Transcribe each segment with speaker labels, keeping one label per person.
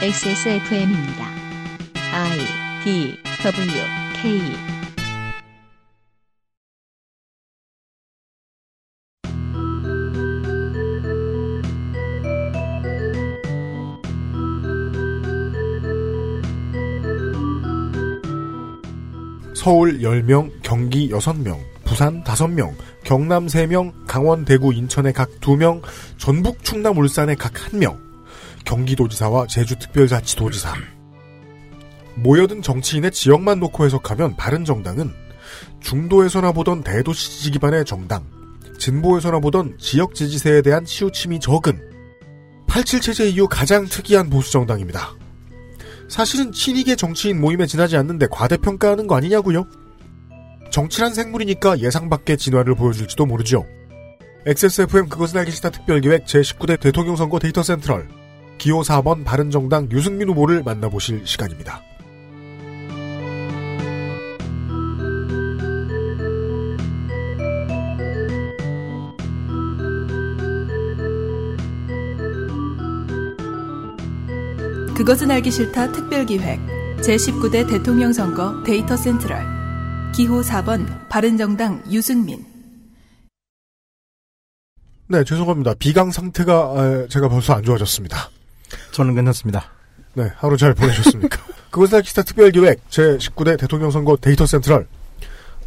Speaker 1: XSFM입니다. I D W K
Speaker 2: 서울 10명, 경기 6명, 부산 5명, 경남 3명, 강원, 대구, 인천에 각 2명, 전북, 충남, 울산에 각 1명, 경기도지사와 제주특별자치도지사. 모여든 정치인의 지역만 놓고 해석하면 바른정당은 중도에서나 보던 대도시 지지 기반의 정당, 진보에서나 보던 지역 지지세에 대한 치우침이 적은 87체제 이후 가장 특이한 보수정당입니다. 사실은 친이계 정치인 모임에 지나지 않는데 과대평가하는 거 아니냐고요? 정치란 생물이니까 예상 밖의 진화를 보여줄지도 모르죠. XSFM 그것은 알기 싫다 특별기획 제19대 대통령 선거 데이터 센트럴 기호 4번 바른정당 유승민 후보를 만나보실 시간입니다.
Speaker 3: 그것은 알기 싫다 특별기획 제19대 대통령 선거 데이터 센트럴 기호 4번 바른정당 유승민
Speaker 2: 네, 죄송합니다. 비강 상태가 아, 제가 벌써 안 좋아졌습니다.
Speaker 4: 저는 괜찮습니다.
Speaker 2: 네, 하루 잘 보내셨습니까? 그것은 알기 싫다 특별기획 제19대 대통령 선거 데이터 센트럴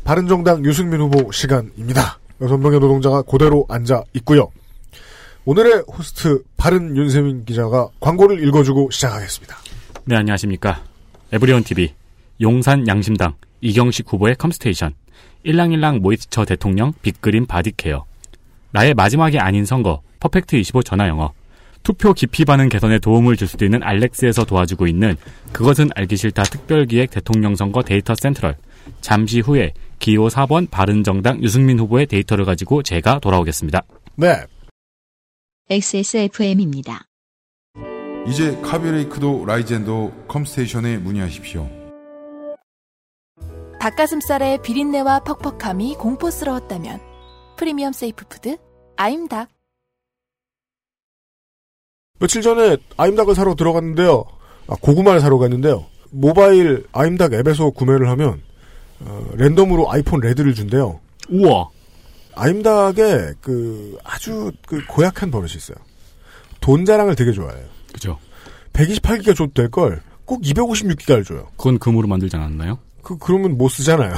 Speaker 2: 바른정당 유승민 후보 시간입니다. 6명의 노동자가 그대로 앉아 있고요. 오늘의 호스트 바른 윤세민 기자가 광고를 읽어주고 시작하겠습니다.
Speaker 5: 네, 안녕하십니까. 에브리온 TV, 용산 양심당, 이경식 후보의 컴스테이션, 일랑일랑 모이스처 대통령 빅그린 바디케어, 나의 마지막이 아닌 선거, 퍼펙트25 전화영어, 투표 깊이 반응 개선에 도움을 줄 수도 있는 알렉스에서 도와주고 있는 그것은 알기 싫다 특별기획 대통령 선거 데이터 센트럴, 잠시 후에 기호 4번 바른정당 유승민 후보의 데이터를 가지고 제가 돌아오겠습니다.
Speaker 2: 네,
Speaker 1: XSFM입니다.
Speaker 6: 이제 카비레이크도 라이젠도 컴스테이션에 문의하십시오.
Speaker 3: 닭가슴살의 비린내와 퍽퍽함이 공포스러웠다면 프리미엄 세이프푸드 아임닭
Speaker 2: 며칠 전에 아임닭을 사러 들어갔는데요. 아, 고구마를 사러 갔는데요. 모바일 아임닭 앱에서 구매를 하면 어, 랜덤으로 아이폰 레드를 준대요.
Speaker 5: 우와!
Speaker 2: 아임닭에 그 아주 그 고약한 버릇이 있어요. 돈 자랑을 되게 좋아해요.
Speaker 5: 그죠.
Speaker 2: 128기가 줘도 될 걸 꼭 256기가를 줘요.
Speaker 5: 그건 금으로 만들지 않았나요?
Speaker 2: 그 그러면 못 쓰잖아요.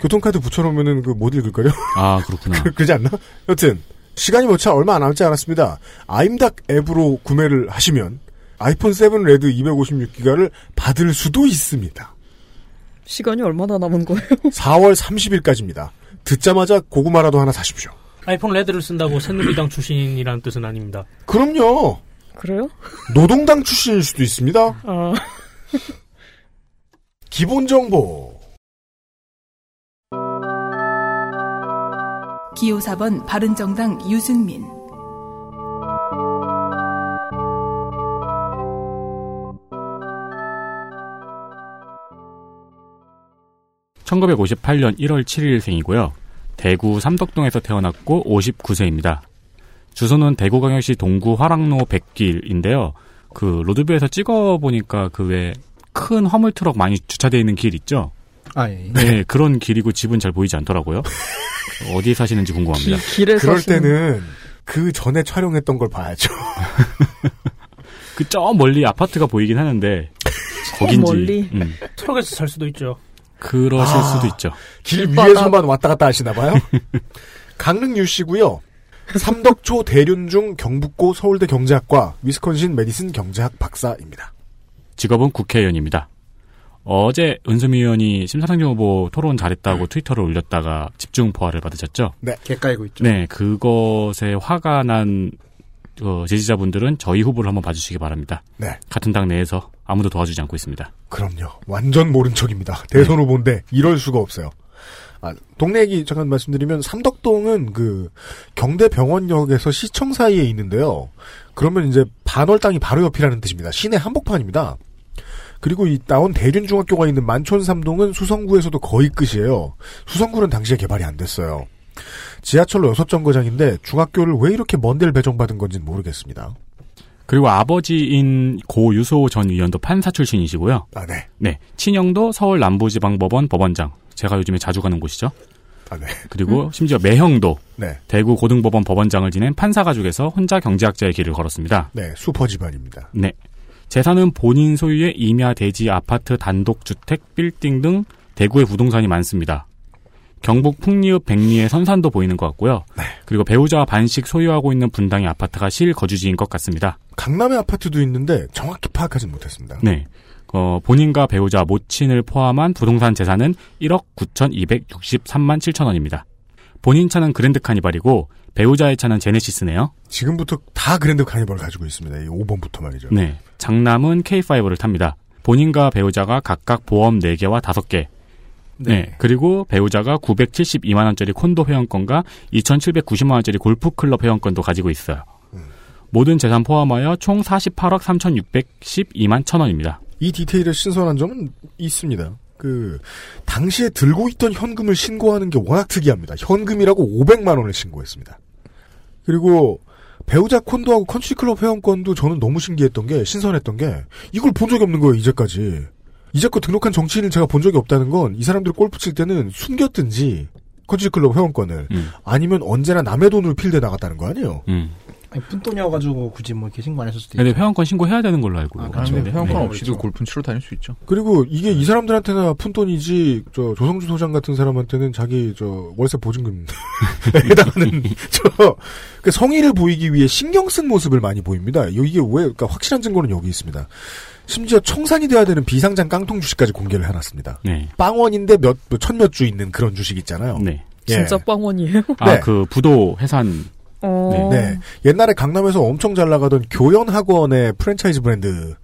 Speaker 2: 교통카드 붙여놓으면은 그 못 읽을 거요.
Speaker 5: 아, 그렇구나.
Speaker 2: 그러지 않나? 여튼 시간이 뭐차 얼마 안 남지 않았습니다. 아임닭 앱으로 구매를 하시면 아이폰 7 레드 256기가를 받을 수도 있습니다.
Speaker 7: 시간이 얼마나 남은 거예요?
Speaker 2: 4월 30일까지입니다. 듣자마자 고구마라도 하나 사십시오.
Speaker 8: 아이폰 레드를 쓴다고 새누리당 출신이라는 뜻은 아닙니다.
Speaker 2: 그럼요.
Speaker 7: 그래요?
Speaker 2: 노동당 출신일 수도 있습니다.
Speaker 7: 아,
Speaker 2: 기본 정보.
Speaker 3: 기호 4번 바른정당 유승민
Speaker 5: 1958년 1월 7일생이고요. 대구 삼덕동에서 태어났고 59세입니다. 주소는 대구광역시 동구 화랑로 백길인데요. 그 로드뷰에서 찍어보니까 그 왜 큰 화물트럭 많이 주차되어 있는 길 있죠?
Speaker 4: 아, 예.
Speaker 5: 네, 그런 길이고 집은 잘 보이지 않더라고요. 어디 사시는지 궁금합니다.
Speaker 7: 길에
Speaker 2: 그럴 때는 그 전에 촬영했던 걸 봐야죠.
Speaker 5: 그 저 멀리 아파트가 보이긴 하는데 거긴지
Speaker 7: 멀리.
Speaker 5: 음,
Speaker 8: 트럭에서 살 수도 있죠.
Speaker 5: 그러실
Speaker 2: 아.
Speaker 5: 수도 있죠.
Speaker 2: 길
Speaker 7: 길바닥.
Speaker 2: 위에서만 왔다 갔다 하시나 봐요. 강릉 유씨고요. 삼덕초 대륜중 경북고 서울대 경제학과 위스콘신 메디슨 경제학 박사입니다.
Speaker 5: 직업은 국회의원입니다. 어제 은수미 의원이 심사상정 후보 토론 잘했다고 트위터를 올렸다가 집중 포화를 받으셨죠?
Speaker 4: 개 깔고 있죠.
Speaker 5: 네, 그것에 화가 난 어, 지지자분들은 저희 후보를 한번 봐주시기 바랍니다.
Speaker 2: 네.
Speaker 5: 같은 당 내에서 아무도 도와주지 않고 있습니다.
Speaker 2: 그럼요. 완전 모른 척입니다. 대선 후보인데 이럴 수가 없어요. 아, 동네 얘기 잠깐 말씀드리면 삼덕동은 그 경대병원역에서 시청 사이에 있는데요. 그러면 이제 반월당이 바로 옆이라는 뜻입니다. 시내 한복판입니다. 그리고 이 나온 대륜중학교가 있는 만촌삼동은 수성구에서도 거의 끝이에요. 수성구는 당시에 개발이 안 됐어요. 지하철로 6정거장인데 중학교를 왜 이렇게 먼 데를 배정받은 건지는 모르겠습니다.
Speaker 5: 그리고 아버지인 고 유소호 전 위원도 판사 출신이시고요.
Speaker 2: 아, 네.
Speaker 5: 네. 친형도 서울 남부지방법원 법원장. 제가 요즘에 자주 가는 곳이죠.
Speaker 2: 아, 네.
Speaker 5: 그리고 심지어 매형도
Speaker 2: 네.
Speaker 5: 대구 고등법원 법원장을 지낸 판사 가족에서 혼자 경제학자의 길을 걸었습니다.
Speaker 2: 네. 슈퍼 집안입니다.
Speaker 5: 네. 재산은 본인 소유의 임야 대지 아파트 단독 주택 빌딩 등 대구의 부동산이 많습니다. 경북 풍리읍 백리의 선산도 보이는 것 같고요. 그리고 배우자와 반씩 소유하고 있는 분당의 아파트가 실 거주지인 것 같습니다.
Speaker 2: 강남에 아파트도 있는데 정확히 파악하진 못했습니다.
Speaker 5: 네. 어, 본인과 배우자 모친을 포함한 부동산 재산은 1억 9,263만 7천 원입니다. 본인 차는 그랜드 카니발이고 배우자의 차는 제네시스네요.
Speaker 2: 지금부터 다 그랜드 카니발 가지고 있습니다. 이 5번부터 말이죠.
Speaker 5: 네. 장남은 K5를 탑니다. 본인과 배우자가 각각 보험 4개와 5개. 네. 그리고 배우자가 972만원짜리 콘도 회원권과 2790만원짜리 골프클럽 회원권도 가지고 있어요. 모든 재산 포함하여 총 48억 3612만 천원입니다.
Speaker 2: 이 디테일의 신선한 점은 있습니다. 그 당시에 들고 있던 현금을 신고하는 게 워낙 특이합니다. 현금이라고 500만 원을 신고했습니다. 그리고 배우자 콘도하고 컨트리클럽 회원권도 저는 너무 신기했던 게 신선했던 게 이걸 본 적이 없는 거예요 이제까지. 이제껏 등록한 정치인을 제가 본 적이 없다는 건 이 사람들 골프 칠 때는 숨겼든지 컨트리클럽 회원권을
Speaker 5: 음.
Speaker 2: 아니면 언제나 남의 돈으로 필드 나갔다는 거 아니에요.
Speaker 5: 음.
Speaker 4: 아니, 푼돈이어가지고 굳이 뭐 이렇게 신고 안 했을 수도
Speaker 5: 근데
Speaker 4: 있고.
Speaker 5: 회원권 신고해야 되는 걸로 알고.
Speaker 4: 아,
Speaker 5: 있는데.
Speaker 4: 그런데
Speaker 9: 회원권
Speaker 4: 네.
Speaker 9: 없이도 골프 치러 다닐 수 있죠.
Speaker 2: 그리고 이게 이 사람들한테나 푼돈이지 저 조성주 소장 같은 사람한테는 자기 저 월세 보증금 해당하는 저 그 성의를 보이기 위해 신경 쓴 모습을 많이 보입니다. 요- 이게 왜 그러니까 확실한 증거는 여기 있습니다. 심지어 청산이 돼야 되는 비상장 깡통 주식까지 공개를 해놨습니다.
Speaker 5: 네.
Speaker 2: 빵원인데 몇천몇 주 있는 그런 주식 있잖아요.
Speaker 5: 네.
Speaker 2: 예.
Speaker 7: 진짜 빵원이에요?
Speaker 5: 아,
Speaker 2: 네.
Speaker 5: 그 부도 해산.
Speaker 7: 어.
Speaker 2: 네. 옛날에 강남에서 엄청 잘 나가던 교연학원의 프랜차이즈 브랜드의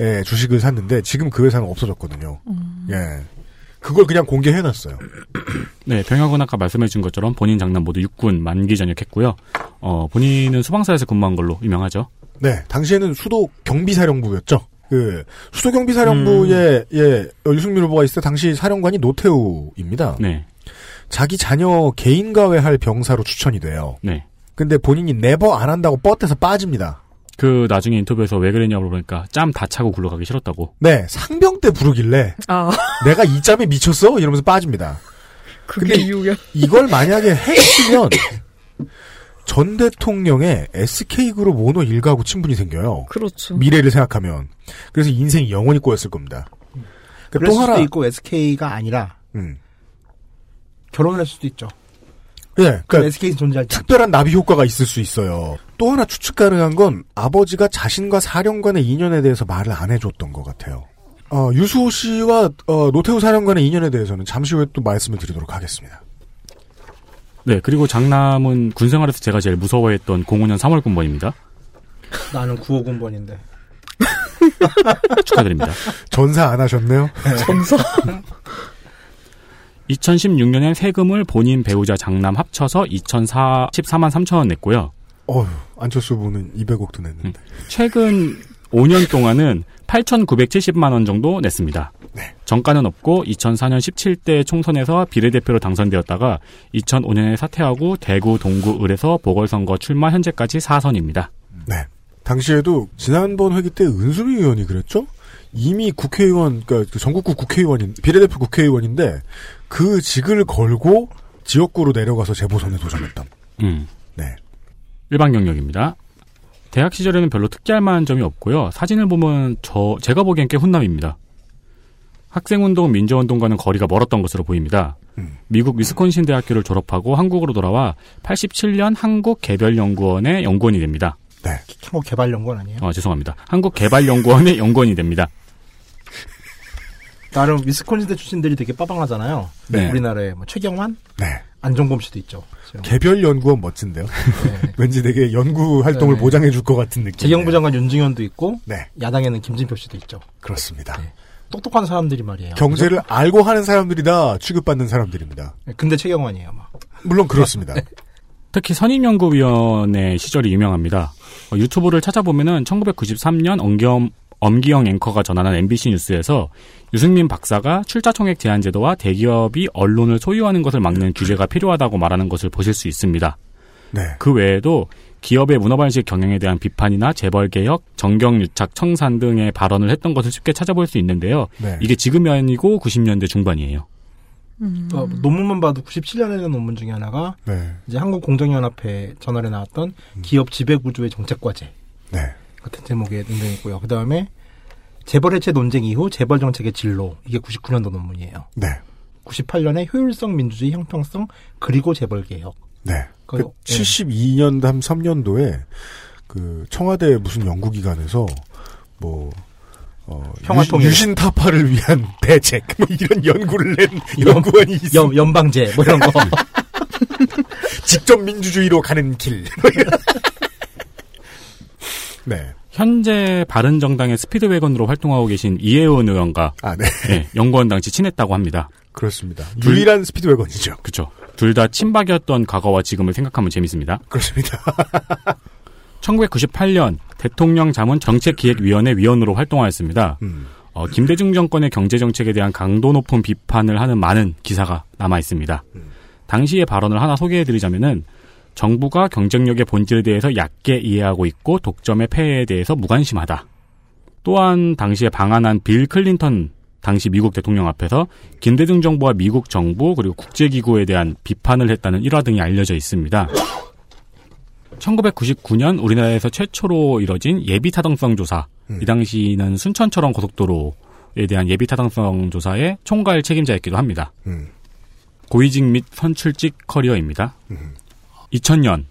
Speaker 2: 예, 주식을 샀는데 지금 그 회사는 없어졌거든요. 예. 그걸 그냥 공개해놨어요.
Speaker 5: 네, 병역은 아까 말씀해준 것처럼 본인 장남 모두 육군 만기 전역했고요. 어, 본인은 수방사에서 근무한 걸로 유명하죠.
Speaker 2: 네, 당시에는 수도 경비사령부였죠. 그 수도 경비사령부의 예, 유승민 후보가 있을 때 당시 사령관이 노태우입니다.
Speaker 5: 네,
Speaker 2: 자기 자녀 개인 가외할 병사로 추천이 돼요.
Speaker 5: 네.
Speaker 2: 근데 본인이 네버 안 한다고 뻗대서 빠집니다.
Speaker 5: 그 나중에 인터뷰에서 왜 그랬냐고 물으니까 짬 다 차고 굴러가기 싫었다고.
Speaker 2: 네, 상병 때 부르길래
Speaker 7: 아,
Speaker 2: 내가 이 짬에 미쳤어 이러면서 빠집니다.
Speaker 7: 그게
Speaker 2: 근데-
Speaker 7: 이유야?
Speaker 2: 이걸 만약에 했으면 전 대통령의 SK 그룹 모노 일가하고 친분이 생겨요.
Speaker 7: 그렇죠.
Speaker 2: 미래를 생각하면 그래서 인생이 영원히 꼬였을 겁니다. 그러니까
Speaker 4: 그랬을 수도 있고 SK가 아니라
Speaker 2: 음.
Speaker 4: 결혼을 했을 수도 있죠.
Speaker 2: 예, 그러니까
Speaker 4: SK는 존재할 때.
Speaker 2: 특별한 나비 효과가 있을 수 있어요. 또 하나 추측 가능한 건 아버지가 자신과 사령관의 인연에 대해서 말을 안 해줬던 것 같아요. 어, 유수호 씨와 어, 노태우 사령관의 인연에 대해서는 잠시 후에 또 말씀을 드리도록 하겠습니다.
Speaker 5: 네, 그리고 장남은 군생활에서 제가 제일 무서워했던 05년 3월 군번입니다.
Speaker 4: 나는 9호 군번인데.
Speaker 5: 축하드립니다.
Speaker 2: 전사 안 하셨네요?
Speaker 7: 점사.
Speaker 5: 2016년엔 세금을 본인 배우자 장남 합쳐서 2,014만 3천 원 냈고요.
Speaker 2: 어휴, 안철수 후보는 200억도 냈는데.
Speaker 5: 최근 5년 동안은 8,970만 원 정도 냈습니다. 정가는 없고 2004년 17대 총선에서 비례대표로 당선되었다가 2005년에 사퇴하고 대구 동구 을에서 보궐선거 출마 현재까지 4선입니다.
Speaker 2: 네. 당시에도 지난번 회기 때 은수미 의원이 그랬죠? 이미 국회의원, 그러니까 그 전국구 국회의원인, 비례대표 국회의원인데 그 직을 걸고 지역구로 내려가서 재보선에 도전했던.
Speaker 5: 음.
Speaker 2: 네.
Speaker 5: 일반 경력입니다. 대학 시절에는 별로 특기할 만한 점이 없고요. 사진을 보면 저 제가 보기엔 꽤 훈남입니다. 학생운동, 민주화운동과는 거리가 멀었던 것으로 보입니다. 미국 위스콘신 대학교를 졸업하고 한국으로 돌아와 87년 한국개별연구원의 연구원이 됩니다.
Speaker 2: 네.
Speaker 4: 한국 뭐 개발 연구원 아니에요?
Speaker 5: 어, 죄송합니다. 한국개발연구원의 연구원이 됩니다.
Speaker 4: 나름 위스콘신대 출신들이 되게 빠방하잖아요.
Speaker 2: 네.
Speaker 4: 우리나라에 뭐 최경환,
Speaker 2: 네.
Speaker 4: 안종범 씨도 있죠.
Speaker 2: 개별 연구원 멋진데요.
Speaker 4: 네.
Speaker 2: 왠지 되게 연구 활동을
Speaker 4: 네.
Speaker 2: 보장해 줄 것 같은 느낌.
Speaker 4: 재경부 장관 윤중현도 있고
Speaker 2: 네,
Speaker 4: 야당에는 김진표 씨도 있죠.
Speaker 2: 그렇습니다.
Speaker 4: 네. 똑똑한 사람들이 말이에요.
Speaker 2: 경제를 알고 하는 사람들이다 취급받는 사람들입니다.
Speaker 4: 그죠? 네, 근데 최경환이에요, 아마.
Speaker 2: 물론 그렇습니다.
Speaker 4: 네.
Speaker 5: 특히 선임연구위원회 시절이 유명합니다. 어, 유튜브를 찾아보면은 1993년 엄경, 엄기영 앵커가 전하는 MBC 뉴스에서 유승민 박사가 출자총액 제한제도와 대기업이 언론을 소유하는 것을 막는 규제가 필요하다고 말하는 것을 보실 수 있습니다.
Speaker 2: 네.
Speaker 5: 그 외에도 기업의 문화발식 경영에 대한 비판이나 재벌개혁, 정경유착, 청산 등의 발언을 했던 것을 쉽게 찾아볼 수 있는데요.
Speaker 2: 네.
Speaker 5: 이게 지금이 아니고 90년대 중반이에요.
Speaker 4: 어, 논문만 봐도 97년에는 논문 중에 하나가
Speaker 2: 네.
Speaker 4: 이제 한국 공정연합회 전월에 나왔던
Speaker 5: 음.
Speaker 4: 기업 지배구조의 정책과제
Speaker 2: 네.
Speaker 4: 같은 제목의 논문이 있고요. 그 다음에 재벌 해체 논쟁 이후 재벌 정책의 진로 이게 99년도 논문이에요.
Speaker 2: 네.
Speaker 4: 98년에 효율성 민주주의 형평성 그리고 재벌 개혁.
Speaker 2: 네. 그
Speaker 4: 그거, 예.
Speaker 2: 72년 담 3년도에 그 청와대 무슨 연구기관에서 뭐 어,
Speaker 4: 평화통일.
Speaker 2: 유, 신 타파를 위한 대책 뭐 이런 연구를 낸 연구원이 있어
Speaker 4: 연, 연방제 뭐 이런 거.
Speaker 2: 직접 민주주의로 가는 길. 네.
Speaker 5: 현재 바른정당의 스피드웨건으로 활동하고 계신 이혜원 의원과
Speaker 2: 아, 네.
Speaker 5: 예, 연구원 당시 친했다고 합니다.
Speaker 2: 그렇습니다.
Speaker 5: 둘-
Speaker 2: 유일한 스피드웨건이죠.
Speaker 5: 그쵸. 둘 다 친박이었던 과거와 지금을 생각하면 재밌습니다.
Speaker 2: 그렇습니다.
Speaker 5: 1998년 대통령 자문 정책기획위원회 위원으로 활동하였습니다.
Speaker 2: 음.
Speaker 5: 어, 김대중 정권의 경제 정책에 대한 강도 높은 비판을 하는 많은 기사가 남아 있습니다. 당시의 발언을 하나 소개해 드리자면은 정부가 경쟁력의 본질에 대해서 얕게 이해하고 있고 독점의 폐해에 대해서 무관심하다. 또한 당시에 방한한 빌 클린턴 당시 미국 대통령 앞에서 김대중 정부와 미국 정부 그리고 국제기구에 대한 비판을 했다는 일화 등이 알려져 있습니다. 1999년 우리나라에서 최초로 이뤄진 예비 타당성 조사. 이 당시는 순천처럼 고속도로에 대한 예비 타당성 조사의 총괄 책임자였기도 합니다.
Speaker 2: 음.
Speaker 5: 고위직 및 선출직 커리어입니다. 2000년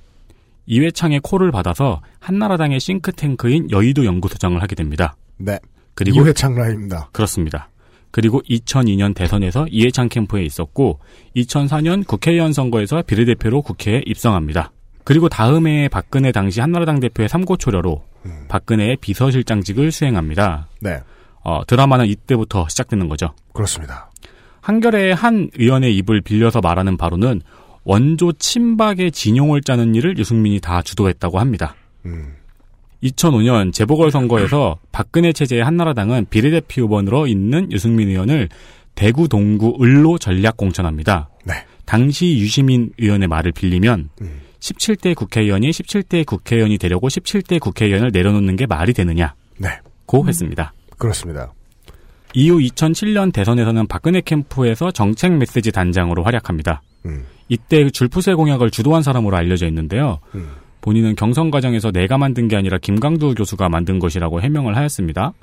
Speaker 5: 이회창의 콜을 받아서 한나라당의 싱크탱크인 여의도 연구소장을 하게 됩니다.
Speaker 2: 네.
Speaker 5: 그리고
Speaker 2: 이회창 라입니다.
Speaker 5: 그렇습니다. 그리고 2002년 대선에서 이해창 캠프에 있었고 2004년 국회의원 선거에서 비례대표로 국회에 입성합니다. 그리고 다음해 박근혜 당시 한나라당 대표의 삼고초려로 박근혜의 비서실장직을 수행합니다.
Speaker 2: 네.
Speaker 5: 어, 드라마는 이때부터 시작되는 거죠.
Speaker 2: 그렇습니다.
Speaker 5: 한결의 한 의원의 입을 빌려서 말하는 바로는 원조 친박의 진용을 짜는 일을 유승민이 다 주도했다고 합니다.
Speaker 2: 음.
Speaker 5: 2005년 재보궐선거에서 박근혜 체제의 한나라당은 비례대표 후보로 있는 유승민 의원을 대구 동구 을로 전략 공천합니다.
Speaker 2: 네.
Speaker 5: 당시 유시민 의원의 말을 빌리면
Speaker 2: 음.
Speaker 5: 17대 국회의원이 17대 국회의원이 되려고 17대 국회의원을 내려놓는 게 말이 되느냐
Speaker 2: 네.
Speaker 5: 고 했습니다.
Speaker 2: 그렇습니다.
Speaker 5: 이후 2007년 대선에서는 박근혜 캠프에서 정책 메시지 단장으로 활약합니다.
Speaker 2: 음.
Speaker 5: 이때 그 줄푸세 공약을 주도한 사람으로 알려져 있는데요.
Speaker 2: 음.
Speaker 5: 본인은 경선 과정에서 내가 만든 게 아니라 김강두 교수가 만든 것이라고 해명을 하였습니다.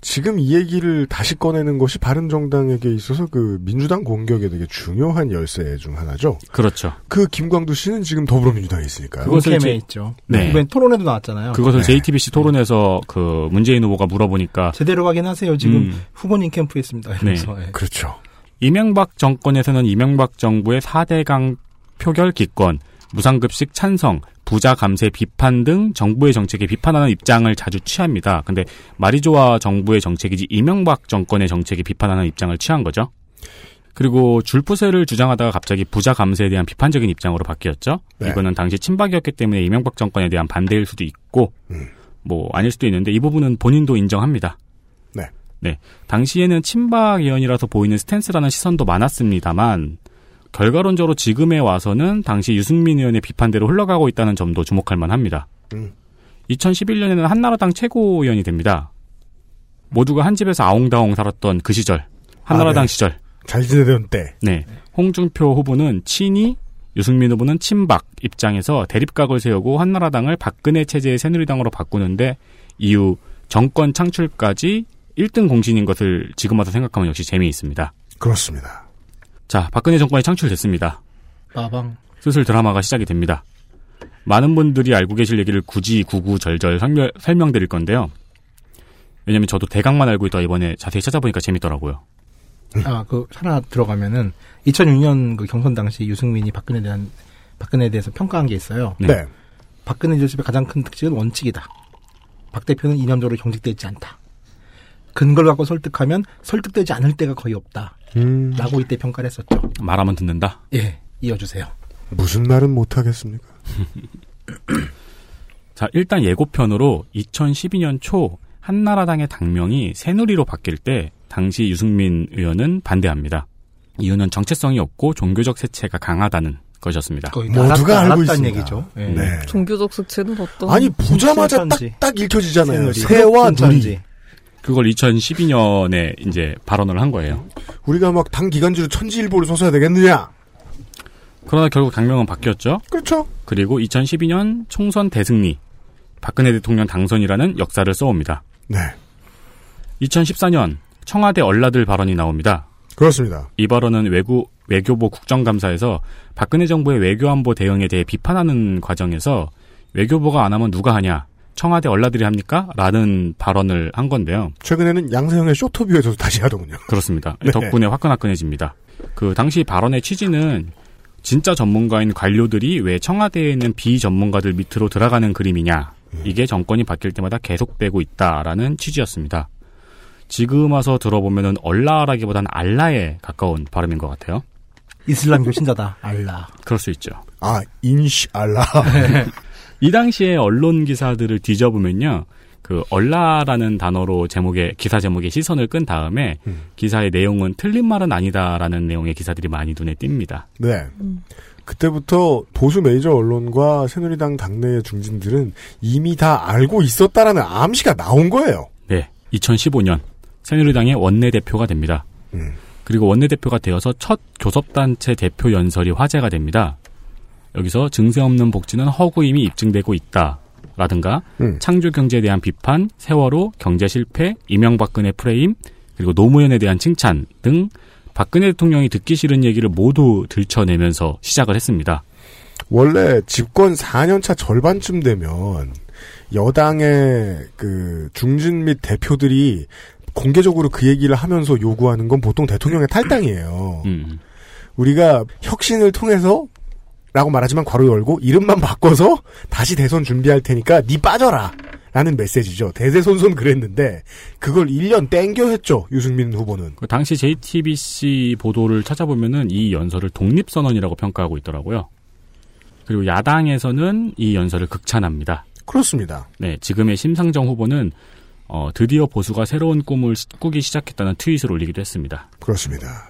Speaker 2: 지금 이 얘기를 다시 꺼내는 것이 바른정당에게 있어서 그 민주당 공격에 되게 중요한 열쇠 중 하나죠.
Speaker 5: 그렇죠.
Speaker 2: 그 김광두 씨는 지금 더불어민주당에 있으니까요.
Speaker 5: 그거- 그것을
Speaker 4: 캠에
Speaker 5: 이제-
Speaker 4: 있죠.
Speaker 5: 네.
Speaker 4: 이번에 토론회도 나왔잖아요.
Speaker 5: 그것을
Speaker 2: 네.
Speaker 5: JTBC 토론에서 그 문재인 후보가 물어보니까
Speaker 4: 제대로 확인하세요. 지금
Speaker 5: 음.
Speaker 4: 후보님 캠프에 있습니다. 이러면서. 예.
Speaker 2: 그렇죠.
Speaker 5: 이명박 정권에서는 이명박 정부의 4대강 표결 기권, 무상급식 찬성, 부자 감세 비판 등 정부의 정책에 비판하는 입장을 자주 취합니다. 근데 마리조아 정부의 정책이지 이명박 정권의 정책에 비판하는 입장을 취한 거죠. 그리고 줄푸세를 주장하다가 갑자기 부자 감세에 대한 비판적인 입장으로 바뀌었죠.
Speaker 2: 네.
Speaker 5: 이거는 당시 친박이었기 때문에 이명박 정권에 대한 반대일 수도 있고
Speaker 2: 음.
Speaker 5: 뭐 아닐 수도 있는데 이 부분은 본인도 인정합니다.
Speaker 2: 네.
Speaker 5: 네. 당시에는 친박 의원이라서 보이는 스탠스라는 시선도 많았습니다만 결과론적으로 지금에 와서는 당시 유승민 의원의 비판대로 흘러가고 있다는 점도 주목할 만합니다.
Speaker 2: 음.
Speaker 5: 2011년에는 한나라당 최고위원이 됩니다. 모두가 한 집에서 아웅다웅 살았던 그 시절, 한나라당
Speaker 2: 아, 네.
Speaker 5: 시절.
Speaker 2: 잘 지내던 때.
Speaker 5: 네. 홍준표 후보는 친이, 유승민 후보는 친박 입장에서 대립각을 세우고 한나라당을 박근혜 체제의 새누리당으로 바꾸는데 이후 정권 창출까지 1등 공신인 것을 지금 와서 생각하면 역시 재미있습니다.
Speaker 2: 그렇습니다.
Speaker 5: 자, 박근혜 정권이 창출됐습니다.
Speaker 4: 그 마방.
Speaker 5: 슬슬 드라마가 시작이 됩니다. 많은 분들이 알고 계실 얘기를 굳이 구구절절 설명, 설명드릴 건데요. 왜냐면 저도 대강만 알고 있다 이번에 자세히 찾아보니까 재밌더라고요.
Speaker 4: 아, 그, 하나 들어가면은, 2006년 그 경선 당시 유승민이 박근혜에 대한, 박근혜에 대해서 평가한 게 있어요.
Speaker 5: 네.
Speaker 2: 네.
Speaker 4: 박근혜 지도집의 가장 큰 특징은 원칙이다. 박 대표는 이념적으로 경직되어 있지 않다. 근거를 갖고 설득하면 설득되지 않을 때가 거의 없다.
Speaker 2: 음,
Speaker 4: 라고 이때 평가를 했었죠.
Speaker 5: 말하면 듣는다.
Speaker 4: 예, 이어주세요.
Speaker 2: 무슨 말은 못하겠습니까?
Speaker 5: 자, 일단 예고편으로 2012년 초 한나라당의 당명이 새누리로 바뀔 때 당시 유승민 의원은 반대합니다. 이유는 정체성이 없고 종교적 색채가 강하다는 것이었습니다.
Speaker 4: 거의 다
Speaker 2: 모두가
Speaker 4: 알았다,
Speaker 2: 알고
Speaker 4: 알았다는
Speaker 2: 있습니다.
Speaker 4: 얘기죠. 예.
Speaker 2: 네.
Speaker 7: 종교적 색채는 어떤?
Speaker 2: 아니 보자마자
Speaker 4: 신천지.
Speaker 2: 딱딱 읽혀지잖아요.
Speaker 4: 새누리,
Speaker 2: 새와
Speaker 4: 신천지.
Speaker 2: 누리.
Speaker 5: 그걸 2012년에 이제 발언을 한 거예요.
Speaker 2: 우리가 막 당 기간지로 천지일보를 써서야 되겠느냐?
Speaker 5: 그러나 결국 당명은 바뀌었죠.
Speaker 2: 그렇죠.
Speaker 5: 그리고 2012년 총선 대승리, 박근혜 대통령 당선이라는 역사를 써옵니다.
Speaker 2: 네,
Speaker 5: 2014년 청와대 얼라들 발언이 나옵니다.
Speaker 2: 그렇습니다.
Speaker 5: 이 발언은 외구, 외교부 국정감사에서 박근혜 정부의 외교안보 대응에 대해 비판하는 과정에서 외교부가 안 하면 누가 하냐? 청와대 얼라들이 합니까? 라는 발언을 한 건데요.
Speaker 2: 최근에는 양세형의 쇼터뷰에서도 다시 하더군요.
Speaker 5: 그렇습니다.
Speaker 2: 네.
Speaker 5: 덕분에 화끈화끈해집니다. 그 당시 발언의 취지는 진짜 전문가인 관료들이 왜 청와대에 있는 비전문가들 밑으로 들어가는 그림이냐. 이게 정권이 바뀔 때마다 계속되고 있다라는 취지였습니다. 지금 와서 들어보면은 얼라라기보단 알라에 가까운 발음인 것 같아요.
Speaker 4: 이슬람교 신자다. 알라.
Speaker 5: 그럴 수 있죠.
Speaker 2: 아, 인시알라.
Speaker 4: 네.
Speaker 5: 이 당시에 언론 기사들을 뒤져보면요. 그 얼라라는 단어로 제목에 기사 제목에 시선을 끈 다음에 기사의 내용은 틀린 말은 아니다라는 내용의 기사들이 많이 눈에 띕니다.
Speaker 2: 네. 그때부터 보수 메이저 언론과 새누리당 당내의 중진들은 이미 다 알고 있었다라는 암시가 나온 거예요.
Speaker 5: 네. 2015년 새누리당의 원내대표가 됩니다.
Speaker 2: 음.
Speaker 5: 그리고 원내대표가 되어서 첫 교섭단체 대표 연설이 화제가 됩니다. 여기서 증세 없는 복지는 허구임이 입증되고 있다. 라든가
Speaker 2: 음.
Speaker 5: 창조 경제에 대한 비판, 세월호, 경제 실패, 이명박근혜 프레임, 그리고 노무현에 대한 칭찬 등 박근혜 대통령이 듣기 싫은 얘기를 모두 들춰내면서 시작을 했습니다.
Speaker 2: 원래 집권 4년차 절반쯤 되면 여당의 그 중진 및 대표들이 공개적으로 그 얘기를 하면서 요구하는 건 보통 대통령의 탈당이에요.
Speaker 5: 음.
Speaker 2: 우리가 혁신을 통해서 라고 말하지만 괄호 열고 이름만 바꿔서 다시 대선 준비할 테니까 니 빠져라 라는 메시지죠. 대세손손 그랬는데 그걸 1년 땡겨 했죠. 유승민 후보는.
Speaker 5: 그 당시 JTBC 보도를 찾아보면은 이 연설을 독립선언이라고 평가하고 있더라고요. 그리고 야당에서는 이 연설을 극찬합니다.
Speaker 2: 그렇습니다.
Speaker 5: 네, 지금의 심상정 후보는 어, 드디어 보수가 새로운 꿈을 시- 꾸기 시작했다는 트윗을 올리기도 했습니다.
Speaker 2: 그렇습니다.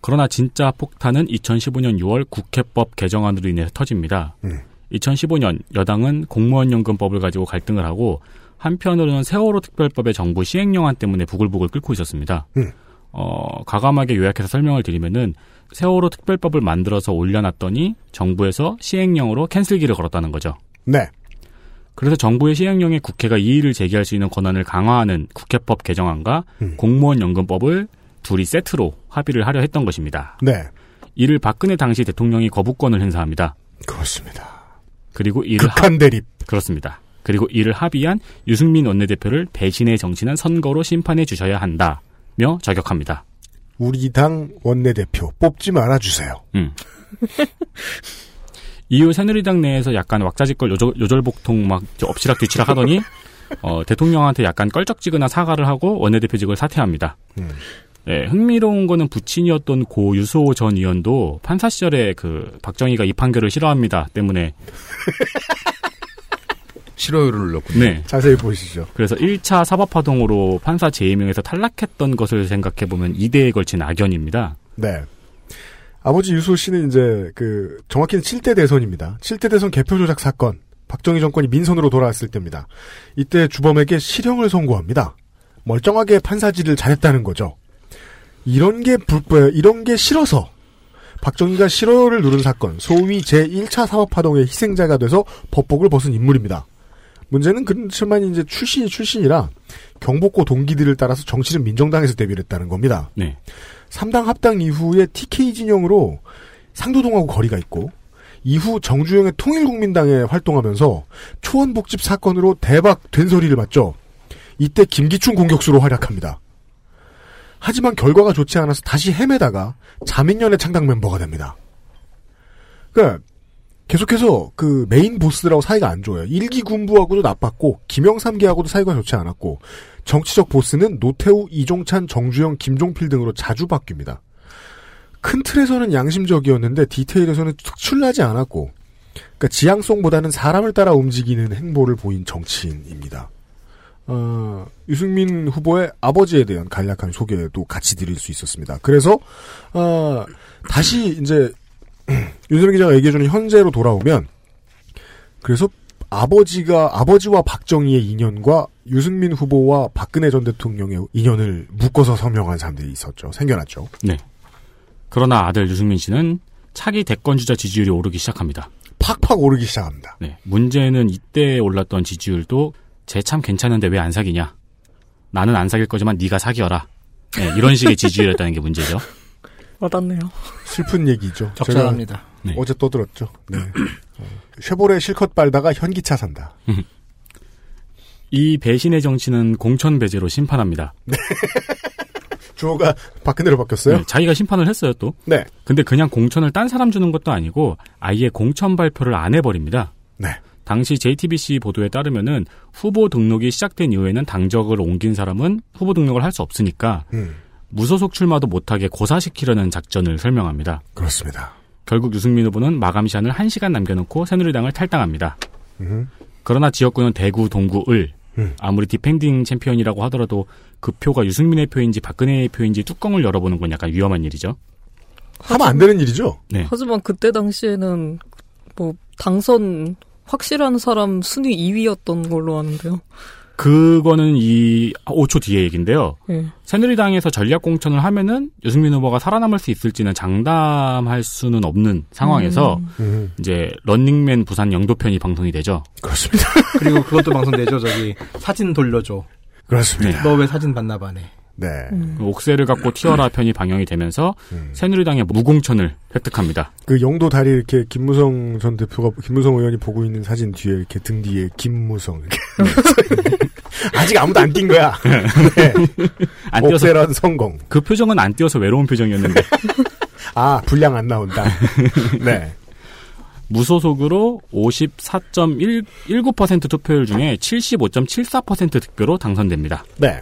Speaker 5: 그러나 진짜 폭탄은 2015년 6월 국회법 개정안으로 인해서 터집니다.
Speaker 2: 음.
Speaker 5: 2015년 여당은 공무원연금법을 가지고 갈등을 하고 한편으로는 세월호 특별법의 정부 시행령안 때문에 부글부글 끓고 있었습니다.
Speaker 2: 음.
Speaker 5: 어, 과감하게 요약해서 설명을 드리면은 세월호 특별법을 만들어서 올려놨더니 정부에서 시행령으로 캔슬기를 걸었다는 거죠.
Speaker 2: 네.
Speaker 5: 그래서 정부의 시행령에 국회가 이의를 제기할 수 있는 권한을 강화하는 국회법 개정안과 공무원 연금법을 둘이 세트로 합의를 하려 했던 것입니다.
Speaker 2: 네.
Speaker 5: 이를 박근혜 당시 대통령이 거부권을 행사합니다.
Speaker 2: 그렇습니다.
Speaker 5: 그리고 이를 합,
Speaker 2: 극한 대립.
Speaker 5: 그렇습니다. 그리고 이를 합의한 유승민 원내대표를 배신의 정치는 선거로 심판해 주셔야 한다며 저격합니다.
Speaker 2: 우리 당 원내대표 뽑지 말아주세요.
Speaker 5: 음. 이후 새누리당 내에서 약간 왁자지껄 요절, 복통막 이제 엎치락뒤치락 하더니 어, 대통령한테 약간 껄쩍지근한 사과를 하고 원내대표직을 사퇴합니다.
Speaker 9: 네.
Speaker 2: 음.
Speaker 5: 예, 흥미로운 거는 부친이었던 고 유소호 전 의원도 판사 시절에 그 박정희가 이 판결을 싫어합니다 때문에
Speaker 9: 싫어요를 눌렀군요.
Speaker 5: 네
Speaker 2: 자세히 보시죠.
Speaker 5: 그래서 1차 사법파동으로 판사 재임명에서 탈락했던 것을 생각해보면 2대에 걸친 악연입니다.
Speaker 2: 네. 아버지 유소 씨는 이제 그 정확히는 7대 대선입니다. 7대 대선 개표 조작 사건. 박정희 정권이 민선으로 돌아왔을 때입니다. 이때 주범에게 실형을 선고합니다. 멀쩡하게 판사질을 잘했다는 거죠. 이런 게 불법, 뭐, 이런 게 싫어서 박정희가 싫어를 누른 사건, 소위 제1차 사법파동의 희생자가 돼서 법복을 벗은 인물입니다. 문제는 그렇지만 이제 출신이 출신이라 경복고 동기들을 따라서 정치는 민정당에서 데뷔를 했다는 겁니다.
Speaker 5: 네.
Speaker 2: 3당 합당 이후에 TK 진영으로 상도동하고 거리가 있고 이후 정주영의 통일국민당에 활동하면서 초원복집 사건으로 대박 된소리를 맞죠. 이때 김기춘 공격수로 활약합니다. 하지만 결과가 좋지 않아서 다시 헤매다가 자민련의 창당 멤버가 됩니다. 그러니까 계속해서 그 메인 보스라고 사이가 안 좋아요. 일기 군부하고도 나빴고 김영삼계하고도 사이가 좋지 않았고 정치적 보스는 노태우, 이종찬, 정주영, 김종필 등으로 자주 바뀝니다. 큰 틀에서는 양심적이었는데 디테일에서는 특출나지 않았고, 그러니까 지향성보다는 사람을 따라 움직이는 행보를 보인 정치인입니다. 어, 유승민 후보의 아버지에 대한 간략한 소개도 같이 드릴 수 있었습니다. 그래서 어, 다시 이제 윤석열 기자가 얘기해주는 현재로 돌아오면 그래서 아버지가 아버지와 박정희의 인연과 유승민 후보와 박근혜 전 대통령의 인연을 묶어서 서명한 사람들이 있었죠. 생겨났죠.
Speaker 5: 그러나 아들 유승민 씨는 차기 대권 주자 지지율이 오르기 시작합니다.
Speaker 2: 팍팍 오르기 시작합니다.
Speaker 5: 네. 문제는 이때 올랐던 지지율도 쟤 참 괜찮은데 왜 안 사귀냐? 나는 안 사귈 거지만 네가 사귀어라. 네, 이런 식의 지지율이었다는 게 문제죠.
Speaker 7: 와닿네요.
Speaker 2: 슬픈 얘기죠.
Speaker 4: 적절합니다.
Speaker 5: 네.
Speaker 2: 제가 어제 떠들었죠. 네. 어, 쉐보레 실컷 빨다가 현기차 산다.
Speaker 5: 이 배신의 정치는 공천 배제로 심판합니다.
Speaker 2: 주호가 박근혜로 바뀌었어요.
Speaker 5: 네, 자기가 심판을 했어요 또.
Speaker 2: 네.
Speaker 5: 근데 그냥 공천을 딴 사람 주는 것도 아니고 아예 공천 발표를 안 해버립니다.
Speaker 2: 네.
Speaker 5: 당시 JTBC 보도에 따르면은 후보 등록이 시작된 이후에는 당적을 옮긴 사람은 후보 등록을 할 수 없으니까
Speaker 2: 음,
Speaker 5: 무소속 출마도 못하게 고사시키려는 작전을 설명합니다.
Speaker 2: 그렇습니다.
Speaker 5: 결국 유승민 후보는 마감 시한을 1시간 남겨놓고 새누리당을 탈당합니다.
Speaker 2: 음,
Speaker 5: 그러나 지역구는 대구, 동구, 을.
Speaker 2: 음.
Speaker 5: 아무리 디펜딩 챔피언이라고 하더라도 그 표가 유승민의 표인지 박근혜의 표인지 뚜껑을 열어보는 건 약간 위험한 일이죠.
Speaker 2: 하면 안 되는 일이죠.
Speaker 5: 네.
Speaker 7: 하지만 그때 당시에는 뭐 당선 확실한 사람 순위 2위였던 걸로 아는데요.
Speaker 5: 그거는 이 5초 뒤의 얘기인데요.
Speaker 7: 예.
Speaker 5: 새누리당에서 전략 공천을 하면은 유승민 후보가 살아남을 수 있을지는 장담할 수는 없는 상황에서
Speaker 2: 음,
Speaker 5: 이제 런닝맨 부산 영도편이 방송이 되죠.
Speaker 2: 그렇습니다.
Speaker 4: 그리고 그것도 방송되죠. 저기 사진 돌려줘.
Speaker 2: 그렇습니다.
Speaker 4: 너 왜 사진 반납하네.
Speaker 2: 네.
Speaker 5: 그 옥새를 갖고 튀어라 편이 방영이 되면서
Speaker 2: 음.
Speaker 5: 새누리당의 무공천을 획득합니다.
Speaker 2: 그 영도 다리 이렇게 김무성 전 대표가 김무성 의원이 보고 있는 사진 뒤에 이렇게 등 뒤에 김무성 이렇게 아직 아무도 안 뛴 거야.
Speaker 5: 안 뛰어서
Speaker 2: 옥세란 성공.
Speaker 5: 그 표정은 안 뛰어서 외로운 표정이었는데
Speaker 2: 아 분량 안 나온다. 네.
Speaker 5: 무소속으로 54.19% 투표율 중에 75.74% 득표로 당선됩니다.
Speaker 2: 네.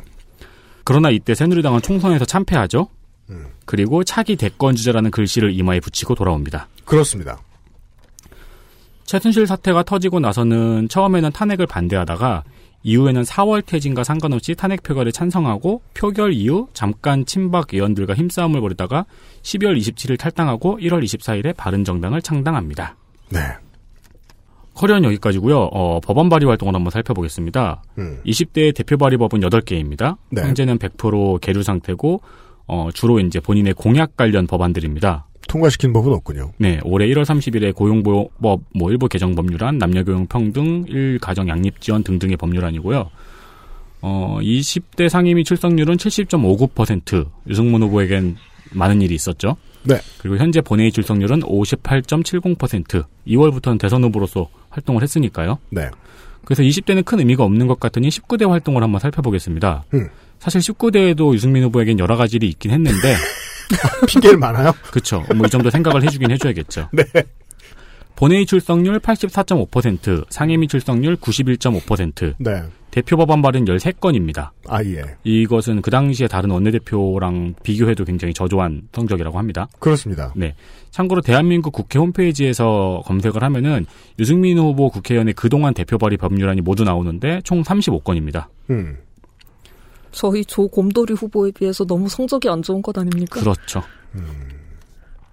Speaker 5: 그러나 이때 새누리당은 총선에서 참패하죠. 음. 그리고 차기 대권 주자라는 글씨를 이마에 붙이고 돌아옵니다.
Speaker 2: 그렇습니다.
Speaker 5: 최순실 사태가 터지고 나서는 처음에는 탄핵을 반대하다가 이후에는 4월 퇴진과 상관없이 탄핵 표결에 찬성하고 표결 이후 잠깐 친박 의원들과 힘싸움을 벌이다가 12월 27일 탈당하고 1월 24일에 바른정당을 창당합니다.
Speaker 2: 네.
Speaker 5: 커리어는 여기까지고요. 어, 법안 발의 활동을 한번 살펴보겠습니다.
Speaker 2: 음.
Speaker 5: 20대 대표 발의 법은 8개입니다.
Speaker 2: 네.
Speaker 5: 현재는 100% 계류 상태고 어, 주로 이제 본인의 공약 관련 법안들입니다.
Speaker 2: 통과시킨 법은 없군요.
Speaker 5: 네, 올해 1월 30일에 고용보호법, 뭐 일부 개정 법률안, 남녀교육 평등, 일가정 양립 지원 등등의 법률안이고요. 어, 20대 상임위 출석률은 70.59%. 유승문 후보에겐 많은 일이 있었죠.
Speaker 2: 네.
Speaker 5: 그리고 현재 본회의 출석률은 58.70%. 2월부터는 대선 후보로서 활동을 했으니까요.
Speaker 2: 네.
Speaker 5: 그래서 20대는 큰 의미가 없는 것 같으니 19대 활동을 한번 살펴보겠습니다.
Speaker 2: 음.
Speaker 5: 사실 19대에도 유승민 후보에겐 여러 가지 일이 있긴 했는데
Speaker 2: 핑계를 많아요.
Speaker 5: 그렇죠. 뭐이 정도 생각을 해주긴 해줘야겠죠. 본회의 출석률 84.5%, 상임위 출석률 91.5%,
Speaker 2: 네.
Speaker 5: 대표 법안 발의는 13건입니다.
Speaker 2: 아 예.
Speaker 5: 이것은 그 당시에 다른 원내대표랑 비교해도 굉장히 저조한 성적이라고 합니다.
Speaker 2: 그렇습니다.
Speaker 5: 참고로 대한민국 국회 홈페이지에서 검색을 하면은 유승민 후보 국회의원의 그동안 대표 발의 법률안이 모두 나오는데 총 35건입니다.
Speaker 2: 음.
Speaker 7: 저희 조곰돌이 후보에 비해서 너무 성적이 안 좋은 것 아닙니까?
Speaker 5: 그렇죠.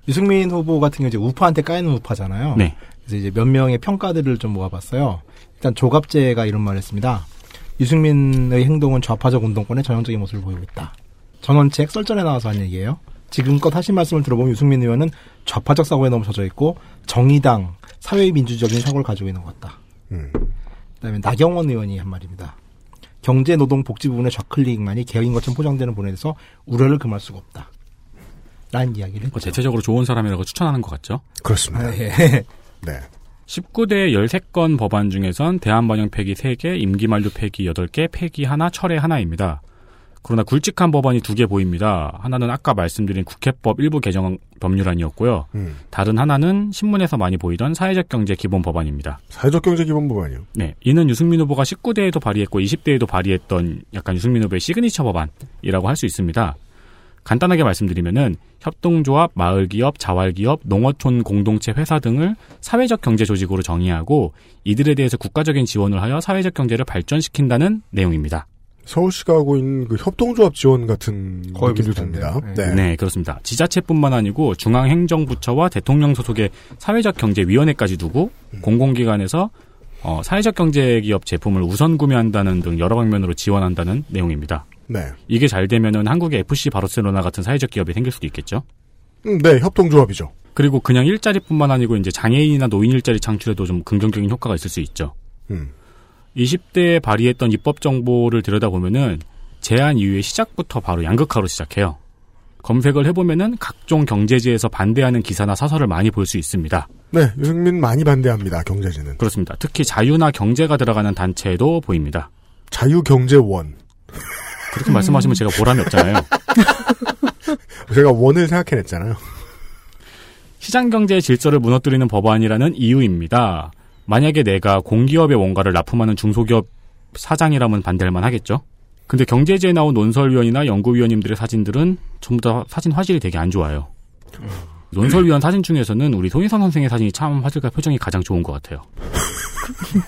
Speaker 4: 유승민 후보 같은 경우 이제 우파한테 까이는 우파잖아요.
Speaker 5: 네.
Speaker 4: 그래서 이제 몇 명의 평가들을 좀 모아봤어요. 일단 조갑재가 이런 말을 했습니다. 유승민의 행동은 좌파적 운동권의 전형적인 모습을 보이고 있다. 전원책 썰전에 나와서 한 얘기예요. 지금껏 하신 말씀을 들어보면 유승민 의원은 좌파적 사고에 너무 젖어 있고 정의당 사회민주적인 사고를 가지고 있는 것 같다.
Speaker 2: 음.
Speaker 4: 그다음에 나경원 의원이 한 말입니다. 경제 노동 복지 부분의 좌클릭만이 개혁인 것처럼 포장되는 보내에서 우려를 금할 수가 없다. 라는 이야기를
Speaker 5: 뭐
Speaker 4: 했죠.
Speaker 5: 대체적으로 좋은 사람이라고 추천하는 것 같죠.
Speaker 2: 그렇습니다. 네.
Speaker 4: 아, 예.
Speaker 5: 19대 13건 법안 중에선 대한반영 폐기 3개, 임기 만료 폐기 8개, 폐기 하나, 철회 하나입니다. 그러나 굵직한 법안이 두 개 보입니다. 하나는 아까 말씀드린 국회법 일부 개정 법률안이었고요.
Speaker 2: 음.
Speaker 5: 다른 하나는 신문에서 많이 보이던 사회적 경제 기본 법안입니다.
Speaker 2: 사회적 경제 기본 법안이요.
Speaker 5: 네, 이는 유승민 후보가 19대에도 발의했고 20대에도 발의했던 약간 유승민 후보의 시그니처 법안이라고 할 수 있습니다. 간단하게 말씀드리면은 협동조합, 마을기업, 자활기업, 농어촌 공동체 회사 등을 사회적 경제 조직으로 정의하고 이들에 대해서 국가적인 지원을 하여 사회적 경제를 발전시킨다는 내용입니다.
Speaker 2: 서울시가 하고 있는 그 협동조합 지원 같은
Speaker 4: 거의
Speaker 2: 느낌도
Speaker 4: 비슷한데요.
Speaker 2: 듭니다. 네.
Speaker 5: 네, 그렇습니다. 지자체뿐만 아니고 중앙행정부처와 대통령 소속의 사회적 경제위원회까지 두고 공공기관에서 어, 사회적 경제기업 제품을 우선 구매한다는 등 여러 방면으로 지원한다는 내용입니다.
Speaker 2: 네.
Speaker 5: 이게 잘 되면은 한국의 FC 바르셀로나 같은 사회적 기업이 생길 수도 있겠죠.
Speaker 2: 음, 네, 협동조합이죠.
Speaker 5: 그리고 그냥 일자리뿐만 아니고 이제 장애인이나 노인 일자리 창출에도 좀 긍정적인 효과가 있을 수 있죠.
Speaker 2: 음.
Speaker 5: 20대에 발의했던 입법 정보를 들여다보면은 제안 이후에 시작부터 바로 양극화로 시작해요. 검색을 해보면은 각종 경제지에서 반대하는 기사나 사설을 많이 볼 수 있습니다.
Speaker 2: 네, 유승민 많이 반대합니다. 경제지는
Speaker 5: 그렇습니다. 특히 자유나 경제가 들어가는 단체도 보입니다.
Speaker 2: 자유경제원.
Speaker 5: 그렇게 말씀하시면 제가 보람이 없잖아요.
Speaker 2: 제가 원을 생각해냈잖아요.
Speaker 5: 시장 경제의 질서를 무너뜨리는 법안이라는 이유입니다. 만약에 내가 공기업의 원가를 납품하는 중소기업 사장이라면 반대할만 하겠죠? 근데 경제지에 나온 논설위원이나 연구위원님들의 사진들은 전부 다 사진 화질이 되게 안 좋아요. 논설위원 사진 중에서는 우리 손희상 선생의 사진이 참 화질과 표정이 가장 좋은 것 같아요.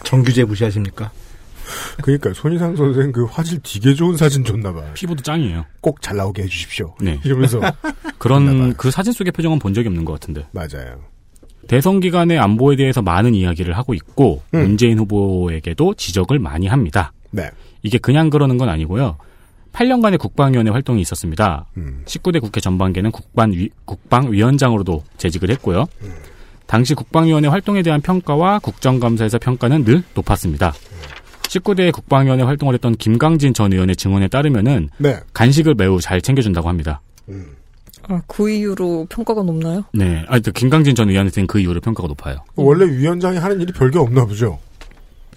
Speaker 4: 정규제 무시하십니까?
Speaker 2: 그러니까 손희상 선생 그 화질 되게 좋은 사진 줬나봐.
Speaker 5: 피부도 짱이에요.
Speaker 2: 꼭 잘 나오게 해주십시오.
Speaker 5: 네.
Speaker 2: 이러면서
Speaker 5: 그런
Speaker 2: 좋나봐요.
Speaker 5: 그 사진 속의 표정은 본 적이 없는 것 같은데.
Speaker 2: 맞아요.
Speaker 5: 대선 기간의 안보에 대해서 많은 이야기를 하고 있고
Speaker 2: 음.
Speaker 5: 문재인 후보에게도 지적을 많이 합니다.
Speaker 2: 네.
Speaker 5: 이게 그냥 그러는 건 아니고요. 8년간의 국방위원회 활동이 있었습니다.
Speaker 2: 음.
Speaker 5: 19대 국회 전반기에는 국방위, 국방위원장으로도 재직을 했고요. 당시 국방위원회 활동에 대한 평가와 국정감사에서 평가는 늘 높았습니다. 19대 국방위원회 활동을 했던 김강진 전 의원의 증언에 따르면은
Speaker 2: 네.
Speaker 5: 간식을 매우 잘 챙겨준다고 합니다.
Speaker 7: 아, 그 이후로 평가가 높나요?
Speaker 5: 네, 아, 또 김강진 전 의원한테는 그 이후로 평가가 높아요.
Speaker 2: 원래 위원장이 하는 일이 별게 없나 보죠.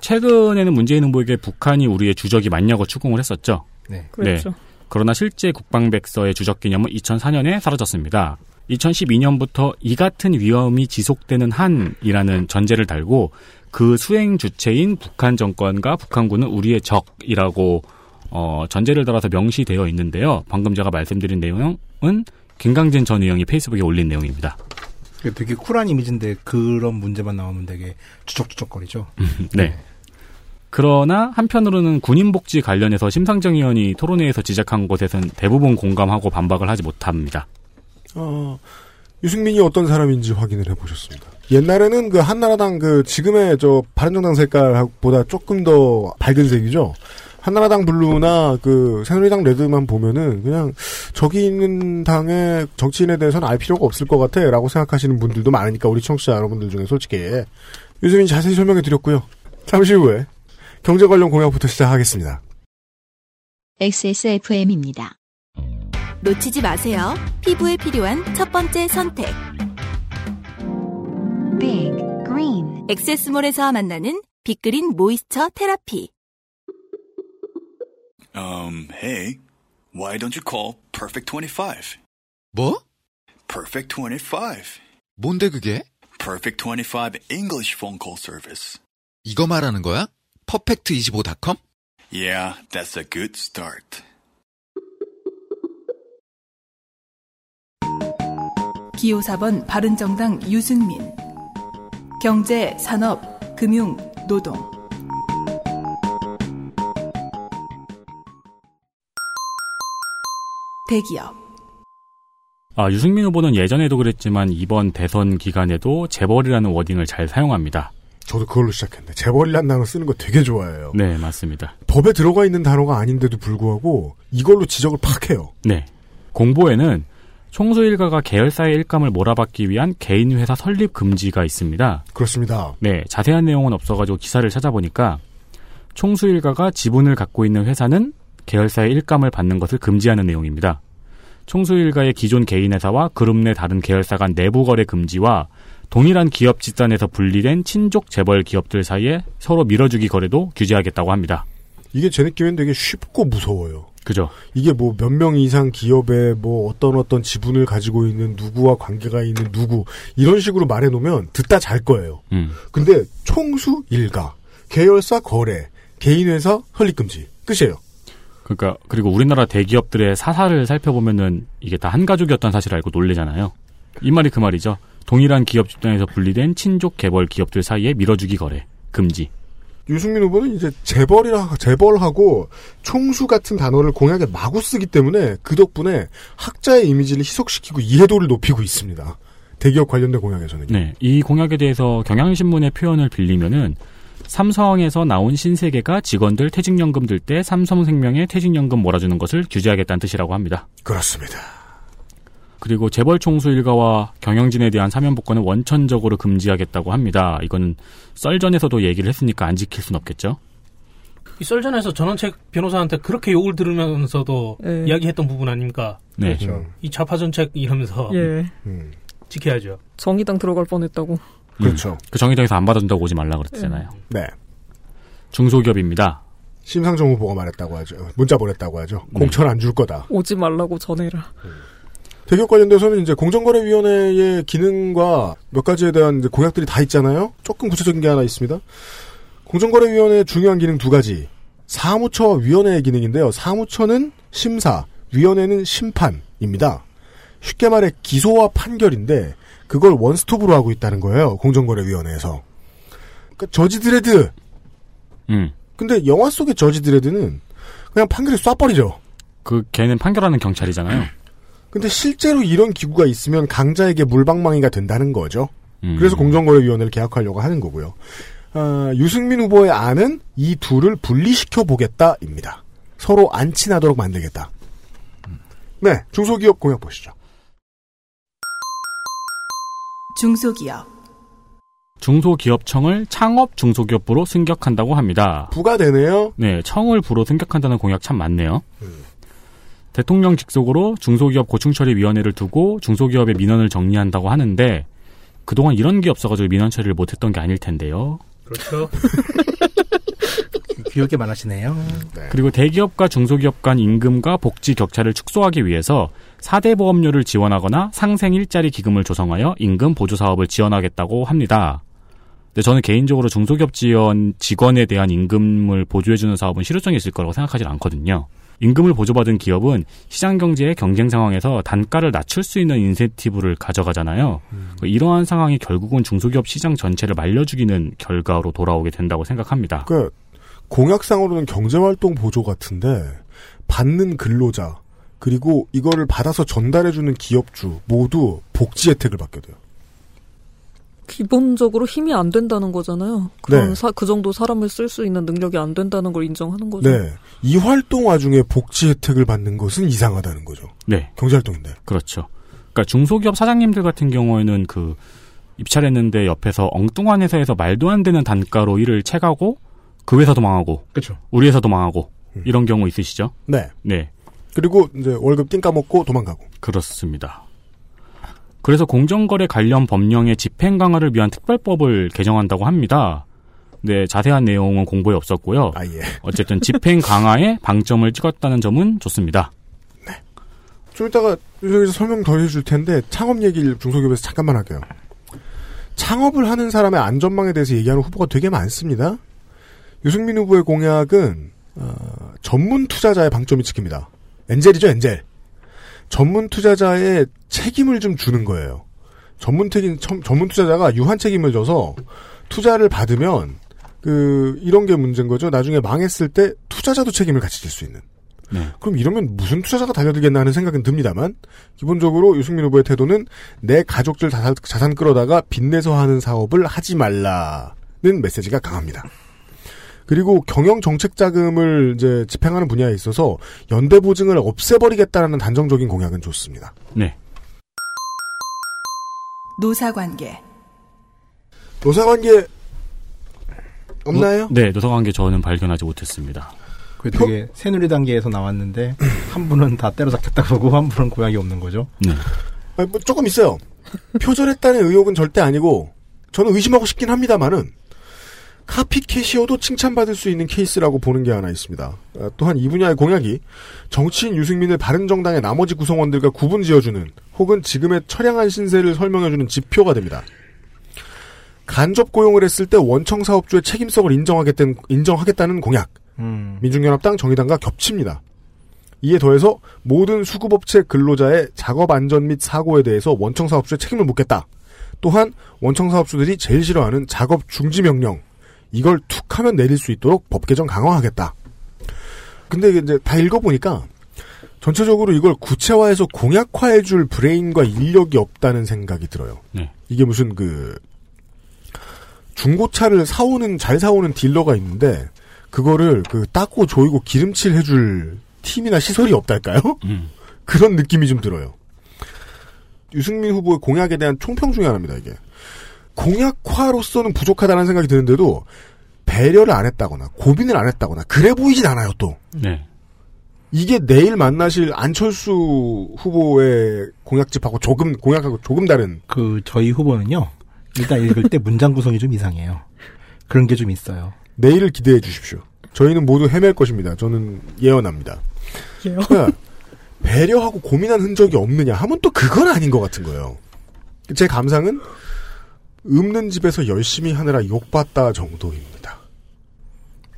Speaker 5: 최근에는 문재인 후보에게 북한이 우리의 주적이 맞냐고 추궁을 했었죠.
Speaker 4: 네.
Speaker 7: 그랬죠.
Speaker 5: 그러나 실제 국방백서의 주적 개념은 2004년에 사라졌습니다. 2012년부터 이 같은 위험이 지속되는 한이라는 전제를 달고 그 수행 주체인 북한 정권과 북한군은 우리의 적이라고 어, 전제를 달아서 명시되어 있는데요. 방금 제가 말씀드린 내용은 김강진 전 의원이 페이스북에 올린 내용입니다.
Speaker 4: 그게 되게 쿨한 이미지인데 그런 문제만 나오면 되게 주적주적거리죠.
Speaker 5: 네. 그러나 한편으로는 군인복지 관련해서 심상정 의원이 토론회에서 지적한 것에선 대부분 공감하고 반박을 하지 못합니다.
Speaker 2: 어, 유승민이 어떤 사람인지 확인을 해보셨습니다. 옛날에는 그 한나라당 그 지금의 저 바른정당 색깔보다 조금 더 밝은 색이죠. 한나라당 블루나 그 새누리당 레드만 보면은 그냥 저기 있는 당의 정치인에 대해서는 알 필요가 없을 것 같아라고 생각하시는 분들도 많으니까 우리 청취자 여러분들 중에 솔직히 유승민 자세히 설명해 드렸고요. 잠시 후에 경제 관련 공약부터 시작하겠습니다.
Speaker 1: XSFM입니다.
Speaker 3: 놓치지 마세요. 피부에 필요한 첫 번째 선택.
Speaker 1: Big Green
Speaker 3: 엑세스몰에서 만나는 빅그린 모이스처 테라피.
Speaker 9: Um, hey, why don't you call Perfect 25?
Speaker 10: 뭐?
Speaker 9: Perfect 25.
Speaker 10: 뭔데 그게?
Speaker 9: Perfect 25 English phone call service.
Speaker 10: 이거 말하는 거야? 퍼펙트25.com?
Speaker 9: Yeah, that's a good start.
Speaker 3: 기호 4번 바른정당 유승민. 경제, 산업, 금융, 노동. 대기업.
Speaker 5: 아, 유승민 후보는 예전에도 그랬지만 이번 대선 기간에도 재벌이라는 워딩을 잘 사용합니다.
Speaker 2: 저도 그걸로 시작했는데 재벌이란 단어 쓰는 거 되게 좋아해요.
Speaker 5: 네, 맞습니다.
Speaker 2: 법에 들어가 있는 단어가 아닌데도 불구하고 이걸로 지적을 팍 해요.
Speaker 5: 네. 공보에는 총수 일가가 계열사의 일감을 몰아받기 위한 개인 회사 설립 금지가 있습니다.
Speaker 2: 그렇습니다.
Speaker 5: 네, 자세한 내용은 없어가지고 기사를 찾아보니까 총수 일가가 지분을 갖고 있는 회사는 계열사의 일감을 받는 것을 금지하는 내용입니다. 총수 일가의 기존 개인 회사와 그룹 내 다른 계열사 간 내부 거래 금지와 동일한 기업 집단에서 분리된 친족 재벌 기업들 사이에 서로 밀어주기 거래도 규제하겠다고 합니다.
Speaker 2: 이게 제 느낌엔 되게 쉽고 무서워요.
Speaker 5: 그죠?
Speaker 2: 이게 뭐 몇 명 이상 기업에 뭐 어떤 어떤 지분을 가지고 있는 누구와 관계가 있는 누구 이런 식으로 말해놓으면 듣다 잘 거예요.
Speaker 5: 음.
Speaker 2: 근데 총수 일가, 계열사 거래, 개인회사 설립금지 끝이에요.
Speaker 5: 그러니까 그리고 우리나라 대기업들의 사사를 살펴보면은 이게 다 한 가족이었던 사실을 알고 놀래잖아요. 이 말이 그 말이죠. 동일한 기업 집단에서 분리된 친족 개벌 기업들 사이에 밀어주기 거래 금지.
Speaker 2: 유승민 후보는 이제 재벌이라 재벌하고 총수 같은 단어를 공약에 마구 쓰기 때문에 그 덕분에 학자의 이미지를 희석시키고 이해도를 높이고 있습니다. 대기업 관련된 공약에서는. 요
Speaker 5: 네, 이 공약에 대해서 경향신문의 표현을 빌리면은 삼성에서 나온 신세계가 직원들 퇴직연금 들 때 삼성생명의 퇴직연금 몰아주는 것을 규제하겠다는 뜻이라고 합니다.
Speaker 2: 그렇습니다.
Speaker 5: 그리고 재벌 총수 일가와 경영진에 대한 사면 복권을 원천적으로 금지하겠다고 합니다. 이건 썰전에서도 얘기를 했으니까 안 지킬 순 없겠죠.
Speaker 8: 이 썰전에서 전원책 변호사한테 그렇게 욕을 들으면서도
Speaker 7: 예.
Speaker 8: 이야기했던 부분 아닙니까?
Speaker 5: 네.
Speaker 2: 그렇죠.
Speaker 8: 이 좌파전책 이러면서
Speaker 7: 예.
Speaker 2: 음,
Speaker 8: 지켜야죠.
Speaker 7: 정의당 들어갈 뻔했다고.
Speaker 2: 그렇죠.
Speaker 5: 그 정의당에서 안 받아준다고 오지 말라 그랬잖아요.
Speaker 2: 네.
Speaker 5: 중소기업입니다.
Speaker 2: 심상정 후보가 말했다고 하죠. 문자 보냈다고 하죠. 공천 안 줄 거다.
Speaker 7: 오지 말라고 전해라.
Speaker 2: 대기업 관련돼서는 이제 공정거래위원회의 기능과 몇 가지에 대한 이제 공약들이 다 있잖아요. 조금 구체적인 게 하나 있습니다. 공정거래위원회의 중요한 기능 두 가지. 사무처 위원회의 기능인데요. 사무처는 심사, 위원회는 심판입니다. 쉽게 말해 기소와 판결인데 그걸 원스톱으로 하고 있다는 거예요. 공정거래위원회에서. 그러니까 저지 드레드.
Speaker 5: 음.
Speaker 2: 근데 영화 속의 저지 드레드는 그냥 판결에 쏴버리죠.
Speaker 5: 그 걔는 판결하는 경찰이잖아요.
Speaker 2: 근데 실제로 이런 기구가 있으면 강자에게 물방망이가 된다는 거죠.
Speaker 5: 음.
Speaker 2: 그래서 공정거래위원회를 개혁하려고 하는 거고요. 아, 유승민 후보의 안은 이 둘을 분리시켜 보겠다입니다. 서로 안 친하도록 만들겠다. 네, 중소기업 공약 보시죠.
Speaker 3: 중소기업,
Speaker 5: 중소기업청을 창업 중소기업부로 승격한다고 합니다.
Speaker 2: 부가 되네요.
Speaker 5: 네, 청을 부로 승격한다는 공약 참 많네요. 대통령 직속으로 중소기업 고충처리위원회를 두고 중소기업의 민원을 정리한다고 하는데 그동안 이런 게 없어가지고 민원 처리를 못했던 게 아닐 텐데요.
Speaker 8: 그렇죠.
Speaker 4: 그 귀엽게 말하시네요.
Speaker 10: 그러니까.
Speaker 5: 그리고 대기업과 중소기업 간 임금과 복지 격차를 축소하기 위해서 4대 보험료를 지원하거나 상생 일자리 기금을 조성하여 임금 보조 사업을 지원하겠다고 합니다. 근데 저는 개인적으로 중소기업 지원 직원에 대한 임금을 보조해주는 사업은 실효성이 있을 거라고 생각하지 않거든요. 임금을 보조받은 기업은 시장 경제의 경쟁 상황에서 단가를 낮출 수 있는 인센티브를 가져가잖아요. 그러니까 이러한 상황이 결국은 중소기업 시장 전체를 말려주기는 결과로 돌아오게 된다고 생각합니다.
Speaker 2: 그 공약상으로는 경제활동 보조 같은데 받는 근로자 그리고 이거를 받아서 전달해주는 기업주 모두 복지 혜택을 받게 돼요.
Speaker 7: 기본적으로 힘이 안 된다는 거잖아요. 그런
Speaker 2: 네.
Speaker 7: 사- 그 정도 사람을 쓸 수 있는 능력이 안 된다는 걸 인정하는 거죠.
Speaker 2: 네, 이 활동 와중에 복지 혜택을 받는 것은 이상하다는 거죠.
Speaker 5: 네,
Speaker 2: 경제활동인데.
Speaker 5: 그렇죠. 그러니까 중소기업 사장님들 같은 경우에는 그 입찰했는데 옆에서 엉뚱한 회사에서 말도 안 되는 단가로 일을 채가고 그 회사도 망하고
Speaker 4: 그렇죠.
Speaker 5: 우리 회사도 망하고
Speaker 2: 음.
Speaker 5: 이런 경우 있으시죠?
Speaker 2: 네.
Speaker 5: 네,
Speaker 2: 그리고 이제 월급 띵 까먹고 도망가고.
Speaker 5: 그렇습니다. 그래서 공정거래 관련 법령의 집행 강화를 위한 특별법을 개정한다고 합니다. 네, 자세한 내용은 공보에 없었고요.
Speaker 2: 아 예.
Speaker 5: 어쨌든 집행 강화에 방점을 찍었다는 점은 좋습니다.
Speaker 2: 좀 이따가 여기서 설명 더 해줄 텐데 창업 얘기를 중소기업에서 잠깐만 할게요. 창업을 하는 사람의 안전망에 대해서 얘기하는 후보가 되게 많습니다. 유승민 후보의 공약은 어, 전문 투자자의 방점이 찍힙니다. 엔젤이죠 엔젤. 전문 투자자의 책임을 좀 주는 거예요. 전문 책임 첨- 전문 투자자가 유한 책임을 져서 투자를 받으면 그 이런 게 문제인 거죠. 나중에 망했을 때 투자자도 책임을 같이 질 수 있는.
Speaker 5: 네.
Speaker 2: 그럼 이러면 무슨 투자자가 달려들겠나 하는 생각은 듭니다만 기본적으로 유승민 후보의 태도는 내 가족들 자산, 자산 끌어다가 빚내서 하는 사업을 하지 말라는 메시지가 강합니다. 그리고 경영 정책 자금을 이제 집행하는 분야에 있어서 연대 보증을 없애버리겠다라는 단정적인 공약은 좋습니다.
Speaker 5: 네,
Speaker 3: 노사관계,
Speaker 2: 노사관계 없나요?
Speaker 5: 네, 노사관계 저는 발견하지 못했습니다.
Speaker 4: 그게 되게 새누리당계에서 나왔는데 한 분은 다 때려잡겠다 그러고 한 분은 고약이 없는 거죠.
Speaker 5: 네.
Speaker 2: 아니, 뭐 조금 있어요. 표절했다는 의혹은 절대 아니고 저는 의심하고 싶긴 합니다만은 카피캣이어도 칭찬받을 수 있는 케이스라고 보는 게 하나 있습니다. 아, 또한 이 분야의 공약이 정치인 유승민을 바른정당의 나머지 구성원들과 구분 지어주는 혹은 지금의 처량한 신세를 설명해주는 지표가 됩니다. 간접 고용을 했을 때 원청 사업주의 책임성을 인정하겠다는, 인정하겠다는 공약.
Speaker 4: 음.
Speaker 2: 민중연합당 정의당과 겹칩니다. 이에 더해서 모든 수급업체 근로자의 작업 안전 및 사고에 대해서 원청사업주의 책임을 묻겠다. 또한 원청사업주들이 제일 싫어하는 작업 중지 명령 이걸 툭 하면 내릴 수 있도록 법 개정 강화하겠다. 근데 이제 다 읽어보니까 전체적으로 이걸 구체화해서 공약화해줄 브레인과 인력이 없다는 생각이 들어요.
Speaker 5: 네.
Speaker 2: 이게 무슨 그 중고차를 사오는 잘 사오는 딜러가 있는데 그거를 그 닦고 조이고 기름칠 해줄 팀이나 시설이 없달까요?
Speaker 5: 음.
Speaker 2: 그런 느낌이 좀 들어요. 유승민 후보의 공약에 대한 총평 중에 하나입니다, 이게. 공약화로서는 부족하다는 생각이 드는데도 배려를 안 했다거나 고민을 안 했다거나 그래 보이진 않아요, 또.
Speaker 5: 네.
Speaker 2: 이게 내일 만나실 안철수 후보의 공약집하고 조금, 공약하고 조금 다른.
Speaker 4: 그 저희 후보는요. 일단 읽을 때 문장 구성이 좀 이상해요. 그런 게 좀 있어요.
Speaker 2: 내일을 기대해 주십시오. 저희는 모두 헤맬 것입니다. 저는 예언합니다.
Speaker 7: 예요.
Speaker 2: 그러니까 배려하고 고민한 흔적이 없느냐 하면 또 그건 아닌 것 같은 거예요. 제 감상은 읊는 집에서 열심히 하느라 욕봤다 정도입니다.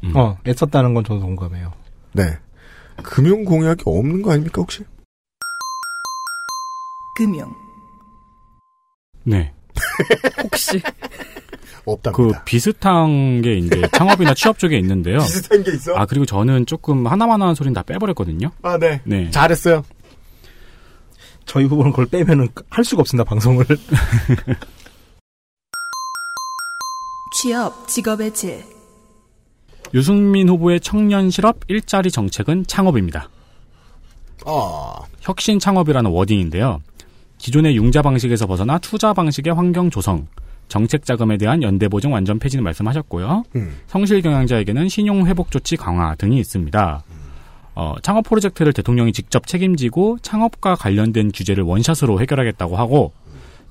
Speaker 5: 음.
Speaker 4: 어, 애썼다는 건 저도 동감해요.
Speaker 2: 네. 금융 공약이 없는 거 아닙니까 혹시?
Speaker 11: 금융,
Speaker 5: 네.
Speaker 7: 혹시
Speaker 5: 그
Speaker 2: 없답니다.
Speaker 5: 비슷한 게 이제 창업이나 취업 쪽에 있는데요.
Speaker 2: 비슷한 게 있어?
Speaker 5: 아, 그리고 저는 조금 하나만한 소리는 다 빼버렸거든요.
Speaker 2: 아, 네.
Speaker 5: 네.
Speaker 2: 잘했어요.
Speaker 4: 저희 후보는 그걸 빼면은 할 수가 없습니다, 방송을.
Speaker 11: 취업, 직업의 질,
Speaker 5: 유승민 후보의 청년 실업 일자리 정책은 창업입니다.
Speaker 2: 아,
Speaker 5: 혁신 창업이라는 워딩인데요. 기존의 융자 방식에서 벗어나 투자 방식의 환경 조성, 정책 자금에 대한 연대 보증 완전 폐지는 말씀하셨고요.
Speaker 2: 음,
Speaker 5: 성실 경영자에게는 신용 회복 조치 강화 등이 있습니다. 어, 창업 프로젝트를 대통령이 직접 책임지고 창업과 관련된 규제를 원샷으로 해결하겠다고 하고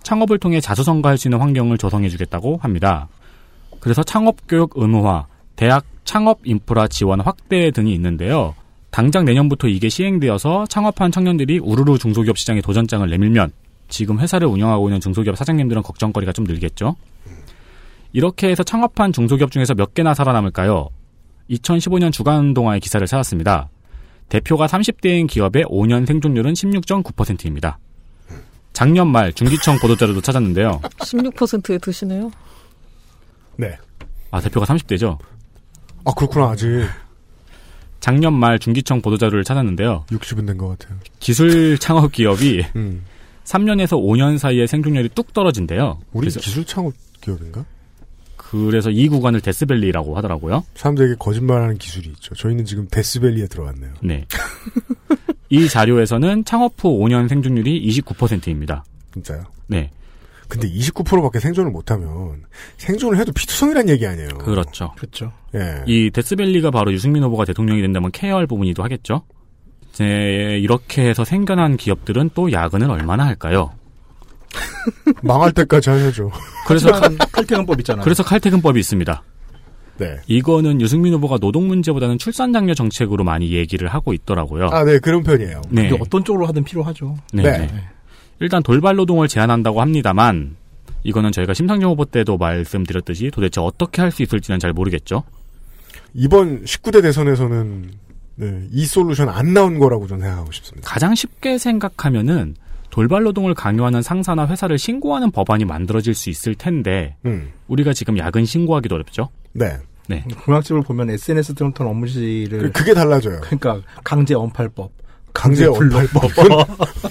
Speaker 5: 창업을 통해 자수성가할 수 있는 환경을 조성해주겠다고 합니다. 그래서 창업 교육 의무화, 대학 창업 인프라 지원 확대 등이 있는데요. 당장 내년부터 이게 시행되어서 창업한 청년들이 우르르 중소기업 시장에 도전장을 내밀면 지금 회사를 운영하고 있는 중소기업 사장님들은 걱정거리가 좀 늘겠죠. 이렇게 해서 창업한 중소기업 중에서 몇 개나 살아남을까요? 2015년 주간 동아의 기사를 찾았습니다. 대표가 30대인 기업의 5년 생존율은 16.9%입니다. 작년 말 중기청 보도자료도 찾았는데요.
Speaker 7: 16%에 드시네요.
Speaker 2: 네.
Speaker 5: 아, 대표가 30대죠?
Speaker 2: 아, 그렇구나,
Speaker 5: 네.
Speaker 2: 아직.
Speaker 5: 작년 말 중기청 보도자료를 찾았는데요.
Speaker 2: 60은 된 것 같아요.
Speaker 5: 기술 창업 기업이
Speaker 2: 음.
Speaker 5: 3년에서 5년 사이에 생존율이 뚝 떨어진대요.
Speaker 2: 우리
Speaker 5: 그래서,
Speaker 2: 기술 창업 기업인가?
Speaker 5: 그래서 이 구간을 데스밸리라고 하더라고요.
Speaker 2: 사람들에게 거짓말하는 기술이 있죠. 저희는 지금 데스밸리에 들어왔네요.
Speaker 5: 네. 이 자료에서는 창업 후 5년 생존율이 29%입니다.
Speaker 2: 진짜요.
Speaker 5: 네.
Speaker 2: 근데 29%밖에 생존을 못하면 생존을 해도 피투성이란 얘기 아니에요.
Speaker 5: 그렇죠.
Speaker 4: 그렇죠.
Speaker 2: 예.
Speaker 5: 이 데스밸리가 바로 유승민 후보가 대통령이 된다면 케어할 부분이기도 하겠죠. 이제 이렇게 해서 생겨난 기업들은 또 야근을 얼마나 할까요?
Speaker 2: 망할 때까지 하셔죠.
Speaker 5: 그래서
Speaker 10: 음.
Speaker 5: 칼,
Speaker 4: 칼퇴근법 있잖아요.
Speaker 5: 그래서 칼퇴근법이 있습니다.
Speaker 2: 네.
Speaker 5: 이거는 유승민 후보가 노동 문제보다는 출산 장려 정책으로 많이 얘기를 하고 있더라고요.
Speaker 2: 아, 네, 그런 편이에요.
Speaker 5: 네.
Speaker 4: 이게 어떤 쪽으로 하든 필요하죠.
Speaker 5: 네.
Speaker 2: 네.
Speaker 5: 네. 일단 돌발 노동을 제한한다고 합니다만 이거는 저희가 심상정 후보 때도 말씀드렸듯이 도대체 어떻게 할 수 있을지는 잘 모르겠죠.
Speaker 2: 이번 19대 대선에서는 네, 이 솔루션 안 나온 거라고 저는 생각하고 싶습니다.
Speaker 5: 가장 쉽게 생각하면은 돌발 노동을 강요하는 상사나 회사를 신고하는 법안이 만들어질 수 있을 텐데
Speaker 2: 음,
Speaker 5: 우리가 지금 야근 신고하기도 어렵죠.
Speaker 2: 네.
Speaker 4: 공약집을 보면 SNS 등턴 업무시를
Speaker 2: 그, 그게 달라져요.
Speaker 4: 그러니까 강제 언팔법,
Speaker 2: 강제 언팔법.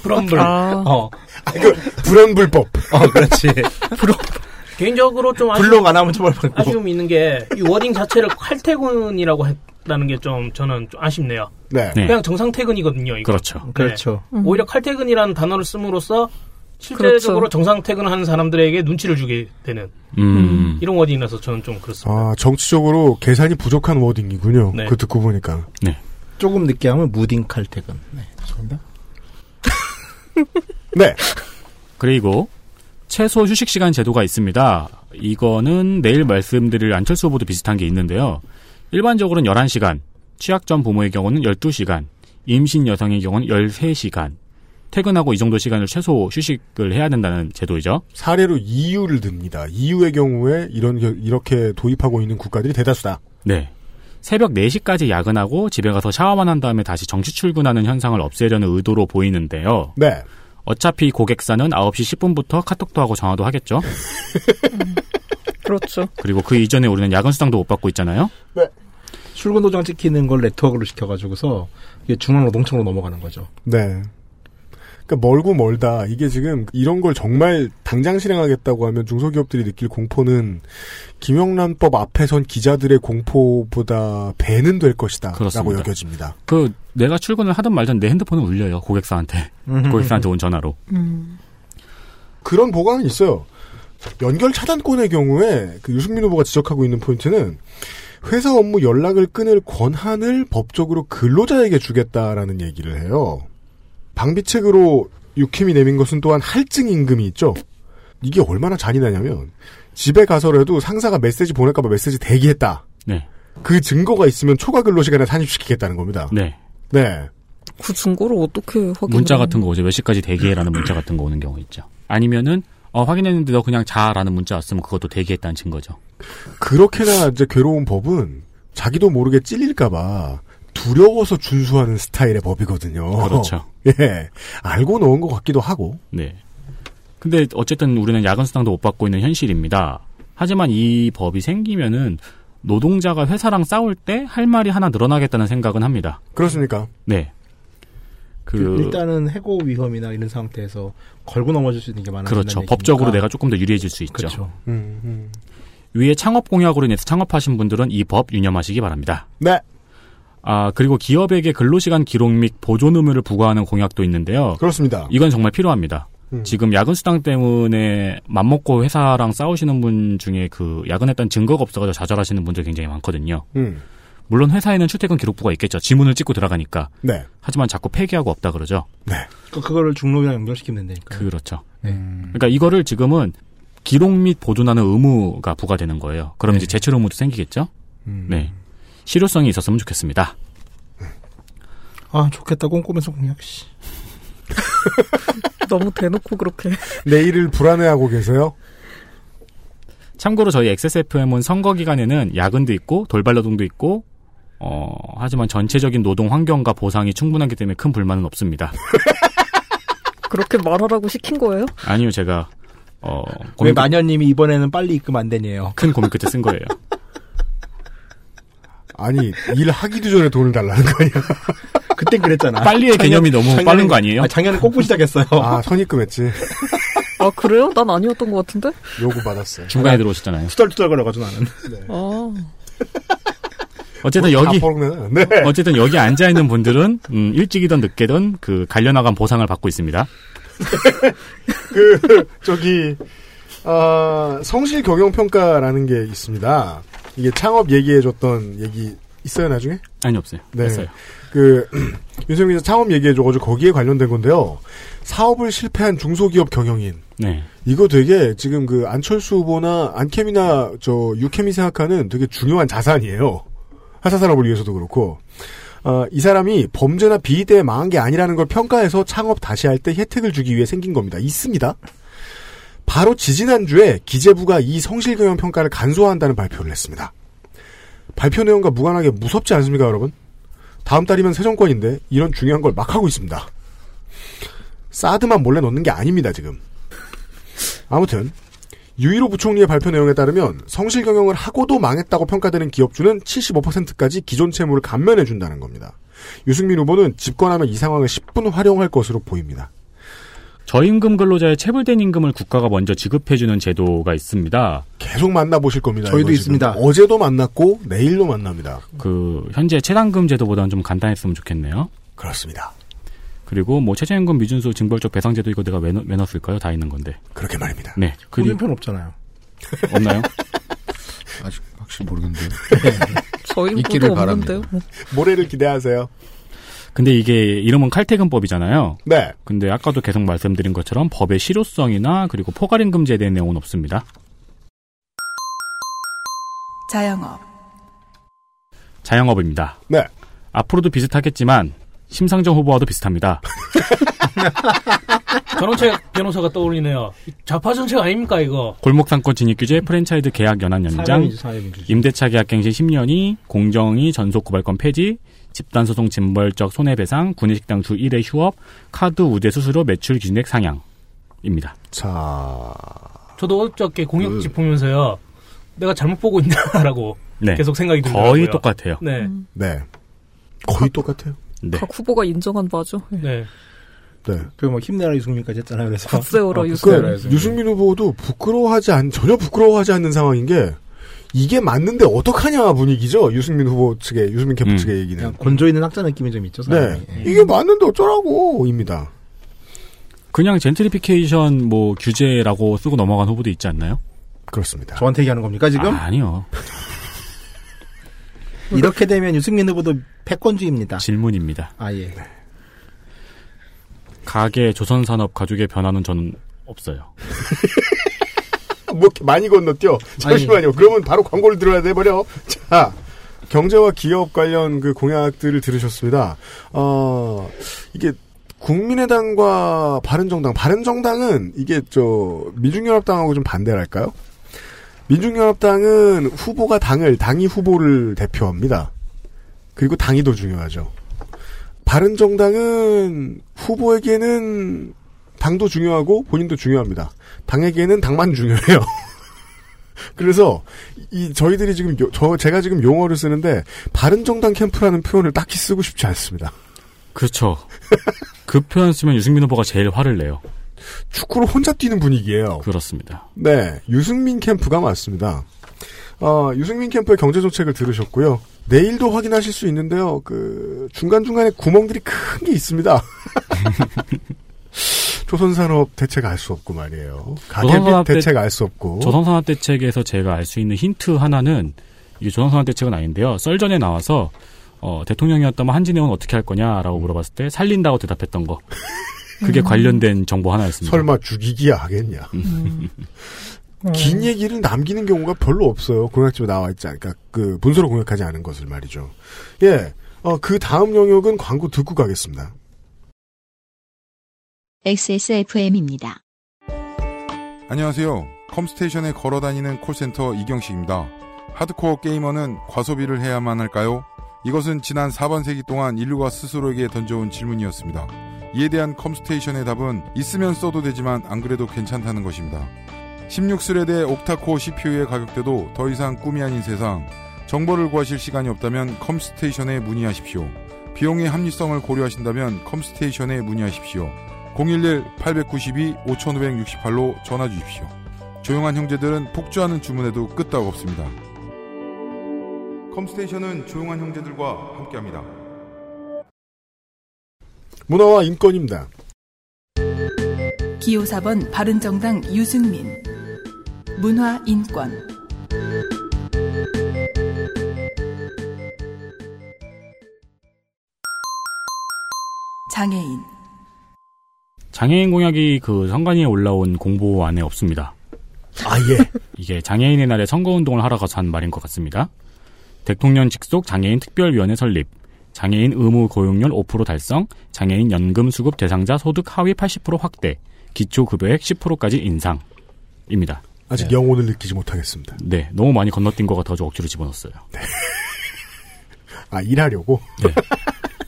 Speaker 8: 브럼블.
Speaker 7: 아,
Speaker 4: 어,
Speaker 2: 불안불법.
Speaker 4: 어, 그렇지.
Speaker 8: 개인적으로 좀 아쉬,
Speaker 4: 불록 안 하면 처벌받고.
Speaker 8: 아쉬움이 있는 게 이 워딩 자체를 칼퇴근이라고 했다는 게 좀 저는 좀 아쉽네요.
Speaker 2: 네.
Speaker 5: 네.
Speaker 8: 그냥 정상 퇴근이거든요. 이거.
Speaker 5: 그렇죠.
Speaker 4: 그렇죠.
Speaker 7: 음.
Speaker 8: 오히려 칼퇴근이라는 단어를 씀으로써 실제적으로
Speaker 7: 그렇죠.
Speaker 8: 정상 퇴근하는 사람들에게 눈치를 주게 되는
Speaker 5: 음.
Speaker 8: 이런 워딩이라서 저는 좀 그렇습니다.
Speaker 2: 아, 정치적으로 계산이 부족한 워딩이군요.
Speaker 8: 네.
Speaker 2: 그 듣고 보니까.
Speaker 4: 조금 늦게 하면 무딩 칼퇴근. 네. 죄송합니다.
Speaker 2: 네.
Speaker 5: 그리고 최소 휴식 시간 제도가 있습니다. 이거는 내일 말씀드릴 안철수 후보도 비슷한 게 있는데요. 일반적으로는 11시간, 취약점 부모의 경우는 12시간, 임신 여성의 경우는 13시간. 퇴근하고 이 정도 시간을 최소 휴식을 해야 된다는 제도이죠.
Speaker 2: 사례로 EU를 듭니다. EU의 경우에 이런, 겨- 이렇게 도입하고 있는 국가들이 대다수다.
Speaker 5: 네. 새벽 4시까지 야근하고 집에 가서 샤워만 한 다음에 다시 정시 출근하는 현상을 없애려는 의도로 보이는데요.
Speaker 2: 네.
Speaker 5: 어차피 고객사는 9시 10분부터 카톡도 하고 전화도 하겠죠.
Speaker 7: 그렇죠.
Speaker 5: 그리고 그 이전에 우리는 야근 수당도 못 받고 있잖아요.
Speaker 4: 출근 도장 찍히는 걸 네트워크로 시켜가지고서 이게 중앙노동청으로 넘어가는 거죠.
Speaker 2: 네. 그러니까 멀고 멀다. 이게 지금 이런 걸 정말 당장 실행하겠다고 하면 중소기업들이 느낄 공포는 김영란법 앞에선 기자들의 공포보다 배는 될 것이다라고
Speaker 5: 그렇습니다.
Speaker 2: 여겨집니다.
Speaker 5: 그 내가 출근을 하든 말든 내 핸드폰은 울려요 고객사한테 고객사한테 온 전화로
Speaker 7: 음.
Speaker 2: 그런 보강은 있어요. 연결 차단권의 경우에 그 유승민 후보가 지적하고 있는 포인트는 회사 업무 연락을 끊을 권한을 법적으로 근로자에게 주겠다라는 얘기를 해요. 방비책으로 유킴이 내민 것은 또한 할증 임금이 있죠. 이게 얼마나 잔인하냐면 집에 가서라도 상사가 메시지 보낼까봐 메시지 대기했다.
Speaker 5: 네.
Speaker 2: 그 증거가 있으면 초과 근로 시간에 산입시키겠다는 겁니다.
Speaker 5: 네
Speaker 2: 네.
Speaker 7: 그 증거를 어떻게 확인?
Speaker 5: 문자 같은 거 오죠 몇 시까지 대기해라는 문자 같은 거 오는 경우 있죠 아니면은 어, 확인했는데 너 그냥 자라는 문자 왔으면 그것도 대기했다는 증거죠
Speaker 2: 그렇게나 이제 괴로운 법은 자기도 모르게 찔릴까봐 두려워서 준수하는 스타일의 법이거든요.
Speaker 5: 그렇죠
Speaker 2: 예. 알고 넣은 것 같기도 하고.
Speaker 5: 네 근데 어쨌든 우리는 야근 수당도 못 받고 있는 현실입니다 하지만 이 법이 생기면은 노동자가 회사랑 싸울 때 할 말이 하나 늘어나겠다는 생각은 합니다
Speaker 2: 그렇습니까?
Speaker 5: 네그 그
Speaker 4: 일단은 해고 위험이나 이런 상태에서 걸고 넘어질 수 있는 게 많아진다는
Speaker 5: 그렇죠
Speaker 4: 얘기니까.
Speaker 5: 법적으로 내가 조금 더 유리해질 수 있죠
Speaker 4: 그렇죠.
Speaker 2: 음, 음.
Speaker 5: 위에 창업 공약으로 인해서 창업하신 분들은 이 법 유념하시기 바랍니다
Speaker 2: 네.
Speaker 5: 아, 그리고 기업에게 근로시간 기록 및 보존 의무를 부과하는 공약도 있는데요.
Speaker 2: 그렇습니다.
Speaker 5: 이건 정말 필요합니다.
Speaker 2: 음.
Speaker 5: 지금 야근수당 때문에 맘먹고 회사랑 싸우시는 분 중에 그 야근했던 증거가 없어가지고 좌절하시는 분들 굉장히 많거든요.
Speaker 2: 음.
Speaker 5: 물론 회사에는 출퇴근 기록부가 있겠죠. 지문을 찍고 들어가니까.
Speaker 2: 네.
Speaker 5: 하지만 자꾸 폐기하고 없다 그러죠.
Speaker 4: 그, 그거를 중로이랑 연결시키면 된다니까. 요
Speaker 5: 그렇죠.
Speaker 4: 네.
Speaker 5: 그러니까 이거를 지금은 기록 및 보존하는 의무가 부과되는 거예요. 그럼 이제 제출 의무도 생기겠죠. 네. 실효성이 있었으면 좋겠습니다.
Speaker 4: 아 좋겠다 꼼꼼해서 공약 씨.
Speaker 7: 너무 대놓고 그렇게.
Speaker 2: 내일을 불안해하고 계세요?
Speaker 5: 참고로 저희 XSFM은 선거 기간에는 야근도 있고 돌발 노동도 있고 어, 하지만 전체적인 노동 환경과 보상이 충분하기 때문에 큰 불만은 없습니다.
Speaker 7: 그렇게 말하라고 시킨 거예요?
Speaker 5: 아니요, 제가 어,
Speaker 4: 왜
Speaker 5: 고민,
Speaker 4: 마녀님이 이번에는 빨리 입금 안 되냐요.
Speaker 5: 큰 고민 끝에 쓴 거예요.
Speaker 2: 아니, 일하기도 전에 돈을 달라는 거 아니야?
Speaker 4: 그땐 그랬잖아.
Speaker 5: 빨리의 개념이 너무
Speaker 4: 작년에-
Speaker 5: 빠른 거 아니에요?
Speaker 4: 아, 작년에 꼼꼼 시작했어요.
Speaker 2: 아, 선입금 했지.
Speaker 7: 아 그래요? 난 아니었던 것 같은데.
Speaker 2: 요구 받았어요.
Speaker 5: 중간에 들어오셨잖아요.
Speaker 4: 투덜투덜거려가지고 나는.
Speaker 7: 아
Speaker 5: 어쨌든 여기
Speaker 2: 다 포럭내는? 네.
Speaker 5: 어쨌든 여기 앉아 있는 분들은 음, 일찍이든 늦게든 그 갈려나간 보상을 받고 있습니다.
Speaker 2: 그 저기 아, 성실 경영 평가라는 게 있습니다. 이게 창업 얘기해줬던 얘기 있어요 나중에?
Speaker 5: 아니 없어요.
Speaker 2: 네.
Speaker 5: 없어요.
Speaker 2: 그 윤석민이 창업 얘기해줘가지고 거기에 관련된 건데요. 사업을 실패한 중소기업 경영인
Speaker 5: 네.
Speaker 2: 이거 되게 지금 그 안철수 후보나 안캠이나 저 유캠이 생각하는 되게 중요한 자산이에요. 회사 산업을 위해서도 그렇고. 어, 이 사람이 범죄나 비위 때문에 망한 게 아니라는 걸 평가해서 창업 다시 할 때 혜택을 주기 위해 생긴 겁니다. 있습니다. 바로 지지난주에 기재부가 이 성실경영 평가를 간소화한다는 발표를 했습니다. 발표 내용과 무관하게 무섭지 않습니까, 여러분? 다음 달이면 새 정권인데 이런 중요한 걸 막 하고 있습니다. 사드만 몰래 넣는 게 아닙니다, 지금. 아무튼 유일호 부총리의 발표 내용에 따르면 성실 경영을 하고도 망했다고 평가되는 기업주는 75%까지 기존 채무를 감면해 준다는 겁니다. 유승민 후보는 집권하면 이 상황을 10분 활용할 것으로 보입니다.
Speaker 5: 저임금 근로자의 체불된 임금을 국가가 먼저 지급해주는 제도가 있습니다.
Speaker 2: 계속 만나보실 겁니다.
Speaker 4: 저희도
Speaker 2: 이거 지금.
Speaker 4: 있습니다.
Speaker 2: 어제도 만났고 내일도 만납니다.
Speaker 5: 그 현재 체당금 제도보다는 좀 간단했으면 좋겠네요.
Speaker 2: 그렇습니다.
Speaker 5: 그리고 뭐 최저임금 미준수 징벌적 배상제도 이거 내가 왜, 넣- 왜 넣었을까요? 다 있는 건데.
Speaker 2: 그렇게 말입니다.
Speaker 5: 네.
Speaker 4: 그
Speaker 5: 그리
Speaker 4: 림편 없잖아요. 그-
Speaker 5: 없나요?
Speaker 10: 아직 확실히 모르겠는데.
Speaker 7: 저희
Speaker 10: 있기를
Speaker 7: 것도 없는데요. 뭐
Speaker 2: 모레를 기대하세요.
Speaker 5: 근데 이게 이름은 칼퇴근법이잖아요.
Speaker 2: 네.
Speaker 5: 근데 아까도 계속 말씀드린 것처럼 법의 실효성이나 그리고 포괄임금제에 대한 내용은 없습니다.
Speaker 11: 자영업,
Speaker 5: 자영업입니다.
Speaker 2: 네.
Speaker 5: 앞으로도 비슷하겠지만 심상정 후보와도 비슷합니다.
Speaker 8: 전원책 변호사가 떠올리네요. 좌파 정책 아닙니까 이거?
Speaker 5: 골목상권 진입규제 프랜차이즈 계약 연한 연장
Speaker 4: 사회민주, 사회민주.
Speaker 5: 임대차 계약갱신 10년이 공정위 전속 고발권 폐지 집단소송 징벌적 손해배상 구내식당 주 1회 휴업 카드 우대 수수료 매출 기준액 상향입니다.
Speaker 2: 자,
Speaker 5: 그
Speaker 8: 저도 어저께 공약집 보면서요. 내가 잘못 보고 있나라고
Speaker 5: 네.
Speaker 8: 계속 생각이 들더라고요.
Speaker 5: 거의 똑같아요.
Speaker 8: 네.
Speaker 2: 네. 거의 똑같아요.
Speaker 5: 네.
Speaker 7: 각 후보가 인정한 바죠. 예.
Speaker 8: 네.
Speaker 2: 네.
Speaker 4: 그뭐 힘내라 유승민까지 했잖아요. 그래서
Speaker 7: 박세호라
Speaker 4: 어,
Speaker 7: 유승민.
Speaker 4: 박세호라 유승민.
Speaker 2: 그러니까 유승민 후보도 부끄러워하지 않, 전혀 부끄러워하지 않는 상황인 게, 이게 맞는데 어떡하냐 분위기죠? 유승민 후보 측의, 유승민 캠프
Speaker 5: 음.
Speaker 2: 측의 얘기는.
Speaker 4: 그냥 건조 있는 학자 느낌이 좀 있죠.
Speaker 2: 네.
Speaker 4: 사람이. 예.
Speaker 2: 이게 맞는데 어쩌라고, 입니다.
Speaker 5: 그냥 젠트리피케이션 뭐 규제라고 쓰고 넘어간 후보도 있지 않나요?
Speaker 2: 그렇습니다.
Speaker 4: 저한테 얘기하는 겁니까 지금?
Speaker 5: 아, 니요
Speaker 4: 이렇게 되면 유승민 후보도 패권주의입니다.
Speaker 5: 질문입니다.
Speaker 4: 아 예.
Speaker 5: 가계 조선산업 가죽의 변화는 저는 없어요.
Speaker 2: 뭐 이렇게 많이 건너뛰어. 잠시만요. 그러면 바로 광고를 들어야 돼버려. 자. 경제와 기업 관련 그 공약들을 들으셨습니다. 어, 이게 국민의당과 바른정당, 바른정당은 이게 저, 민중연합당하고 좀 반대랄까요? 민중연합당은 후보가 당을, 당이 후보를 대표합니다. 그리고 당이 더 중요하죠. 바른정당은 후보에게는 당도 중요하고 본인도 중요합니다. 당에게는 당만 중요해요. 그래서 이 저희들이 지금 요- 저 제가 지금 용어를 쓰는데 바른 정당 캠프라는 표현을 딱히 쓰고 싶지 않습니다.
Speaker 5: 그렇죠. 그 표현 쓰면 유승민 후보가 제일 화를 내요.
Speaker 2: 축구를 혼자 뛰는 분위기예요.
Speaker 5: 그렇습니다.
Speaker 2: 네, 유승민 캠프가 맞습니다. 어, 유승민 캠프의 경제 정책을 들으셨고요. 내일도 확인하실 수 있는데요. 그 중간 중간에 구멍들이 큰 게 있습니다. 조선산업 대책 알 수 없고 말이에요. 가계비
Speaker 5: 조선산업 대-
Speaker 2: 대책 알 수 없고.
Speaker 5: 조선산업 대책에서 제가 알 수 있는 힌트 하나는 이게 조선산업 대책은 아닌데요. 썰전에 나와서 어, 대통령이었다면 한진해운 어떻게 할 거냐라고 물어봤을 때 살린다고 대답했던 거. 그게 관련된 정보
Speaker 4: 음.
Speaker 5: 하나였습니다.
Speaker 2: 설마 죽이기야 하겠냐. 긴 얘기를 남기는 경우가 별로 없어요. 공약집에 나와 있지 않, 그러니까 그 문서로 공약하지 않은 것을 말이죠. 예, 어, 그 다음 영역은 광고 듣고 가겠습니다.
Speaker 1: XSFM입니다.
Speaker 6: 안녕하세요. 컴스테이션에 걸어 다니는 콜센터 이경식입니다. 하드코어 게이머는 과소비를 해야만 할까요? 이것은 지난 4번 세기 동안 인류가 스스로에게 던져온 질문이었습니다. 이에 대한 컴스테이션의 답은 있으면 써도 되지만 안 그래도 괜찮다는 것입니다. 16스레드의 옥타코어 CPU의 가격대도 더 이상 꿈이 아닌 세상, 정보를 구하실 시간이 없다면 컴스테이션에 문의하십시오. 비용의 합리성을 고려하신다면 컴스테이션에 문의하십시오. 011-892-5568로 전화 주십시오. 조용한 형제들은 폭주하는 주문에도 끄떡 없습니다. 컴스테이션은 조용한 형제들과 함께합니다.
Speaker 2: 문화와 인권입니다.
Speaker 11: 기호 4번 바른정당 유승민 문화 인권 장애인
Speaker 5: 장애인 공약이 그 선관위에 올라온 공보 안에 없습니다.
Speaker 2: 아 예,
Speaker 5: 이게 장애인의 날에 선거운동을 하러 가서 한 말인 것 같습니다. 대통령 직속 장애인 특별위원회 설립, 장애인 의무 고용률 5% 달성, 장애인 연금 수급 대상자 소득 하위 80% 확대, 기초급여액 10%까지 인상. 입니다.
Speaker 4: 네.
Speaker 2: 아직 영혼을 느끼지 못하겠습니다.
Speaker 5: 네, 너무 많이 건너뛴 것 같아서 억지로 집어넣었어요.
Speaker 2: 아 일하려고.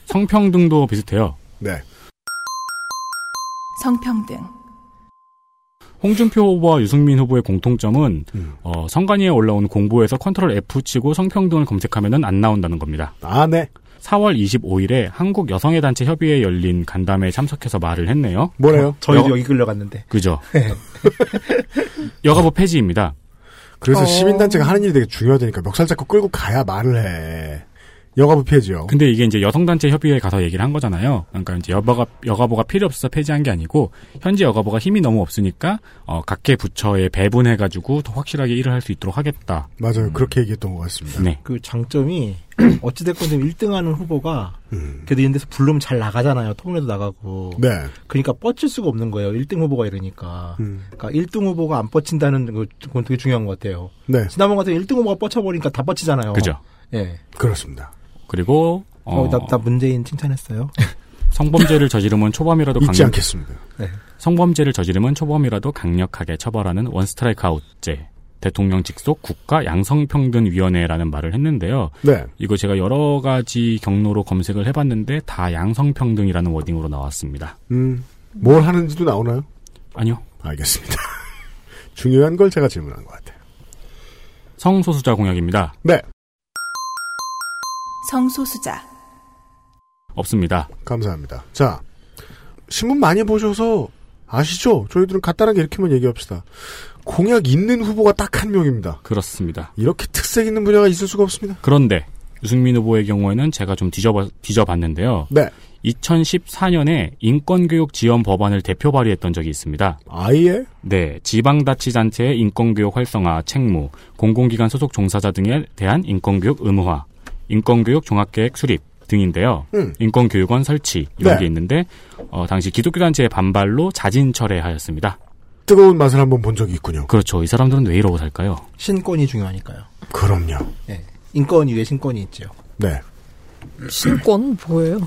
Speaker 5: 성평등도 비슷해요.
Speaker 2: 네,
Speaker 11: 성평등
Speaker 5: 홍준표 후보와 유승민 후보의 공통점은
Speaker 2: 음.
Speaker 5: 어, 선관위에 올라온 공보에서 컨트롤 F 치고 성평등을 검색하면 안 나온다는 겁니다.
Speaker 2: 아 네,
Speaker 5: 4월 25일에 한국 여성의 단체 협의회에 열린 간담회에 참석해서 말을 했네요.
Speaker 2: 뭐래요?
Speaker 4: 저희도
Speaker 5: 여-
Speaker 4: 여기 끌려갔는데.
Speaker 5: 그죠?
Speaker 4: 네.
Speaker 5: 여가부 폐지입니다.
Speaker 2: 그래서
Speaker 7: 어.
Speaker 2: 시민단체가 하는 일이 되게 중요하다니까 멱살 잡고 끌고 가야 말을 해. 여가부 폐지요.
Speaker 5: 근데 이게 이제 여성단체 협의회에 가서 얘기를 한 거잖아요. 그러니까 이제 여가가, 여가부가 필요 없어서 폐지한 게 아니고, 현재 여가부가 힘이 너무 없으니까, 어, 각계 부처에 배분해가지고 더 확실하게 일을 할 수 있도록 하겠다.
Speaker 2: 맞아요, 그렇게 얘기했던 것 같습니다.
Speaker 5: 네.
Speaker 4: 그 장점이 어찌됐건 지금 1등하는 후보가
Speaker 2: 음.
Speaker 4: 그래도 이런 데서 부르면 잘 나가잖아요. 토론에도 나가고.
Speaker 2: 네,
Speaker 4: 그러니까 뻗칠 수가 없는 거예요. 1등 후보가 이러니까.
Speaker 2: 음.
Speaker 4: 그러니까 1등 후보가 안 뻗친다는 그- 그건 되게 중요한 것 같아요.
Speaker 2: 네,
Speaker 4: 지난번 같은 1등 후보가 뻗쳐버리니까 다 뻗치잖아요.
Speaker 5: 그죠.
Speaker 4: 예.
Speaker 2: 그렇습니다.
Speaker 5: 그리고, 어,
Speaker 4: 어, 나, 나 문재인 칭찬했어요.
Speaker 5: 성범죄를 저지르면 초범이라도
Speaker 2: 잊지
Speaker 5: 강력,
Speaker 2: 않겠습니다.
Speaker 5: 성범죄를 저지르면 초범이라도 강력하게 처벌하는 원스트라이크 아웃제, 대통령 직속 국가 양성평등위원회라는 말을 했는데요.
Speaker 2: 네,
Speaker 5: 이거 제가 여러 가지 경로로 검색을 해봤는데 다 양성평등이라는 워딩으로 나왔습니다.
Speaker 2: 음, 뭘 하는지도 나오나요?
Speaker 5: 아니요.
Speaker 2: 알겠습니다. 중요한 걸 제가 질문한 것 같아요.
Speaker 5: 성소수자 공약입니다.
Speaker 2: 네.
Speaker 11: 성소수자
Speaker 5: 없습니다.
Speaker 2: 감사합니다. 자, 신문 많이 보셔서 아시죠? 저희들은 간단하게 이렇게만 얘기합시다. 공약 있는 후보가 딱 한 명입니다.
Speaker 5: 그렇습니다.
Speaker 2: 이렇게 특색 있는 분야가 있을 수가 없습니다.
Speaker 5: 그런데 유승민 후보의 경우에는 제가 좀 뒤져봐, 뒤져봤는데요.
Speaker 2: 네.
Speaker 5: 2014년에 인권교육 지원 법안을 대표 발의했던 적이 있습니다.
Speaker 2: 아예?
Speaker 5: 네, 지방자치단체의 인권교육 활성화, 책무, 공공기관 소속 종사자 등에 대한 인권교육 의무화, 인권교육 종합계획 수립 등인데요.
Speaker 2: 음.
Speaker 5: 인권교육원 설치 이런
Speaker 2: 네.
Speaker 5: 게 있는데 어, 당시 기독교단체의 반발로 자진 철회하였습니다.
Speaker 2: 뜨거운 맛을 한번 본 적이 있군요.
Speaker 5: 그렇죠. 이 사람들은 왜 이러고 살까요?
Speaker 4: 신권이 중요하니까요.
Speaker 2: 그럼요.
Speaker 4: 예. 인권 위에 신권이 있죠.
Speaker 2: 네.
Speaker 7: 예. 신권 뭐예요?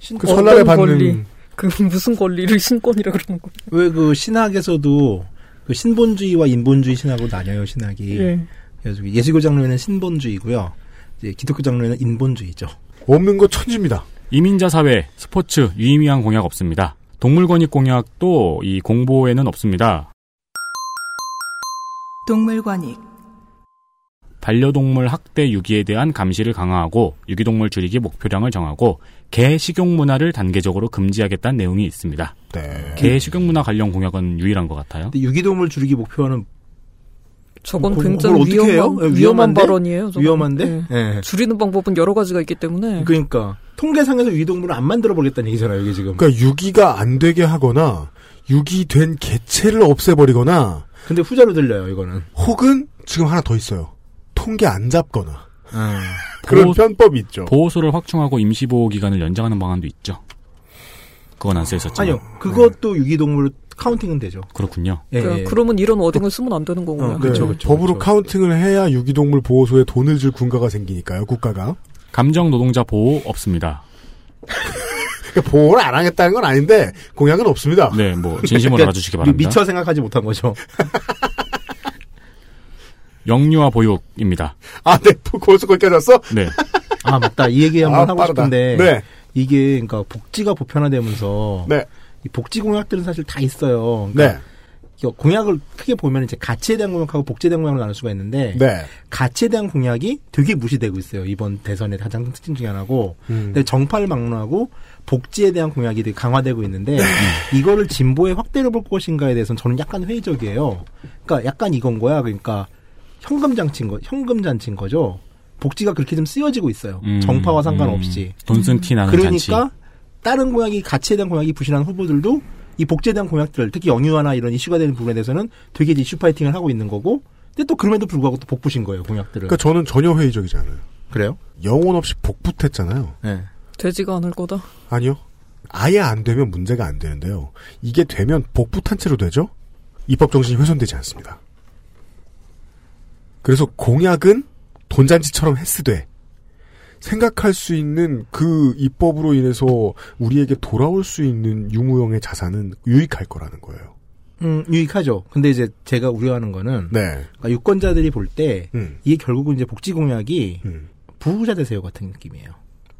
Speaker 7: 신...
Speaker 2: 그 설날에 받는-
Speaker 7: 어떤 권리? 그 무슨 권리를 신권이라 그러는 거예요?
Speaker 4: 왜 그 신학에서도 그 신본주의와 인본주의 신학으로 나뉘어요, 신학이.
Speaker 7: 예.
Speaker 4: 그래서 예수교 장로회는 신본주의고요. 이제 기독교 장로회는 인본주의죠.
Speaker 2: 없는 거 천지입니다.
Speaker 5: 이민자 사회, 스포츠, 유의미한 공약 없습니다. 동물 권익 공약도 이 공보에는 없습니다.
Speaker 11: 동물관익
Speaker 5: 반려동물 학대 유기에 대한 감시를 강화하고 유기동물 줄이기 목표량을 정하고 개 식용 문화를 단계적으로 금지하겠다는 내용이 있습니다.
Speaker 2: 네.
Speaker 5: 개 식용 문화 관련 공약은 유일한 것 같아요.
Speaker 4: 근데 유기동물 줄이기 목표는
Speaker 7: 저건
Speaker 4: 그걸
Speaker 7: 굉장히
Speaker 4: 어떻게
Speaker 7: 위험한,
Speaker 4: 해요? 예,
Speaker 7: 위험한
Speaker 4: 위험한데?
Speaker 7: 발언이에요. 저건.
Speaker 4: 위험한데?
Speaker 7: 예.
Speaker 4: 예.
Speaker 7: 줄이는 방법은 여러 가지가 있기 때문에
Speaker 4: 그러니까 통계상에서 유기동물을 안 만들어 보겠다는 얘기잖아요, 이게 지금.
Speaker 2: 그러니까 유기가 안 되게 하거나 유기된 개체를 없애버리거나
Speaker 4: 근데 후자로 들려요, 이거는.
Speaker 2: 혹은 지금 하나 더 있어요. 통계 안 잡거나
Speaker 4: 아.
Speaker 2: 그런
Speaker 5: 보호-
Speaker 2: 편법이 있죠.
Speaker 5: 보호소를 확충하고 임시보호 기간을 연장하는 방안도 있죠. 그건 안 쓰였었죠.
Speaker 4: 아니요. 그것도 유기동물 카운팅은 되죠.
Speaker 5: 그렇군요.
Speaker 4: 예,
Speaker 7: 그러니까
Speaker 4: 예.
Speaker 7: 그러면 이런 워딩을 쓰면 안 되는 예. 거고요.
Speaker 4: 어, 그쵸,
Speaker 2: 네,
Speaker 4: 그쵸,
Speaker 2: 법으로
Speaker 4: 그쵸.
Speaker 2: 카운팅을 해야 유기동물 보호소에 돈을 줄 군가가 생기니까요, 국가가.
Speaker 5: 감정 노동자 보호 없습니다.
Speaker 2: 그러니까 보호를 안 하겠다는 건 아닌데, 공약은 없습니다.
Speaker 5: 네, 뭐 진심으로
Speaker 4: 그러니까
Speaker 5: 알아주시기 바랍니다.
Speaker 4: 미처 생각하지 못한 거죠.
Speaker 5: 영유아 보육입니다.
Speaker 2: 아, 네, 고수 거기까지 왔어?
Speaker 5: 네,
Speaker 4: 아, 맞다. 이 얘기 한번
Speaker 2: 아,
Speaker 4: 하고
Speaker 2: 빠르다.
Speaker 4: 싶은데.
Speaker 2: 네,
Speaker 4: 이게 그러니까 복지가 보편화되면서
Speaker 2: 네.
Speaker 4: 이 복지 공약들은 사실 다 있어요. 그러니까
Speaker 2: 네,
Speaker 4: 이거 공약을 크게 보면 이제 가치에 대한 공약하고 복지에 대한 공약을 나눌 수가 있는데
Speaker 2: 네.
Speaker 4: 가치에 대한 공약이 되게 무시되고 있어요. 이번 대선의 가장 큰 특징 중에 하나고 근데 정파를 막론하고 복지에 대한 공약이 되게 강화되고 있는데 이거를 진보의 확대를 볼 것인가에 대해서는 저는 약간 회의적이에요. 그러니까 약간 이건 거야. 그러니까 현금 장치인 거, 현금 잔치인 거죠. 복지가 그렇게 좀 쓰여지고 있어요.
Speaker 5: 음,
Speaker 4: 정파와 상관없이.
Speaker 5: 음, 돈쓴 티 나는
Speaker 4: 그러니까
Speaker 5: 잔치.
Speaker 4: 다른 공약이 가치에 대한 공약이 부실한 후보들도 이 복제에 대한 공약들 특히 영유아나 이런 이슈가 되는 부분에 대해서는 되게 이제 이슈 파이팅을 하고 있는 거고 근데 또 그럼에도 불구하고 또 복부신 거예요 공약들을
Speaker 2: 그러니까 저는 전혀 회의적이지 않아요.
Speaker 4: 래요
Speaker 2: 영혼 없이 복붙했잖아요.
Speaker 4: 네.
Speaker 7: 되지가 않을 거다.
Speaker 4: 예.
Speaker 2: 아니요. 아예 안 되면 문제가 안 되는데요. 이게 되면 복붙한 채로 되죠? 입법 정신이 훼손되지 않습니다. 그래서 공약은 돈잔치처럼 했으되 생각할 수 있는 그 입법으로 인해서 우리에게 돌아올 수 있는 유무형의 자산은 유익할 거라는 거예요.
Speaker 4: 음 유익하죠 근데 이제 제가 우려하는 거는
Speaker 2: 네.
Speaker 4: 그러니까 유권자들이 볼 때
Speaker 2: 음.
Speaker 4: 이게 결국은 이제 복지 공약이
Speaker 2: 음.
Speaker 4: 부부자 되세요 같은 느낌이에요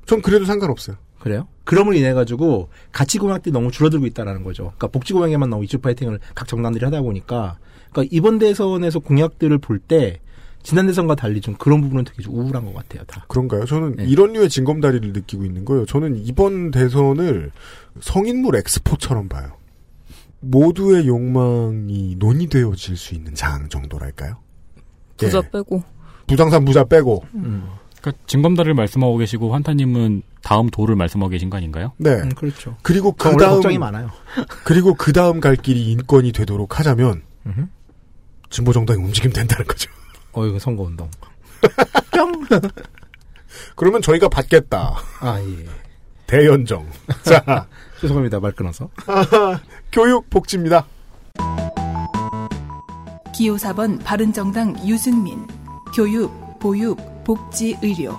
Speaker 2: 전 그래도 상관없어요.
Speaker 4: 그래요? 그럼을 인해 가지고 가치 공약들이 너무 줄어들고 있다라는 거죠. 그러니까 복지 공약에만 너무 이슈 파이팅을 각 정당들이 하다 보니까 그러니까 이번 대선에서 공약들을 볼 때 지난 대선과 달리 좀 그런 부분은 되게 좀 우울한 것 같아요. 다.
Speaker 2: 그런가요? 저는
Speaker 4: 네.
Speaker 2: 이런 류의 징검다리를 느끼고 있는 거예요. 저는 이번 대선을 성인물 엑스포처럼 봐요. 모두의 욕망이 논의되어질 수 있는 장 정도랄까요?
Speaker 7: 부자
Speaker 2: 예.
Speaker 7: 빼고
Speaker 2: 부장산 부자 빼고.
Speaker 5: 그러니까 진검다리를 말씀하고 계시고 환타님은 다음 도를 말씀하고 계신 거 아닌가요?
Speaker 2: 네.
Speaker 4: 음, 그렇죠.
Speaker 2: 그리고
Speaker 4: 그
Speaker 2: 그
Speaker 4: 원래
Speaker 2: 다음
Speaker 4: 걱정이 많아요.
Speaker 2: 그리고 그 다음 갈 길이 인권이 되도록 하자면
Speaker 4: 음흠.
Speaker 2: 진보 정당이 움직이면 된다는 거죠.
Speaker 4: 어 이거 선거 운동.
Speaker 2: 그러면 저희가 받겠다.
Speaker 4: 아 예.
Speaker 2: 대연정. 자,
Speaker 4: 죄송합니다. 말 끊어서.
Speaker 2: 교육 복지입니다.
Speaker 11: 기호 4번 바른정당 유승민 교육, 보육, 복지, 의료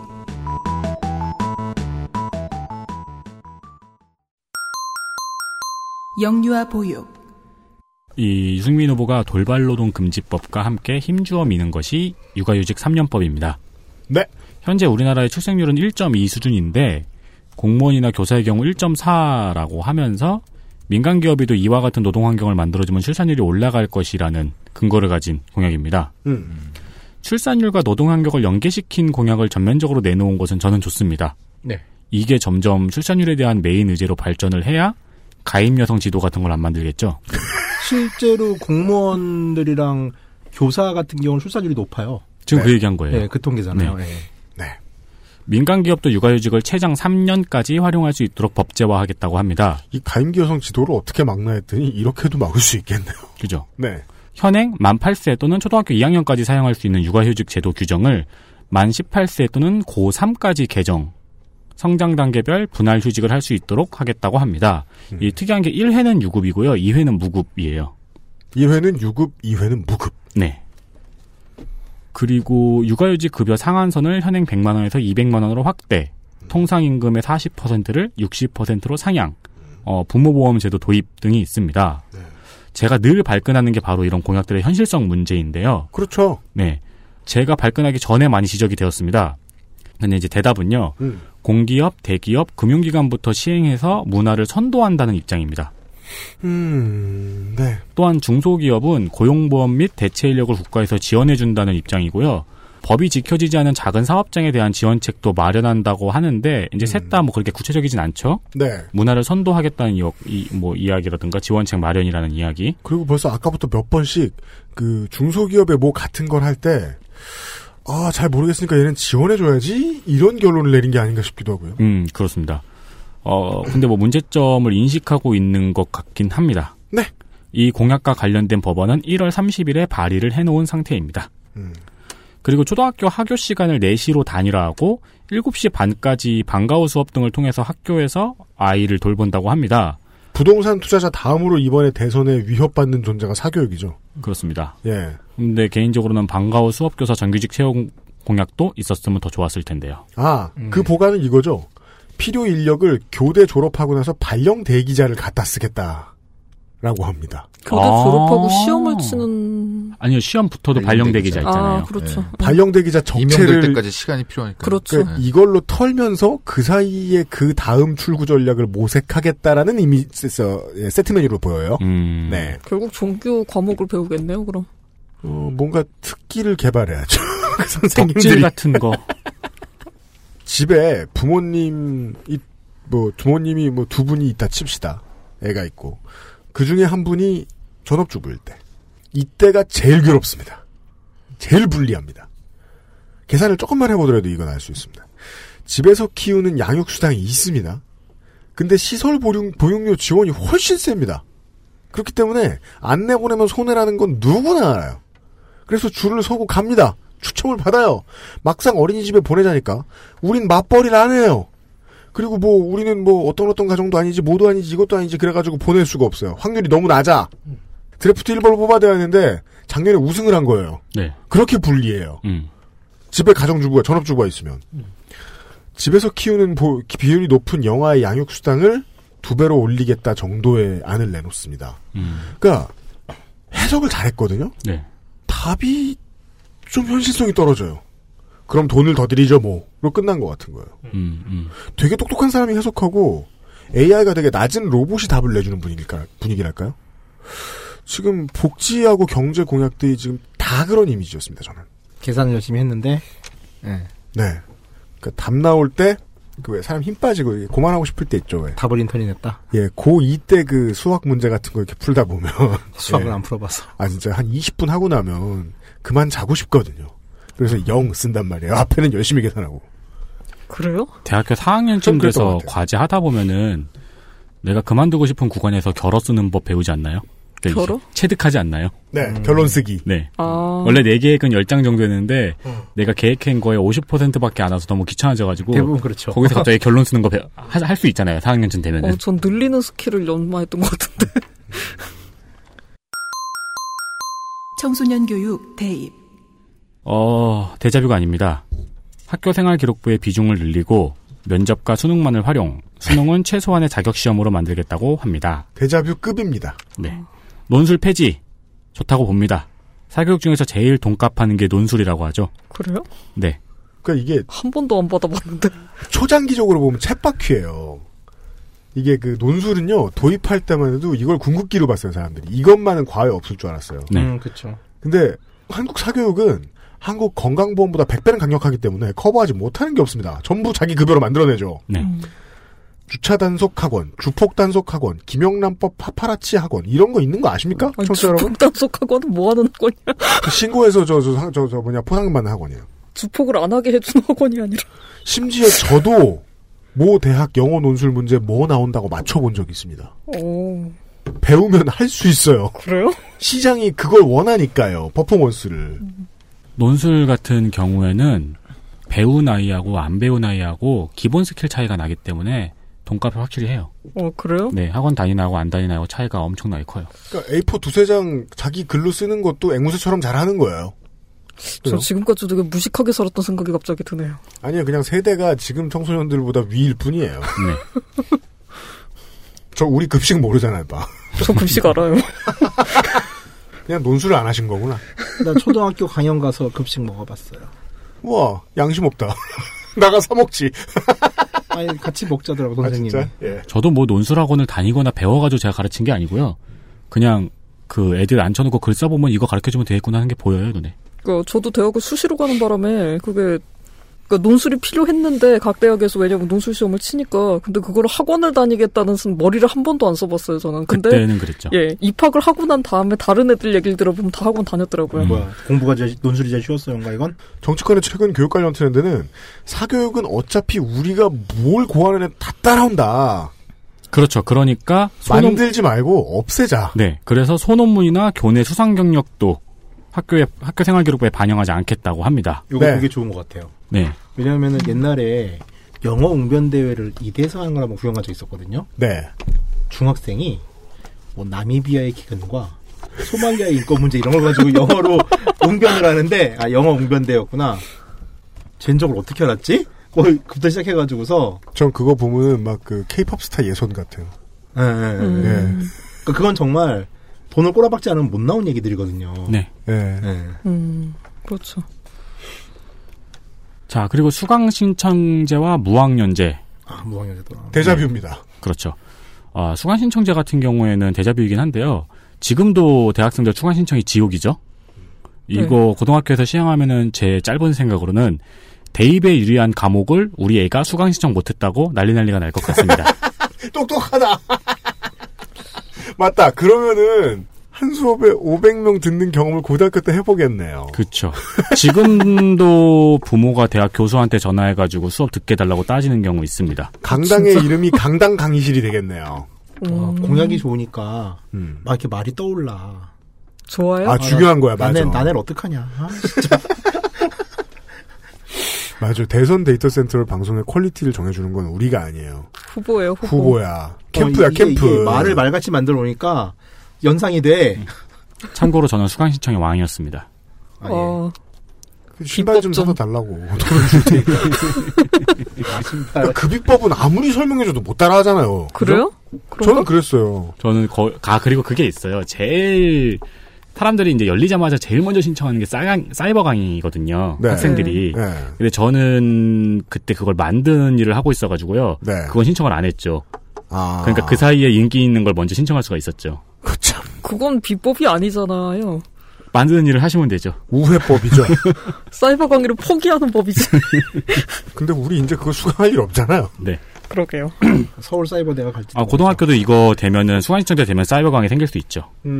Speaker 11: 영유아 보육
Speaker 5: 이 유승민 후보가 돌발노동 금지법과 함께 힘주어 미는 것이 육아휴직 3년법입니다.
Speaker 2: 네.
Speaker 5: 현재 우리나라의 출생률은 1.2 수준인데 공무원이나 교사의 경우 1.4라고 하면서 민간 기업에도 이와 같은 노동 환경을 만들어주면 출산율이 올라갈 것이라는 근거를 가진 공약입니다.
Speaker 2: 음.
Speaker 5: 출산율과 노동 환경을 연계시킨 공약을 전면적으로 내놓은 것은 저는 좋습니다.
Speaker 4: 네.
Speaker 5: 이게 점점 출산율에 대한 메인 의제로 발전을 해야 가임 여성 지도 같은 걸 안 만들겠죠.
Speaker 4: 실제로 공무원들이랑 교사 같은 경우는 출산율이 높아요.
Speaker 5: 지금 그 얘기한 거예요.
Speaker 4: 네, 교통계잖아요.
Speaker 5: 네.
Speaker 4: 네.
Speaker 5: 민간 기업도 육아휴직을 최장 3년까지 활용할 수 있도록 법제화하겠다고 합니다.
Speaker 2: 이 가임기 여성 지도를 어떻게 막나 했더니 이렇게도 막을 수 있겠네요.
Speaker 5: 그죠?
Speaker 2: 네.
Speaker 5: 현행 만 8세 또는 초등학교 2학년까지 사용할 수 있는 육아휴직 제도 규정을 만 18세 또는 고3까지 개정, 성장 단계별 분할 휴직을 할 수 있도록 하겠다고 합니다. 이 특이한 게 1회는 유급이고요. 2회는 무급이에요.
Speaker 2: 1회는 유급, 2회는 무급.
Speaker 5: 네. 그리고 육아휴직 급여 상한선을 현행 100만 원에서 200만 원으로 확대, 통상 임금의 40%를 60%로 상향, 어, 부모보험 제도 도입 등이 있습니다. 제가 늘 발끈하는 게 바로 이런 공약들의 현실성 문제인데요.
Speaker 2: 그렇죠.
Speaker 5: 네. 제가 발끈하기 전에 많이 지적이 되었습니다. 근데 이제 대답은요.
Speaker 2: 음.
Speaker 5: 공기업, 대기업, 금융기관부터 시행해서 문화를 선도한다는 입장입니다.
Speaker 2: 음, 네.
Speaker 5: 또한 중소기업은 고용보험 및 대체 인력을 국가에서 지원해준다는 입장이고요. 법이 지켜지지 않은 작은 사업장에 대한 지원책도 마련한다고 하는데 이제 셋 다 뭐 그렇게 구체적이진 않죠.
Speaker 2: 네.
Speaker 5: 문화를 선도하겠다는 이, 이- 뭐 이야기라든가 지원책 마련이라는 이야기.
Speaker 2: 그리고 벌써 아까부터 몇 번씩 그 중소기업의 뭐 같은 걸 할 때 아, 잘 모르겠으니까 얘는 지원해줘야지? 이런 결론을 내린 게 아닌가 싶기도 하고요.
Speaker 5: 음 그렇습니다. 어 근데 뭐 문제점을 인식하고 있는 것 같긴 합니다.
Speaker 2: 네.
Speaker 5: 이 공약과 관련된 법안은 1월 30일에 발의를 해놓은 상태입니다.
Speaker 2: 음.
Speaker 5: 그리고 초등학교 하교 시간을 4시로 단일화하고 7시 반까지 방과후 수업 등을 통해서 학교에서 아이를 돌본다고 합니다.
Speaker 2: 부동산 투자자 다음으로 이번에 대선에 위협받는 존재가 사교육이죠.
Speaker 5: 그렇습니다.
Speaker 2: 예.
Speaker 5: 근데 개인적으로는 방과후 수업 교사 정규직 채용 공약도 있었으면 더 좋았을 텐데요.
Speaker 2: 아, 그 보관은 이거죠. 필요 인력을 교대 졸업하고 나서 발령 대기자를 갖다 쓰겠다. 라고 합니다.
Speaker 7: 교대
Speaker 5: 아.
Speaker 7: 졸업하고 시험을 치는
Speaker 5: 아니요
Speaker 2: 네,
Speaker 5: 시험부터도
Speaker 10: 발령
Speaker 5: 발령대기자
Speaker 10: 대기자.
Speaker 5: 있잖아요. 네.
Speaker 7: 아 그렇죠.
Speaker 2: 발령 대기자
Speaker 10: 임명될
Speaker 2: 정체를
Speaker 10: 때까지 시간이 필요하니까.
Speaker 7: 그렇죠.
Speaker 2: 그러니까 이걸로 털면서 그 사이에 그 다음 출구 전략을 모색하겠다라는 이미 세- 서- 예, 세트 메뉴로 보여요.
Speaker 5: 음.
Speaker 2: 네.
Speaker 7: 결국 종교 과목을 배우겠네요. 그럼
Speaker 2: 어, 뭔가 특기를 개발해야죠. 그
Speaker 5: 껍질
Speaker 2: 선생님들이
Speaker 5: 같은 거.
Speaker 2: 집에 부모님이 뭐 부모님이 뭐 두 분이 있다 칩시다. 애가 있고 그 중에 한 분이 전업주부일 때 이때가 제일 괴롭습니다. 제일 불리합니다. 계산을 조금만 해보더라도 이건 알 수 있습니다. 집에서 키우는 양육수당이 있습니다. 근데 시설 보육, 보육료 지원이 훨씬 셉니다. 그렇기 때문에 안 내보내면 손해라는 건 누구나 알아요. 그래서 줄을 서고 갑니다. 추첨을 받아요. 막상 어린이집에 보내자니까 우린 맞벌이를 안 해요. 그리고 뭐 우리는 뭐 어떤 어떤 가정도 아니지 뭐도 아니지 이것도 아니지 그래가지고 보낼 수가 없어요. 확률이 너무 낮아. 드래프트 1번을 뽑아야 되는데 작년에 우승을 한 거예요.
Speaker 5: 네.
Speaker 2: 그렇게 불리해요.
Speaker 5: 음.
Speaker 2: 집에 가정주부가 전업주부가 있으면 집에서 키우는 보- 비율이 높은 영아의 양육수당을 두 배로 올리겠다 정도의 안을 내놓습니다.
Speaker 5: 음.
Speaker 2: 그러니까 해석을 잘했거든요.
Speaker 5: 네.
Speaker 2: 답이 좀 현실성이 떨어져요. 그럼 돈을 더 드리죠 뭐로 끝난 것 같은 거예요.
Speaker 5: 음. 음.
Speaker 2: 되게 똑똑한 사람이 해석하고 AI가 되게 낮은 로봇이 답을 내주는 분위기랄까, 분위기랄까요? 지금 복지하고 경제 공약들이 지금 다 그런 이미지였습니다, 저는.
Speaker 4: 계산을 열심히 했는데 예,
Speaker 2: 네. 그, 답 나올 때, 그 왜 사람 힘 빠지고 이게 고만하고 싶을 때 있죠, 왜.
Speaker 4: 답을 인턴이 냈다.
Speaker 2: 예, 고2 때 그 수학 문제 같은 거 이렇게 풀다 보면.
Speaker 4: 수학은
Speaker 2: 예.
Speaker 4: 안 풀어봤어.
Speaker 2: 아, 진짜 한 20분 하고 나면 그만 자고 싶거든요. 그래서 0 쓴단 말이에요. 앞에는 열심히 계산하고.
Speaker 7: 그래요?
Speaker 5: 대학교
Speaker 2: 좀
Speaker 5: 4학년쯤
Speaker 2: 그랬던 것
Speaker 5: 돼서
Speaker 2: 같아요.
Speaker 5: 과제 하다 보면은 내가 그만두고 싶은 구간에서 결어 쓰는 법 배우지 않나요? 그러니까 이제
Speaker 7: 결어?
Speaker 5: 체득하지 않나요?
Speaker 2: 네, 결론 쓰기.
Speaker 5: 네.
Speaker 7: 아
Speaker 5: 원래 4계획은 10장 정도 했는데
Speaker 2: 음.
Speaker 5: 내가 계획한 거에 50%밖에 안 와서 너무 귀찮아져가지고
Speaker 4: 대부분 그렇죠.
Speaker 5: 뭐 거기서 갑자기 결론 쓰는 거 할 수 있잖아요. 4학년쯤 되면은.
Speaker 7: 어, 전 늘리는 스킬을 연마했던 것 같은데.
Speaker 11: 청소년 교육 대입
Speaker 5: 어, 대자뷰가 아닙니다. 학교생활 기록부의 비중을 늘리고 면접과 수능만을 활용, 수능은 최소한의 자격시험으로 만들겠다고 합니다.
Speaker 2: 데자뷰 급입니다.
Speaker 5: 네. 논술 폐지. 좋다고 봅니다. 사교육 중에서 제일 돈값하는 게 논술이라고 하죠.
Speaker 7: 그래요?
Speaker 5: 네.
Speaker 2: 그러니까 이게
Speaker 7: 한 번도 안 받아봤는데.
Speaker 2: 초장기적으로 보면 챗바퀴예요. 이게 그 논술은요 도입할 때만 해도 이걸 궁극기로 봤어요 사람들이 이것만은 과외 없을 줄 알았어요.
Speaker 5: 네.
Speaker 4: 음, 그렇죠.
Speaker 2: 근데 한국 사교육은 한국 건강보험보다 100배는 강력하기 때문에 커버하지 못하는 게 없습니다. 전부 자기 급여로 만들어내죠.
Speaker 5: 네.
Speaker 2: 주차 단속 학원, 주폭 단속 학원, 김영란법 파파라치 학원 이런 거 있는 거 아십니까?
Speaker 7: 어,
Speaker 2: 청취자 여러분.
Speaker 7: 주폭 단속하고는 뭐 하는 학원이야?
Speaker 2: 신고해서 저저저 저, 저 뭐냐 포상 받는 학원이에요.
Speaker 7: 주폭을 안 하게 해주는 학원이 아니라.
Speaker 2: 심지어 저도 모 대학 영어 논술 문제 뭐 나온다고 맞춰본 적이 있습니다.
Speaker 7: 오,
Speaker 2: 배우면 할 수 있어요.
Speaker 7: 어, 그래요?
Speaker 2: 시장이 그걸 원하니까요. 퍼포먼스를.
Speaker 5: 논술 같은 경우에는 배우 나이하고 안 배우 나이하고 기본 스킬 차이가 나기 때문에 돈값을 확실히 해요.
Speaker 7: 어 그래요?
Speaker 5: 네, 학원 다니나하고 안 다니나하고 차이가 엄청나게 커요.
Speaker 2: 그러니까 A4 두세 장 자기 글로 쓰는 것도 앵무새처럼 잘하는 거예요.
Speaker 7: 저
Speaker 5: 네.
Speaker 2: 그래요?
Speaker 7: 지금까지 되게 무식하게 살았던 생각이 갑자기 드네요.
Speaker 2: 아니요, 그냥 세대가 지금 청소년들보다 위일 뿐이에요.
Speaker 5: 네.
Speaker 2: 저 우리 급식 모르잖아요, 봐.
Speaker 7: 저 급식 알아요.
Speaker 2: 그냥 논술을 안 하신 거구나.
Speaker 4: 나 초등학교 강연 가서 급식 먹어봤어요.
Speaker 2: 우와, 양심 없다. 나가 사 먹지.
Speaker 4: 아니 같이 먹자더라고
Speaker 2: 아
Speaker 4: 선생님이.
Speaker 2: 진짜? 예.
Speaker 5: 저도 뭐 논술학원을 다니거나 배워가지고 제가 가르친 게 아니고요. 그냥 그 애들 앉혀놓고 글 써보면 이거 가르쳐주면 되겠구나 하는 게 보여요, 눈에.
Speaker 7: 그 저도 대학을 수시로 가는 바람에 그게 그러니까 논술이 필요했는데 각 대학에서 왜냐면 논술 시험을 치니까 근데 그걸 학원을 다니겠다는 순 머리를 한 번도 안 써봤어요 저는. 근데
Speaker 5: 그때는 그랬죠.
Speaker 7: 예 입학을 하고 난 다음에 다른 애들 얘기를 들어보면 다 학원 다녔더라고요.
Speaker 5: 음.
Speaker 4: 뭐야 공부가 제, 논술이 제일 쉬웠어요인가 이건?
Speaker 2: 정치권의 최근 교육 관련 트렌드는 사교육은 어차피 우리가 뭘 고하는 애 다 따라온다.
Speaker 5: 그렇죠. 그러니까 소논
Speaker 2: 만들지 말고 없애자.
Speaker 5: 네. 그래서 소논문이나 교내 수상 경력도 학교에 학교 생활 기록부에 반영하지 않겠다고 합니다.
Speaker 4: 이거
Speaker 2: 네.
Speaker 4: 그게 좋은 것 같아요.
Speaker 5: 네.
Speaker 4: 왜냐하면은 옛날에 영어 웅변 대회를 이대에서 하는 걸 한번 구경한 적 있었거든요.
Speaker 2: 네.
Speaker 4: 중학생이 뭐 나미비아의 기근과 소말리아의 인권 문제 이런 걸 가지고 영어로 웅변을 하는데 아 영어 웅변 대였구나. 젠적을 어떻게 알았지? 뭐 그부터 시작해가지고서
Speaker 2: 전 그거 보면은 막 그 케이팝 스타 예선 네. 같아요.
Speaker 4: 예, 예, 예.
Speaker 7: 음.
Speaker 4: 그러니까 그건 정말 돈을 꼬라박지 않으면 못 나온 얘기들이거든요.
Speaker 5: 네.
Speaker 2: 예.
Speaker 4: 예.
Speaker 7: 음, 그렇죠.
Speaker 5: 자, 그리고 수강 신청제와 무학년제.
Speaker 4: 아 무학년제더라.
Speaker 2: 데자뷰입니다.
Speaker 5: 그렇죠. 아, 수강 신청제 같은 경우에는 대자뷰이긴 한데요. 지금도 대학생들 수강 신청이 지옥이죠. 이거 고등학교에서 시행하면은 제 짧은 생각으로는 대입에 유리한 과목을 우리 애가 수강 신청 못했다고 난리 난리가 날 것 같습니다.
Speaker 2: 똑똑하다. 맞다. 그러면은 한 수업에 500명 듣는 경험을 고등학교 때 해보겠네요.
Speaker 5: 그렇죠. 지금도 부모가 대학 교수한테 전화해가지고 수업 듣게 달라고 따지는 경우 있습니다.
Speaker 2: 강당의 이름이 강당 강의실이 되겠네요.
Speaker 4: 와,
Speaker 7: 음,
Speaker 4: 아, 공약이 좋으니까
Speaker 2: 음.
Speaker 4: 막 이렇게 말이 떠올라.
Speaker 7: 좋아요.
Speaker 2: 아 중요한 거야 맞아.
Speaker 4: 나네 나네를 어떡하냐. 아, 진짜.
Speaker 2: 맞아. 대선 데이터 센터를 방송의 퀄리티를 정해주는 건 우리가 아니에요.
Speaker 7: 후보예요 후보.
Speaker 2: 후보야. 캠프야
Speaker 4: 어, 이게-
Speaker 2: 캠프.
Speaker 4: 이게 말을 말같이 만들어 놓으니까 연상이
Speaker 7: 음.
Speaker 4: 돼.
Speaker 5: 참고로 저는 수강 신청의 왕이었습니다.
Speaker 4: 아, 예.
Speaker 7: 어,
Speaker 2: 그 신발 좀
Speaker 7: 비법 좀.
Speaker 2: 사서 달라고. 돈을 줄 테니까.
Speaker 5: 아,
Speaker 2: 그 비법은 아무리 설명해줘도 못 따라하잖아요.
Speaker 7: 그래요? 그런가?
Speaker 2: 저는 그랬어요.
Speaker 5: 저는 거, 아 그리고 그게 있어요. 제일 사람들이 이제 열리자마자 제일 먼저 신청하는 게 사양, 사이버 강의거든요.
Speaker 2: 네.
Speaker 5: 학생들이.
Speaker 2: 네.
Speaker 5: 근데 저는 그때 그걸 만드는 일을 하고 있어가지고요.
Speaker 2: 네.
Speaker 5: 그건 신청을 안 했죠.
Speaker 2: 아.
Speaker 5: 그러니까 그 사이에 인기 있는 걸 먼저 신청할 수가 있었죠.
Speaker 2: 그 참,
Speaker 7: 그건 비법이 아니잖아요.
Speaker 5: 만드는 일을 하시면 되죠.
Speaker 2: 우회법이죠.
Speaker 7: 사이버 강의를 포기하는 법이지.
Speaker 2: 근데 우리 이제 그거 수강할 일 없잖아요.
Speaker 5: 네.
Speaker 7: 그러게요.
Speaker 4: 서울 사이버대가 갈지.
Speaker 5: 아 고등학교도 이거 되면은 수강 신청자 되면 사이버 강의 생길 수 있죠.
Speaker 2: 음.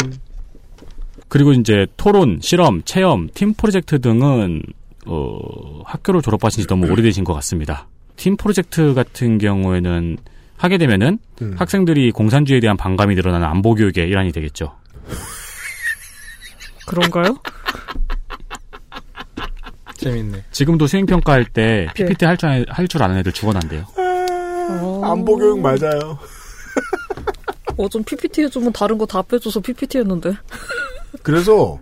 Speaker 5: 그리고 이제 토론, 실험, 체험, 팀 프로젝트 등은 어, 학교를 졸업하신 지 너무 오래되신 것 같습니다. 팀 프로젝트 같은 경우에는 하게 되면은
Speaker 2: 음.
Speaker 5: 학생들이 공산주의에 대한 반감이 늘어나는 안보 교육의 일환이 되겠죠.
Speaker 7: 그런가요?
Speaker 4: 재밌네.
Speaker 5: 지금도 수행 평가할
Speaker 2: 예.
Speaker 5: 때 PPT 할 줄 아는 애들 죽어난대요.
Speaker 2: 안보 교육 맞아요.
Speaker 7: 어, 좀 PPT 해주면 다른 거 다 빼줘서 PPT 했는데.
Speaker 2: 그래서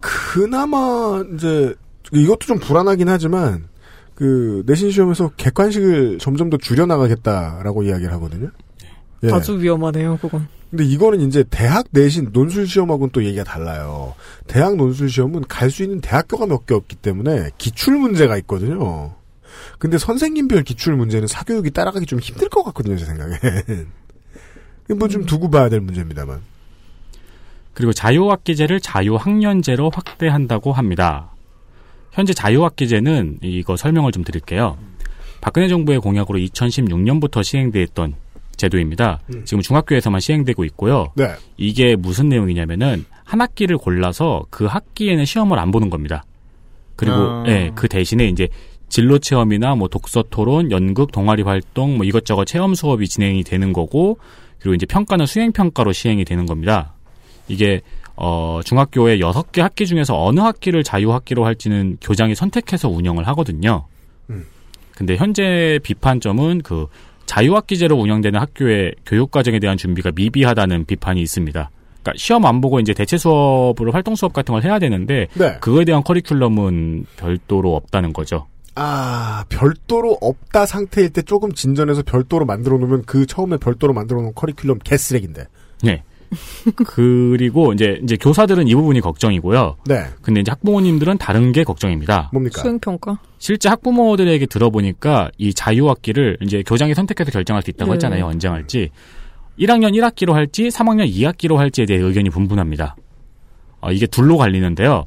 Speaker 2: 그나마 이제 이것도 좀 불안하긴 하지만 그 내신 시험에서 객관식을 점점 더 줄여 나가겠다라고 이야기를 하거든요. 예.
Speaker 7: 아주 위험하네요, 그건.
Speaker 2: 근데 이거는 이제 대학 내신 논술 시험하고는 또 얘기가 달라요. 대학 논술 시험은 갈 수 있는 대학교가 몇 개 없기 때문에 기출 문제가 있거든요. 근데 선생님별 기출 문제는 사교육이 따라가기 좀 힘들 것 같거든요, 제 생각엔. 뭐 좀 두고 봐야 될 문제입니다만.
Speaker 5: 그리고 자유학기제를 자유학년제로 확대한다고 합니다. 현재 자유학기제는 이거 설명을 좀 드릴게요. 박근혜 정부의 공약으로 2016년부터 시행됐던 제도입니다.
Speaker 2: 음.
Speaker 5: 지금 중학교에서만 시행되고 있고요.
Speaker 2: 네.
Speaker 5: 이게 무슨 내용이냐면은 한 학기를 골라서 그 학기에는 시험을 안 보는 겁니다. 그리고
Speaker 12: 아.
Speaker 5: 예, 그 대신에 이제 진로 체험이나 뭐 독서 토론, 연극, 동아리 활동 뭐 이것저것 체험 수업이 진행이 되는 거고 그리고 이제 평가는 수행 평가로 시행이 되는 겁니다. 이게 어 중학교의 여섯 개 학기 중에서 어느 학기를 자유 학기로 할지는 교장이 선택해서 운영을 하거든요.
Speaker 2: 음.
Speaker 5: 근데 현재 비판점은 그 자유학기제로 운영되는 학교의 교육과정에 대한 준비가 미비하다는 비판이 있습니다. 그러니까 시험 안 보고 이제 대체 수업으로 활동 수업 같은 걸 해야 되는데
Speaker 2: 네.
Speaker 5: 그거에 대한 커리큘럼은 별도로 없다는 거죠.
Speaker 2: 아, 별도로 없다 상태일 때 조금 진전해서 별도로 만들어 놓으면 그 처음에 별도로 만들어 놓은 커리큘럼 개쓰레기인데.
Speaker 5: 네. 그리고 이제 이제 교사들은 이 부분이 걱정이고요.
Speaker 2: 네.
Speaker 5: 근데 이제 학부모님들은 다른 게 걱정입니다.
Speaker 2: 뭡니까?
Speaker 7: 수행평가?
Speaker 5: 실제 학부모들에게 들어보니까 이 자유학기를 이제 교장이 선택해서 결정할 수 있다고
Speaker 7: 네.
Speaker 5: 했잖아요. 언제 할지. 1학년 1학기로 할지 3학년 2학기로 할지에 대해 의견이 분분합니다. 어, 이게 둘로 갈리는데요.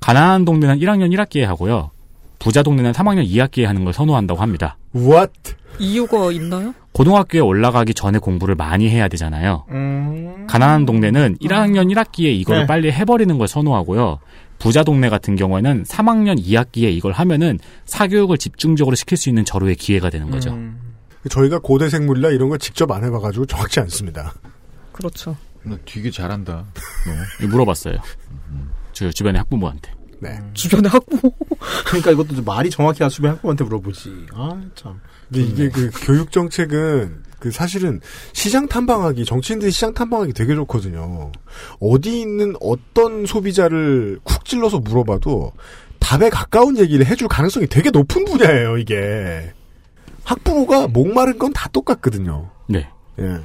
Speaker 5: 가난한 동네는 1학년 1학기에 하고요. 부자 동네는 3학년 2학기에 하는 걸 선호한다고 합니다.
Speaker 2: What?
Speaker 7: 이유가 있나요?
Speaker 5: 고등학교에 올라가기 전에 공부를 많이 해야 되잖아요.
Speaker 2: 음.
Speaker 5: 가난한 동네는 1학년 1학기에 이걸
Speaker 12: 네.
Speaker 5: 빨리 해버리는 걸 선호하고요. 부자 동네 같은 경우에는 3학년 2학기에 이걸 하면은 사교육을 집중적으로 시킬 수 있는 절호의 기회가 되는 거죠.
Speaker 2: 저희가 고대 생물이라 이런 걸 직접 안 해봐가지고 정확치 않습니다.
Speaker 7: 그렇죠.
Speaker 10: 너 되게 잘한다.
Speaker 5: 네, 물어봤어요. 저 주변의 학부모한테.
Speaker 2: 네.
Speaker 7: 주변의 학부모.
Speaker 4: 그러니까 이것도 좀 말이 정확해야 주변 학부모한테 물어보지. 아, 참.
Speaker 2: 근데 이게 그 교육 정책은 그 사실은 시장 탐방하기 정치인들이 시장 탐방하기 되게 좋거든요. 어디 있는 어떤 소비자를 쿡 찔러서 물어봐도 답에 가까운 얘기를 해줄 가능성이 되게 높은 분야예요. 이게 학부모가 목마른 건 다 똑같거든요.
Speaker 5: 네.
Speaker 2: 예.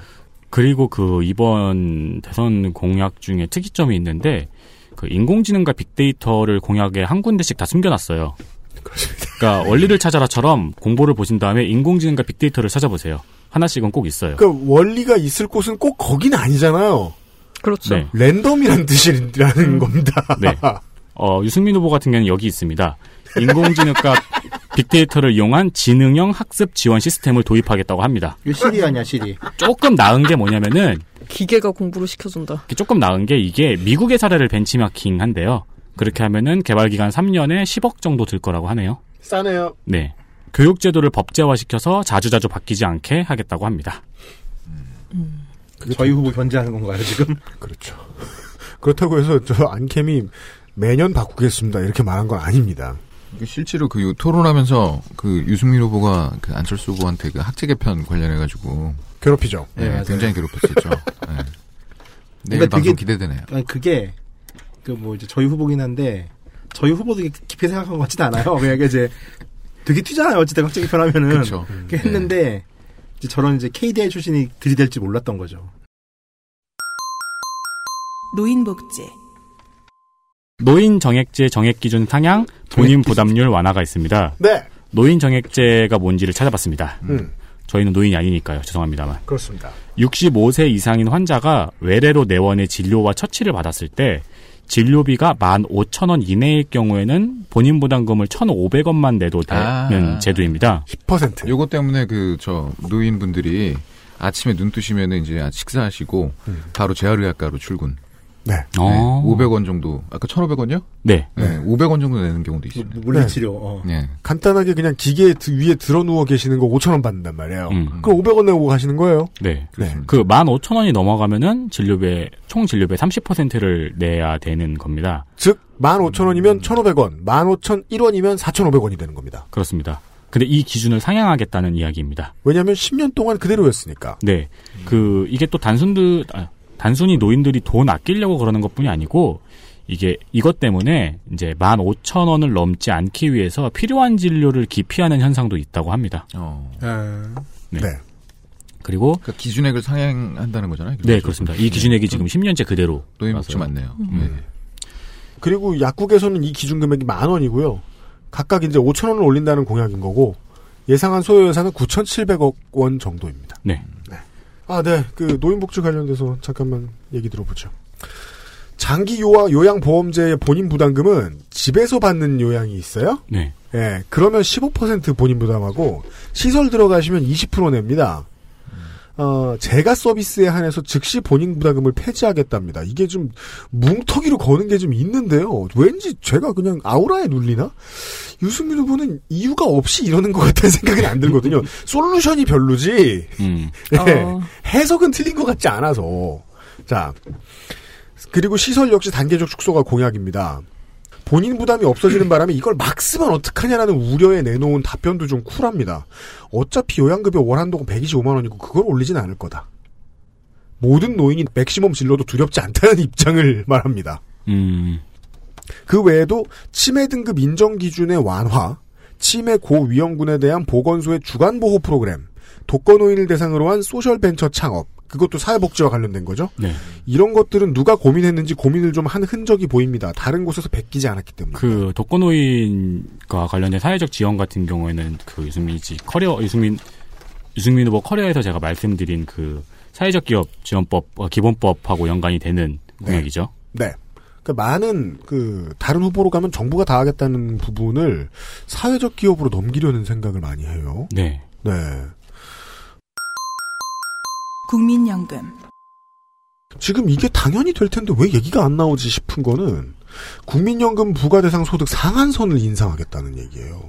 Speaker 5: 그리고 그 이번 대선 공약 중에 특이점이 있는데 그 인공지능과 빅데이터를 공약에 한 군데씩 다 숨겨놨어요. 그러니까 원리를 찾아라처럼 공보를 보신 다음에 인공지능과 빅데이터를 찾아보세요. 하나씩은 꼭 있어요.
Speaker 2: 그러니까 원리가 있을 곳은 꼭 거긴 아니잖아요.
Speaker 7: 그렇죠.
Speaker 5: 네.
Speaker 2: 랜덤이란 뜻이라는 겁니다.
Speaker 5: 네. 어, 유승민 후보 같은 경우는 여기 있습니다. 인공지능과 빅데이터를 이용한 지능형 학습 지원 시스템을 도입하겠다고 합니다.
Speaker 4: 이거 시리 아니야, 시리.
Speaker 5: 조금 나은 게 뭐냐면은
Speaker 7: 기계가 공부를 시켜준다.
Speaker 5: 이게 조금 나은 게 이게 미국의 사례를 벤치마킹 한대요. 그렇게 하면은 개발 기간 3년에 10억 정도 들 거라고 하네요.
Speaker 2: 싸네요.
Speaker 5: 네. 교육 제도를 법제화시켜서 자주자주 바뀌지 않게 하겠다고 합니다.
Speaker 4: 저희 후보 견제하는 건가요, 지금?
Speaker 2: 그렇죠. 그렇다고 해서 저 안캠이 매년 바꾸겠습니다. 이렇게 말한 건 아닙니다.
Speaker 10: 이게 실제로 그 토론하면서 그 유승민 후보가 그 안철수 후보한테 그 학제 개편 관련해가지고
Speaker 2: 괴롭히죠.
Speaker 10: 예,
Speaker 4: 네, 맞아요.
Speaker 10: 굉장히 괴롭혔었죠. 예. 내일
Speaker 4: 그러니까 되게-
Speaker 10: 방송 기대되네요.
Speaker 4: 아니, 그게, 그 뭐 이제 저희 후보긴 한데, 저희 후보도 이게 깊이 생각한 것 같진 않아요. 그냥 이게 이제 되게 튀잖아요. 어쨌든 갑자기 변하면은.
Speaker 10: 그렇죠.
Speaker 4: 이렇게 했는데, 이제 저런 이제 KDI 출신이 들이댈지 몰랐던 거죠.
Speaker 11: 노인복지,
Speaker 5: 노인 정액제 정액 기준 상향, 본인 부담률 완화가 있습니다.
Speaker 2: 네.
Speaker 5: 노인 정액제가 뭔지를 찾아봤습니다.
Speaker 2: 음.
Speaker 5: 저희는 노인이 아니니까요. 죄송합니다만.
Speaker 2: 그렇습니다.
Speaker 5: 65세 이상인 환자가 외래로 내원의 진료와 처치를 받았을 때 진료비가 15,000원 이내일 경우에는 본인 부담금을 1,500원만 내도 되는
Speaker 10: 아.
Speaker 5: 제도입니다.
Speaker 2: 10%.
Speaker 10: 요거 때문에 그 저 노인분들이 아침에 눈 뜨시면은 이제 식사하시고
Speaker 4: 음.
Speaker 10: 바로 재활의학과로 출근.
Speaker 2: 네.
Speaker 10: 네,
Speaker 5: 어.
Speaker 10: 500원 정도. 아까 그 1,500원이요?
Speaker 5: 네. 음.
Speaker 10: 네. 500원 정도 내는 경우도 있어요.
Speaker 4: 물리치료. 어.
Speaker 10: 네.
Speaker 2: 간단하게 그냥 기계 드- 위에 들어 누워 계시는 거 5천 원 받는단 말이에요.
Speaker 5: 음.
Speaker 2: 그럼 500원 내고 가시는 거예요.
Speaker 5: 네.
Speaker 10: 그렇습니다.
Speaker 5: 그 15,000원이 넘어가면은 진료비 총 진료비 30%를 내야 되는 겁니다.
Speaker 2: 즉 15,000원이면 1,500원, 15,001원이면 4,500원이 되는 겁니다.
Speaker 5: 그렇습니다. 근데 이 기준을 상향하겠다는 이야기입니다.
Speaker 2: 왜냐하면 10년 동안 그대로였으니까.
Speaker 5: 네. 그, 이게 또 단순들, 아, 단순히 노인들이 돈 아끼려고 그러는 것 뿐이 아니고, 이게, 이것 때문에, 이제, 15,000원을 넘지 않기 위해서 필요한 진료를 기피하는 현상도 있다고 합니다.
Speaker 10: 어.
Speaker 4: 아,
Speaker 5: 네.
Speaker 2: 네.
Speaker 5: 그리고,
Speaker 10: 그러니까 기준액을 상향한다는 거잖아요.
Speaker 5: 네, 그렇습니다. 음. 이 기준액이 지금 10년째 그대로.
Speaker 10: 음. 노인 복지 맞네요. 네.
Speaker 2: 그리고 약국에서는 이 기준 금액이 만 원이고요. 각각 이제 5천 원을 올린다는 공약인 거고 예상한 소요 예산은 9,700억 원 정도입니다.
Speaker 5: 네.
Speaker 2: 아, 네. 그 노인복지 관련돼서 잠깐만 얘기 들어보죠. 장기 요아 요양 보험제의 본인 부담금은 집에서 받는 요양이 있어요.
Speaker 5: 네.
Speaker 2: 예, 그러면 15% 본인 부담하고 시설 들어가시면 20% 냅니다. 어, 제가 서비스에 한해서 즉시 본인 부담금을 폐지하겠답니다. 이게 좀 뭉터기로 거는 게 좀 있는데요. 왠지 제가 그냥 아우라에 눌리나? 유승민 후보는 이유가 없이 이러는 것 같다는 생각은 안 들거든요. 솔루션이 별로지.
Speaker 5: 음.
Speaker 2: 예,
Speaker 7: 어.
Speaker 2: 해석은 틀린 것 같지 않아서. 자. 그리고 시설 역시 단계적 축소가 공약입니다. 본인 부담이 없어지는 바람에 이걸 막 쓰면 어떡하냐라는 우려에 내놓은 답변도 좀 쿨합니다. 어차피 요양급여 월한도가 125만 원이고 그걸 올리진 않을 거다. 모든 노인이 맥시멈 진로도 두렵지 않다는 입장을 말합니다.
Speaker 5: 음.
Speaker 2: 그 외에도 치매 등급 인정 기준의 완화, 치매 고위험군에 대한 보건소의 주간 보호 프로그램, 독거노인을 대상으로 한 소셜 벤처 창업, 그것도 사회복지와 관련된 거죠.
Speaker 5: 네.
Speaker 2: 이런 것들은 누가 고민했는지 고민을 좀 한 흔적이 보입니다. 다른 곳에서 베끼지 않았기 때문에.
Speaker 5: 그 독거노인과 관련된 사회적 지원 같은 경우에는 그 유승민 씨 커리어 유승민 유승민 후보 커리어에서 제가 말씀드린 그 사회적 기업 지원법 어, 기본법하고 연관이 되는 공약이죠.
Speaker 2: 네. 그 많은 그 다른 후보로 가면 정부가 다 하겠다는 부분을 사회적 기업으로 넘기려는 생각을 많이 해요.
Speaker 5: 네.
Speaker 2: 네.
Speaker 11: 국민연금,
Speaker 2: 지금 이게 당연히 될 텐데 왜 얘기가 안 나오지 싶은 거는 국민연금 부과대상 소득 상한선을 인상하겠다는 얘기예요.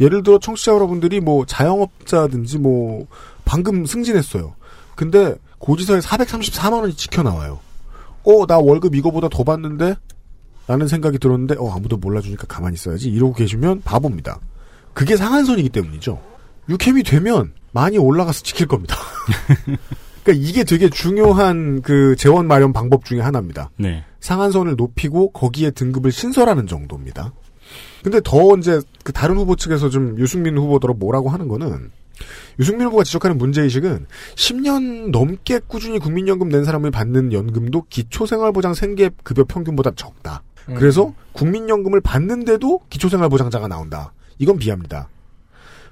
Speaker 2: 예를 들어 청취자 여러분들이 뭐 자영업자든지 뭐 방금 승진했어요. 근데 고지서에 434만 원이 찍혀 나와요. 어, 나 월급 이거보다 더 받는데? 라는 생각이 들었는데 어, 아무도 몰라주니까 가만히 있어야지 이러고 계시면 바보입니다. 그게 상한선이기 때문이죠. 육캠이 되면 많이 올라가서 지킬 겁니다. 그러니까 이게 되게 중요한 그 재원 마련 방법 중에 하나입니다.
Speaker 5: 네.
Speaker 2: 상한선을 높이고 거기에 등급을 신설하는 정도입니다. 근데 더 이제 그 다른 후보 측에서 좀 유승민 후보더러 뭐라고 하는 거는 유승민 후보가 지적하는 문제의식은 10년 넘게 꾸준히 국민연금 낸 사람을 받는 연금도 기초생활보장 생계급여 평균보다 적다. 그래서 국민연금을 받는데도 기초생활보장자가 나온다. 이건 비합니다.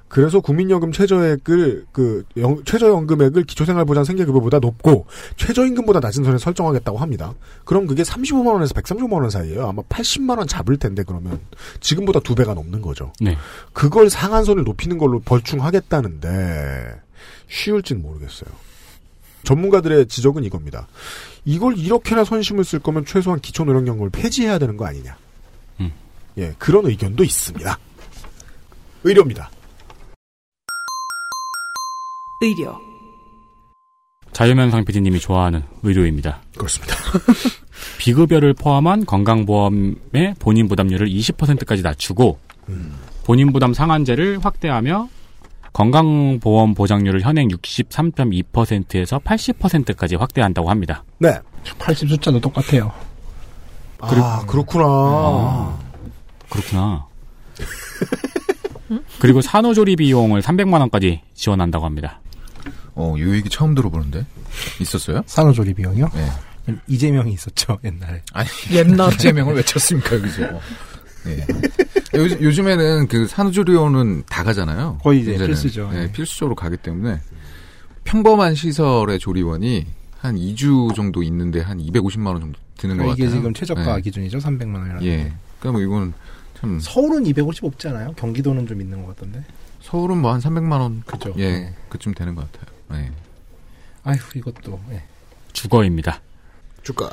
Speaker 2: 그래서 국민연금 최저액을 그 영- 최저연금액을 기초생활보장 생계급여보다 높고 최저임금보다 낮은 선에 설정하겠다고 합니다. 그럼 그게 35만 원에서 135만 원 사이예요. 아마 80만 원 잡을 텐데 그러면 지금보다 두 배가 넘는 거죠.
Speaker 5: 네.
Speaker 2: 그걸 상한선을 높이는 걸로 벌충하겠다는데 쉬울진 모르겠어요. 전문가들의 지적은 이겁니다. 이걸 이렇게나 선심을 쓸 거면 최소한 기초노령연금을 폐지해야 되는 거 아니냐.
Speaker 5: 음.
Speaker 2: 예, 그런 의견도 있습니다. 의료입니다.
Speaker 11: 의료,
Speaker 5: 자유면상 PD님이 좋아하는 의료입니다.
Speaker 2: 그렇습니다.
Speaker 5: 비급여를 포함한 건강보험의 본인 부담률을 20%까지 낮추고
Speaker 2: 음.
Speaker 5: 본인 부담 상한제를 확대하며 건강보험 보장률을 현행 63.2%에서 80%까지 확대한다고 합니다.
Speaker 2: 네.
Speaker 4: 80 숫자도 똑같아요.
Speaker 2: 아, 그렇구나.
Speaker 5: 음. 그렇구나. 그리고 산후조리 비용을 300만 원까지 지원한다고 합니다.
Speaker 10: 어, 요 얘기 처음 들어보는데? 있었어요?
Speaker 4: 산후조리 비용이요?
Speaker 10: 네.
Speaker 4: 이재명이 있었죠 옛날에.
Speaker 10: 아니,
Speaker 7: 옛날에.
Speaker 10: 이재명을 외쳤습니까, 여기서. 네. 요즘, 요즘에는 그 산후조리원은 다 가잖아요.
Speaker 4: 거의 이제
Speaker 10: 이제는.
Speaker 4: 필수죠.
Speaker 10: 네,
Speaker 4: 네.
Speaker 10: 필수적으로 가기 때문에 평범한 시설의 조리원이 한 2주 정도 있는데 한 250만 원 정도 드는 것
Speaker 4: 그러니까
Speaker 10: 같아요.
Speaker 4: 이게 지금 최저가
Speaker 10: 네.
Speaker 4: 기준이죠 300만 원이라는.
Speaker 10: 예. 그러니까 뭐 이건 참
Speaker 4: 서울은 250 없지 않아요? 경기도는 좀 있는 것 같던데.
Speaker 10: 서울은 뭐 한 300만 원
Speaker 4: 그죠.
Speaker 2: 음.
Speaker 10: 예, 그쯤 되는 것 같아요. 예.
Speaker 4: 아휴 이것도 예.
Speaker 5: 주거입니다.
Speaker 2: 주가.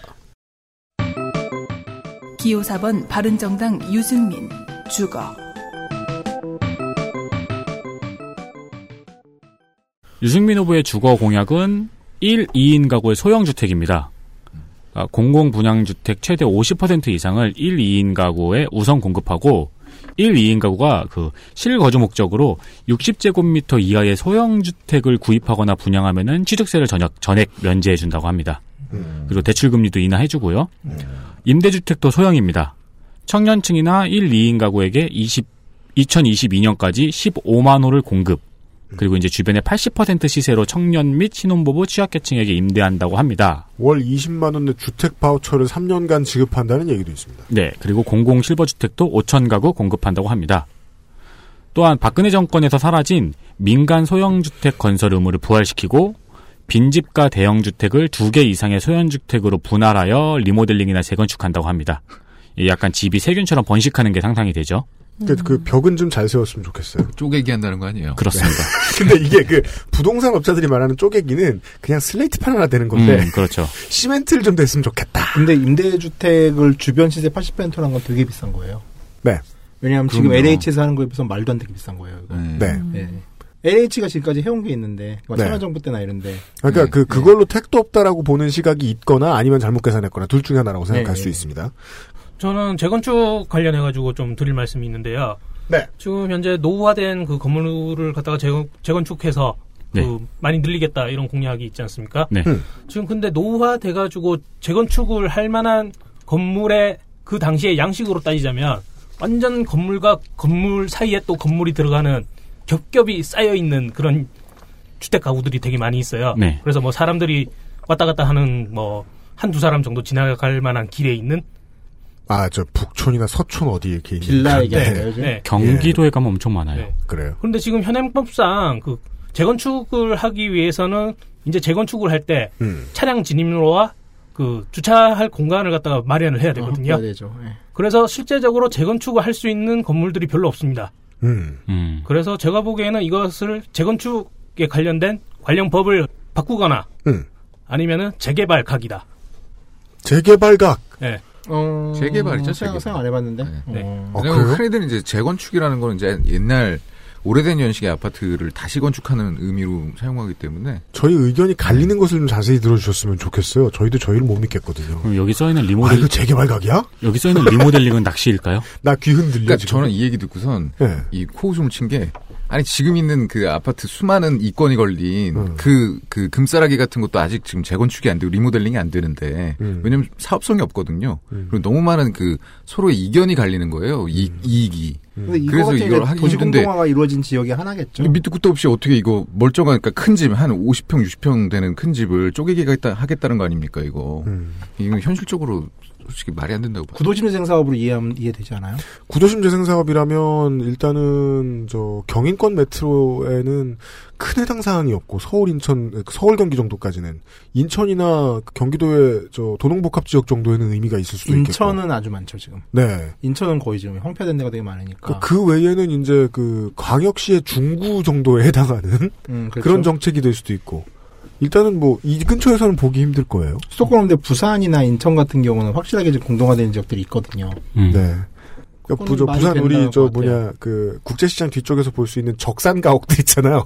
Speaker 11: 기호 4번 바른정당 유승민, 주거,
Speaker 5: 유승민 후보의 주거 공약은 1, 2인 가구의 소형주택입니다. 아, 공공분양주택 최대 50% 이상을 1, 2인 가구에 우선 공급하고 1, 2인 가구가 그 실거주 목적으로 60제곱미터 이하의 소형주택을 구입하거나 분양하면은 취득세를 전역, 전액 면제해준다고 합니다. 그리고 대출금리도 인하해주고요. 임대주택도 소형입니다. 청년층이나 1, 2인 가구에게 20, 2022년까지 15만 호를 공급, 그리고 이제 주변의 80% 시세로 청년 및 신혼부부 취약계층에게 임대한다고 합니다.
Speaker 2: 월 20만 원의 주택 바우처를 3년간 지급한다는 얘기도 있습니다.
Speaker 5: 네, 그리고 공공 실버주택도 5천 가구 공급한다고 합니다. 또한 박근혜 정권에서 사라진 민간 소형주택 건설 의무를 부활시키고 빈집과 대형주택을 두 개 이상의 소형주택으로 분할하여 리모델링이나 재건축한다고 합니다. 이 약간 집이 세균처럼 번식하는 게 상상이 되죠.
Speaker 2: 근데 그 벽은 좀 잘 세웠으면 좋겠어요.
Speaker 10: 쪼개기 한다는 거 아니에요?
Speaker 5: 그렇습니다.
Speaker 2: 근데 이게 그 부동산 업자들이 말하는 쪼개기는 그냥 슬레이트판 하나 되는 건데
Speaker 5: 음, 그렇죠.
Speaker 2: 시멘트를 좀 됐으면 좋겠다.
Speaker 4: 근데 임대주택을 주변 시세 80%라는 건 되게 비싼 거예요.
Speaker 2: 네.
Speaker 4: 왜냐하면 지금
Speaker 10: 그럼요.
Speaker 4: LH에서 하는 거에 비해서 말도 안 되게 비싼 거예요. 이거.
Speaker 2: 네.
Speaker 4: 예. LH가 지금까지 해온 게 있는데
Speaker 2: 네.
Speaker 4: 참여정부 때나 이런데
Speaker 2: 그러니까
Speaker 4: 네.
Speaker 2: 그 그걸로 택도 없다라고 보는 시각이 있거나 아니면 잘못 계산했거나 둘 중에 하나라고 생각할
Speaker 4: 네.
Speaker 2: 수 있습니다.
Speaker 8: 저는 재건축 관련해가지고 좀 드릴 말씀이 있는데요.
Speaker 2: 네.
Speaker 8: 지금 현재 노후화된 그 건물을 갖다가 재건, 재건축해서 그
Speaker 5: 네.
Speaker 8: 많이 늘리겠다 이런 공약이 있지 않습니까?
Speaker 5: 네.
Speaker 2: 음.
Speaker 8: 지금 근데 노후화돼가지고 재건축을 할 만한 건물의 그 당시의 양식으로 따지자면 완전 건물과 건물 사이에 또 건물이 들어가는 겹겹이 쌓여 있는 그런 주택 가구들이 되게 많이 있어요.
Speaker 5: 네.
Speaker 8: 그래서 뭐 사람들이 왔다 갔다 하는 뭐 한두 사람 정도 지나갈 만한 길에 있는
Speaker 2: 아, 저 북촌이나 서촌 어디 이렇게 있는
Speaker 4: 빌라
Speaker 2: 그런-
Speaker 4: 얘기하는
Speaker 2: 네.
Speaker 4: 거예요. 지금?
Speaker 8: 네.
Speaker 5: 경기도에 가면 엄청 많아요.
Speaker 8: 네.
Speaker 2: 그래요.
Speaker 8: 그런데 지금 현행법상 그 재건축을 하기 위해서는 이제 재건축을 할 때
Speaker 2: 음.
Speaker 8: 차량 진입로와 그 주차할 공간을 갖다가 마련을 해야 되거든요.
Speaker 4: 해야 되죠. 예.
Speaker 8: 그래서 실제적으로 재건축을 할 수 있는 건물들이 별로 없습니다.
Speaker 2: 음.
Speaker 5: 음.
Speaker 8: 그래서 제가 보기에는 이것을 재건축에 관련된 관련 법을 바꾸거나
Speaker 2: 음.
Speaker 8: 아니면은 재개발 각이다.
Speaker 2: 재개발각.
Speaker 8: 예.
Speaker 4: 어,
Speaker 10: 재개발이죠,
Speaker 4: 생각,
Speaker 10: 재개발.
Speaker 4: 생각 안 해봤는데.
Speaker 8: 네.
Speaker 4: 어.
Speaker 2: 아,
Speaker 10: 왜냐면
Speaker 2: 그래요?
Speaker 10: 흔히들 이제 재건축이라는 건 이제 옛날 오래된 연식의 아파트를 다시 건축하는 의미로 사용하기 때문에
Speaker 2: 저희 의견이 갈리는 것을 좀 자세히 들어주셨으면 좋겠어요. 저희도 저희를 못 믿겠거든요.
Speaker 5: 그럼 여기 써있는
Speaker 2: 아,
Speaker 5: 리모델,
Speaker 2: 이거 재개발각이야?
Speaker 5: 여기 써있는 리모델링은 낚시일까요?
Speaker 2: 나 귀 흔들려
Speaker 10: 그러니까
Speaker 2: 지금.
Speaker 10: 저는 이 얘기 듣고선
Speaker 2: 예.
Speaker 10: 이 코웃음을 친 게 아니 지금 있는 그 아파트 수많은 이권이 걸린
Speaker 2: 음.
Speaker 10: 그 그 금싸라기 같은 것도 아직 지금 재건축이 안 되고 리모델링이 안 되는데
Speaker 2: 음.
Speaker 10: 왜냐면 사업성이 없거든요.
Speaker 2: 음.
Speaker 10: 그리고 너무 많은 그 서로의 이견이 갈리는 거예요. 이, 이익이
Speaker 4: 근데 이거
Speaker 10: 음. 그래서
Speaker 4: 같은
Speaker 10: 이걸
Speaker 4: 게
Speaker 10: 하기
Speaker 4: 도시
Speaker 10: 힘든데-
Speaker 4: 공동화가 이루어진 지역이 하나겠죠.
Speaker 10: 밑도 끝도 없이 어떻게 이거 멀쩡한 그러니까 큰 집 한 50평 60평 되는 큰 집을 쪼개게 하겠다, 하겠다는 거 아닙니까 이거
Speaker 2: 음.
Speaker 10: 이건 현실적으로 솔직히 말이 안 된다고 봐요.
Speaker 4: 구도심생 사업으로 이해하면 이해되지 않아요?
Speaker 2: 구도심 재생 사업이라면 일단은 저 경인권 메트로에는 큰 해당 사항이 없고 서울 인천 서울 경기 정도까지는 인천이나 경기도의 저 도농복합 지역 정도에는 의미가 있을 수도 있겠고.
Speaker 4: 인천은 아주 많죠 지금.
Speaker 2: 네.
Speaker 4: 인천은 거의 지금 형편된 데가 되게 많으니까.
Speaker 2: 그- 그 외에는 이제 그 광역시의 중구 정도에 해당하는
Speaker 4: 음,
Speaker 2: 그
Speaker 4: 그렇죠.
Speaker 2: 런 정책이 될 수도 있고. 일단은 뭐 이 근처에서는 보기 힘들 거예요.
Speaker 4: 수도권 근데 부산이나 인천 같은 경우는 확실하게 지금 공동화되는 지역들이 있거든요.
Speaker 5: 음.
Speaker 2: 네. 그
Speaker 4: 그거는
Speaker 2: 부저,
Speaker 4: 많이
Speaker 2: 부산 우리
Speaker 4: 된다는
Speaker 2: 저
Speaker 4: 것 같아요.
Speaker 2: 뭐냐 그 국제시장 뒤쪽에서 볼 수 있는 적산 가옥들 있잖아요.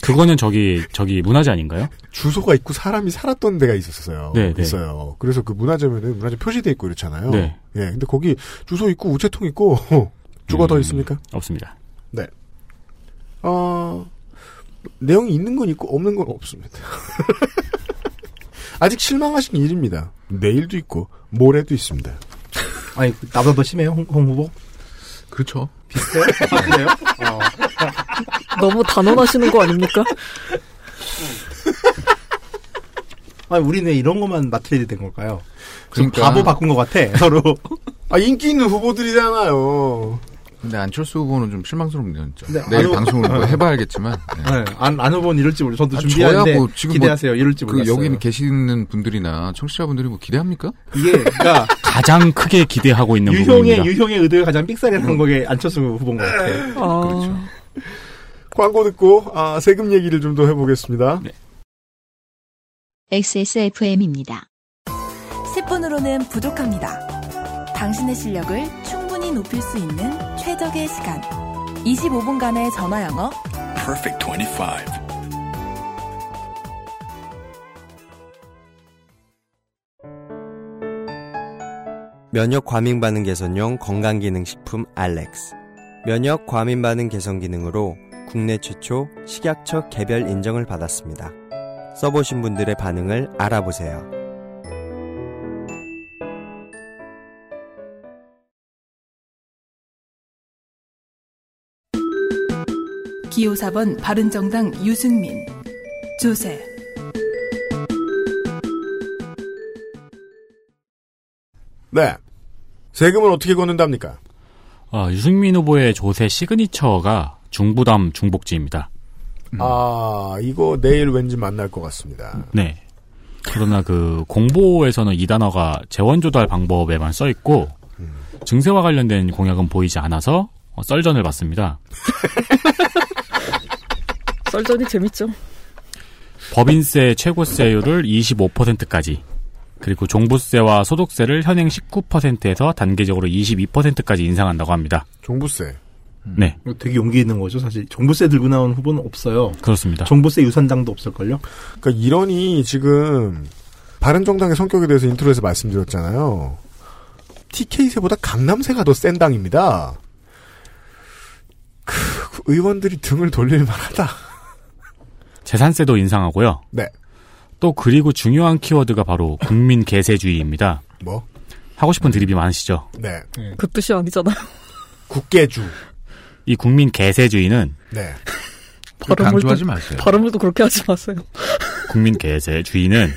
Speaker 5: 그거는 저기, 저기 문화재 아닌가요?
Speaker 2: 주소가 있고 사람이 살았던 데가 있었어요.
Speaker 5: 네, 네.
Speaker 2: 있어요. 그래서 그 문화재면은 문화재 표시돼 있고 이렇잖아요.
Speaker 5: 네.
Speaker 2: 예. 근데 거기 주소 있고 우체통 있고 주가 더
Speaker 5: 음,
Speaker 2: 있습니까? 네.
Speaker 5: 없습니다.
Speaker 2: 어 내용이 있는 건 있고 없는 건 없습니다. 아직 실망하신 일입니다. 내일도 있고 모레도 있습니다.
Speaker 4: 아니 나보다 더 심해요 홍, 홍 후보?
Speaker 10: 그렇죠.
Speaker 4: 비슷해요? 아, 그래요? 어.
Speaker 7: 너무 단언하시는 거 아닙니까?
Speaker 4: 아니 우리는 왜 이런 것만 마트레이드 된 걸까요? 지금
Speaker 10: 그러니까.
Speaker 4: 바보 바꾼 것 같아 서로.
Speaker 2: 아 인기 있는 후보들이잖아요.
Speaker 10: 근데 안철수 후보는 좀 실망스럽네요. 진짜.
Speaker 4: 네,
Speaker 10: 내일
Speaker 4: 아주-
Speaker 10: 방송을 뭐 해봐야겠지만 네.
Speaker 4: 네, 안, 안 후보는 이럴지 모르. 저도
Speaker 10: 아,
Speaker 4: 준비하는데
Speaker 10: 저야 뭐 지금 뭐
Speaker 4: 네, 기대하세요. 이럴지
Speaker 10: 그
Speaker 4: 몰랐어요. 어,
Speaker 10: 여기 계시는 분들이나 청취자분들이 뭐 기대합니까?
Speaker 4: 이게 그러니까
Speaker 5: 가장 크게 기대하고 있는
Speaker 4: 유형의
Speaker 5: 부분입니다.
Speaker 4: 유형의 의도에 가장 삑사리 난 거게 안철수 후보인 것 같아.
Speaker 7: 아,
Speaker 2: 광고 듣고 아, 세금 얘기를 좀 더 해보겠습니다.
Speaker 1: XSFM입니다.
Speaker 3: 10분으로는 부족합니다. 당신의 실력을 충분히 높일 수 있는 최적의 시간. 25분간의 전화 영어
Speaker 9: Perfect 25.
Speaker 12: 면역 과민 반응 개선용 건강 기능 식품 알렉스. 면역 과민 반응 개선 기능으로 국내 최초 식약처 개별 인정을 받았습니다. 써보신 분들의 반응을 알아보세요.
Speaker 11: 기호 4번 바른정당 유승민 조세
Speaker 2: 네. 세금을 어떻게 걷는답니까?
Speaker 5: 아, 유승민 후보의 조세 시그니처가 중부담 중복지입니다.
Speaker 2: 아, 이거 내일 왠지 만날 것 같습니다.
Speaker 5: 네. 그러나 그 공보에서는 이 단어가 재원 조달 방법에만 써 있고
Speaker 2: 음.
Speaker 5: 증세와 관련된 공약은 보이지 않아서 어, 썰전을 봤습니다.
Speaker 7: 썰전이 재밌죠.
Speaker 5: 법인세 최고세율을 25%까지 그리고 종부세와 소득세를 현행 19%에서 단계적으로 22%까지 인상한다고 합니다.
Speaker 2: 종부세.
Speaker 5: 네.
Speaker 4: 되게 용기 있는 거죠, 사실. 종부세 들고 나온 후보는 없어요.
Speaker 5: 그렇습니다.
Speaker 4: 종부세 유산당도 없을걸요?
Speaker 2: 그러니까 이런이 지금 바른정당의 성격에 대해서 인트로에서 말씀드렸잖아요. TK세보다 강남세가 더 센 당입니다. 크, 의원들이 등을 돌릴 만하다.
Speaker 5: 재산세도 인상하고요.
Speaker 2: 네.
Speaker 5: 또 그리고 중요한 키워드가 바로 국민 개세주의입니다.
Speaker 2: 뭐?
Speaker 5: 하고 싶은 드립이 많으시죠?
Speaker 2: 네.
Speaker 7: 그 뜻이 아니잖아요.
Speaker 2: 국개주.
Speaker 5: 이 국민 개세주의는
Speaker 2: 네.
Speaker 10: 강조하지
Speaker 7: 또-
Speaker 10: 마세요.
Speaker 7: 발음을 또 그렇게 하지 마세요.
Speaker 5: 국민 개세주의는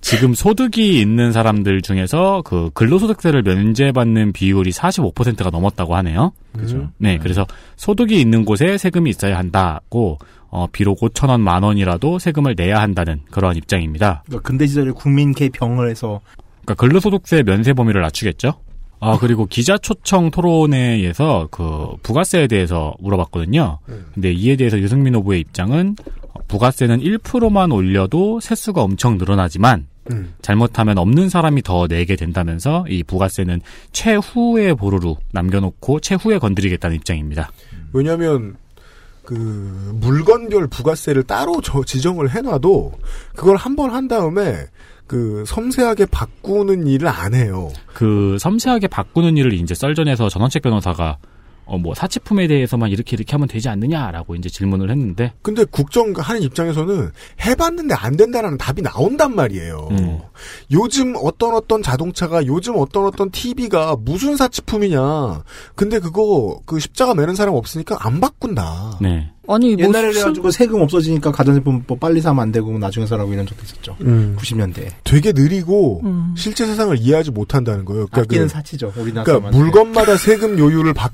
Speaker 5: 지금 소득이 있는 사람들 중에서 그 근로소득세를 면제받는 비율이 45%가 넘었다고 하네요.
Speaker 10: 그죠.
Speaker 5: 네, 그래서 소득이 있는 곳에 세금이 있어야 한다고 어, 비록 5천 원, 만 원이라도 세금을 내야 한다는 그러한 입장입니다.
Speaker 4: 그러니까 근대 시절에 국민개 병을 해서
Speaker 5: 그러니까 근로소득세 면세 범위를 낮추겠죠? 아, 그리고 기자 초청 토론회에서 그 부가세에 대해서 물어봤거든요. 근데 이에 대해서 유승민 후보의 입장은 어, 부가세는 1%만 올려도 세수가 엄청 늘어나지만
Speaker 2: 음.
Speaker 5: 잘못하면 없는 사람이 더 내게 된다면서 이 부가세는 최후의 보루로 남겨놓고 최후에 건드리겠다는 입장입니다.
Speaker 2: 왜냐하면 그 물건별 부가세를 따로 저 지정을 해놔도 그걸 한 번 한 다음에 그 섬세하게 바꾸는 일을 안 해요.
Speaker 5: 그 섬세하게 바꾸는 일을 이제 썰전에서 전원책 변호사가 어 뭐 사치품에 대해서만 이렇게 이렇게 하면 되지 않느냐라고 이제 질문을 했는데
Speaker 2: 근데 국정하는 입장에서는 해봤는데 안 된다라는 답이 나온단 말이에요.
Speaker 4: 음.
Speaker 2: 요즘 어떤 어떤 자동차가 요즘 어떤 어떤 TV가 무슨 사치품이냐. 근데 그거 그 십자가 매는 사람 없으니까 안 바꾼다.
Speaker 5: 네.
Speaker 7: 아니 뭐
Speaker 4: 옛날에
Speaker 7: 술-
Speaker 4: 그래가지고 세금 없어지니까 가전제품 뭐 빨리 사면 안 되고 나중에 사라고 이런 적도 있었죠. 90년대.
Speaker 2: 되게 느리고 실제 세상을 이해하지 못한다는 거예요. 그러니까
Speaker 4: 아끼는
Speaker 2: 그-
Speaker 4: 사치죠. 우리나라
Speaker 2: 그러니까
Speaker 4: 사람한테.
Speaker 2: 물건마다 세금 요율을 바,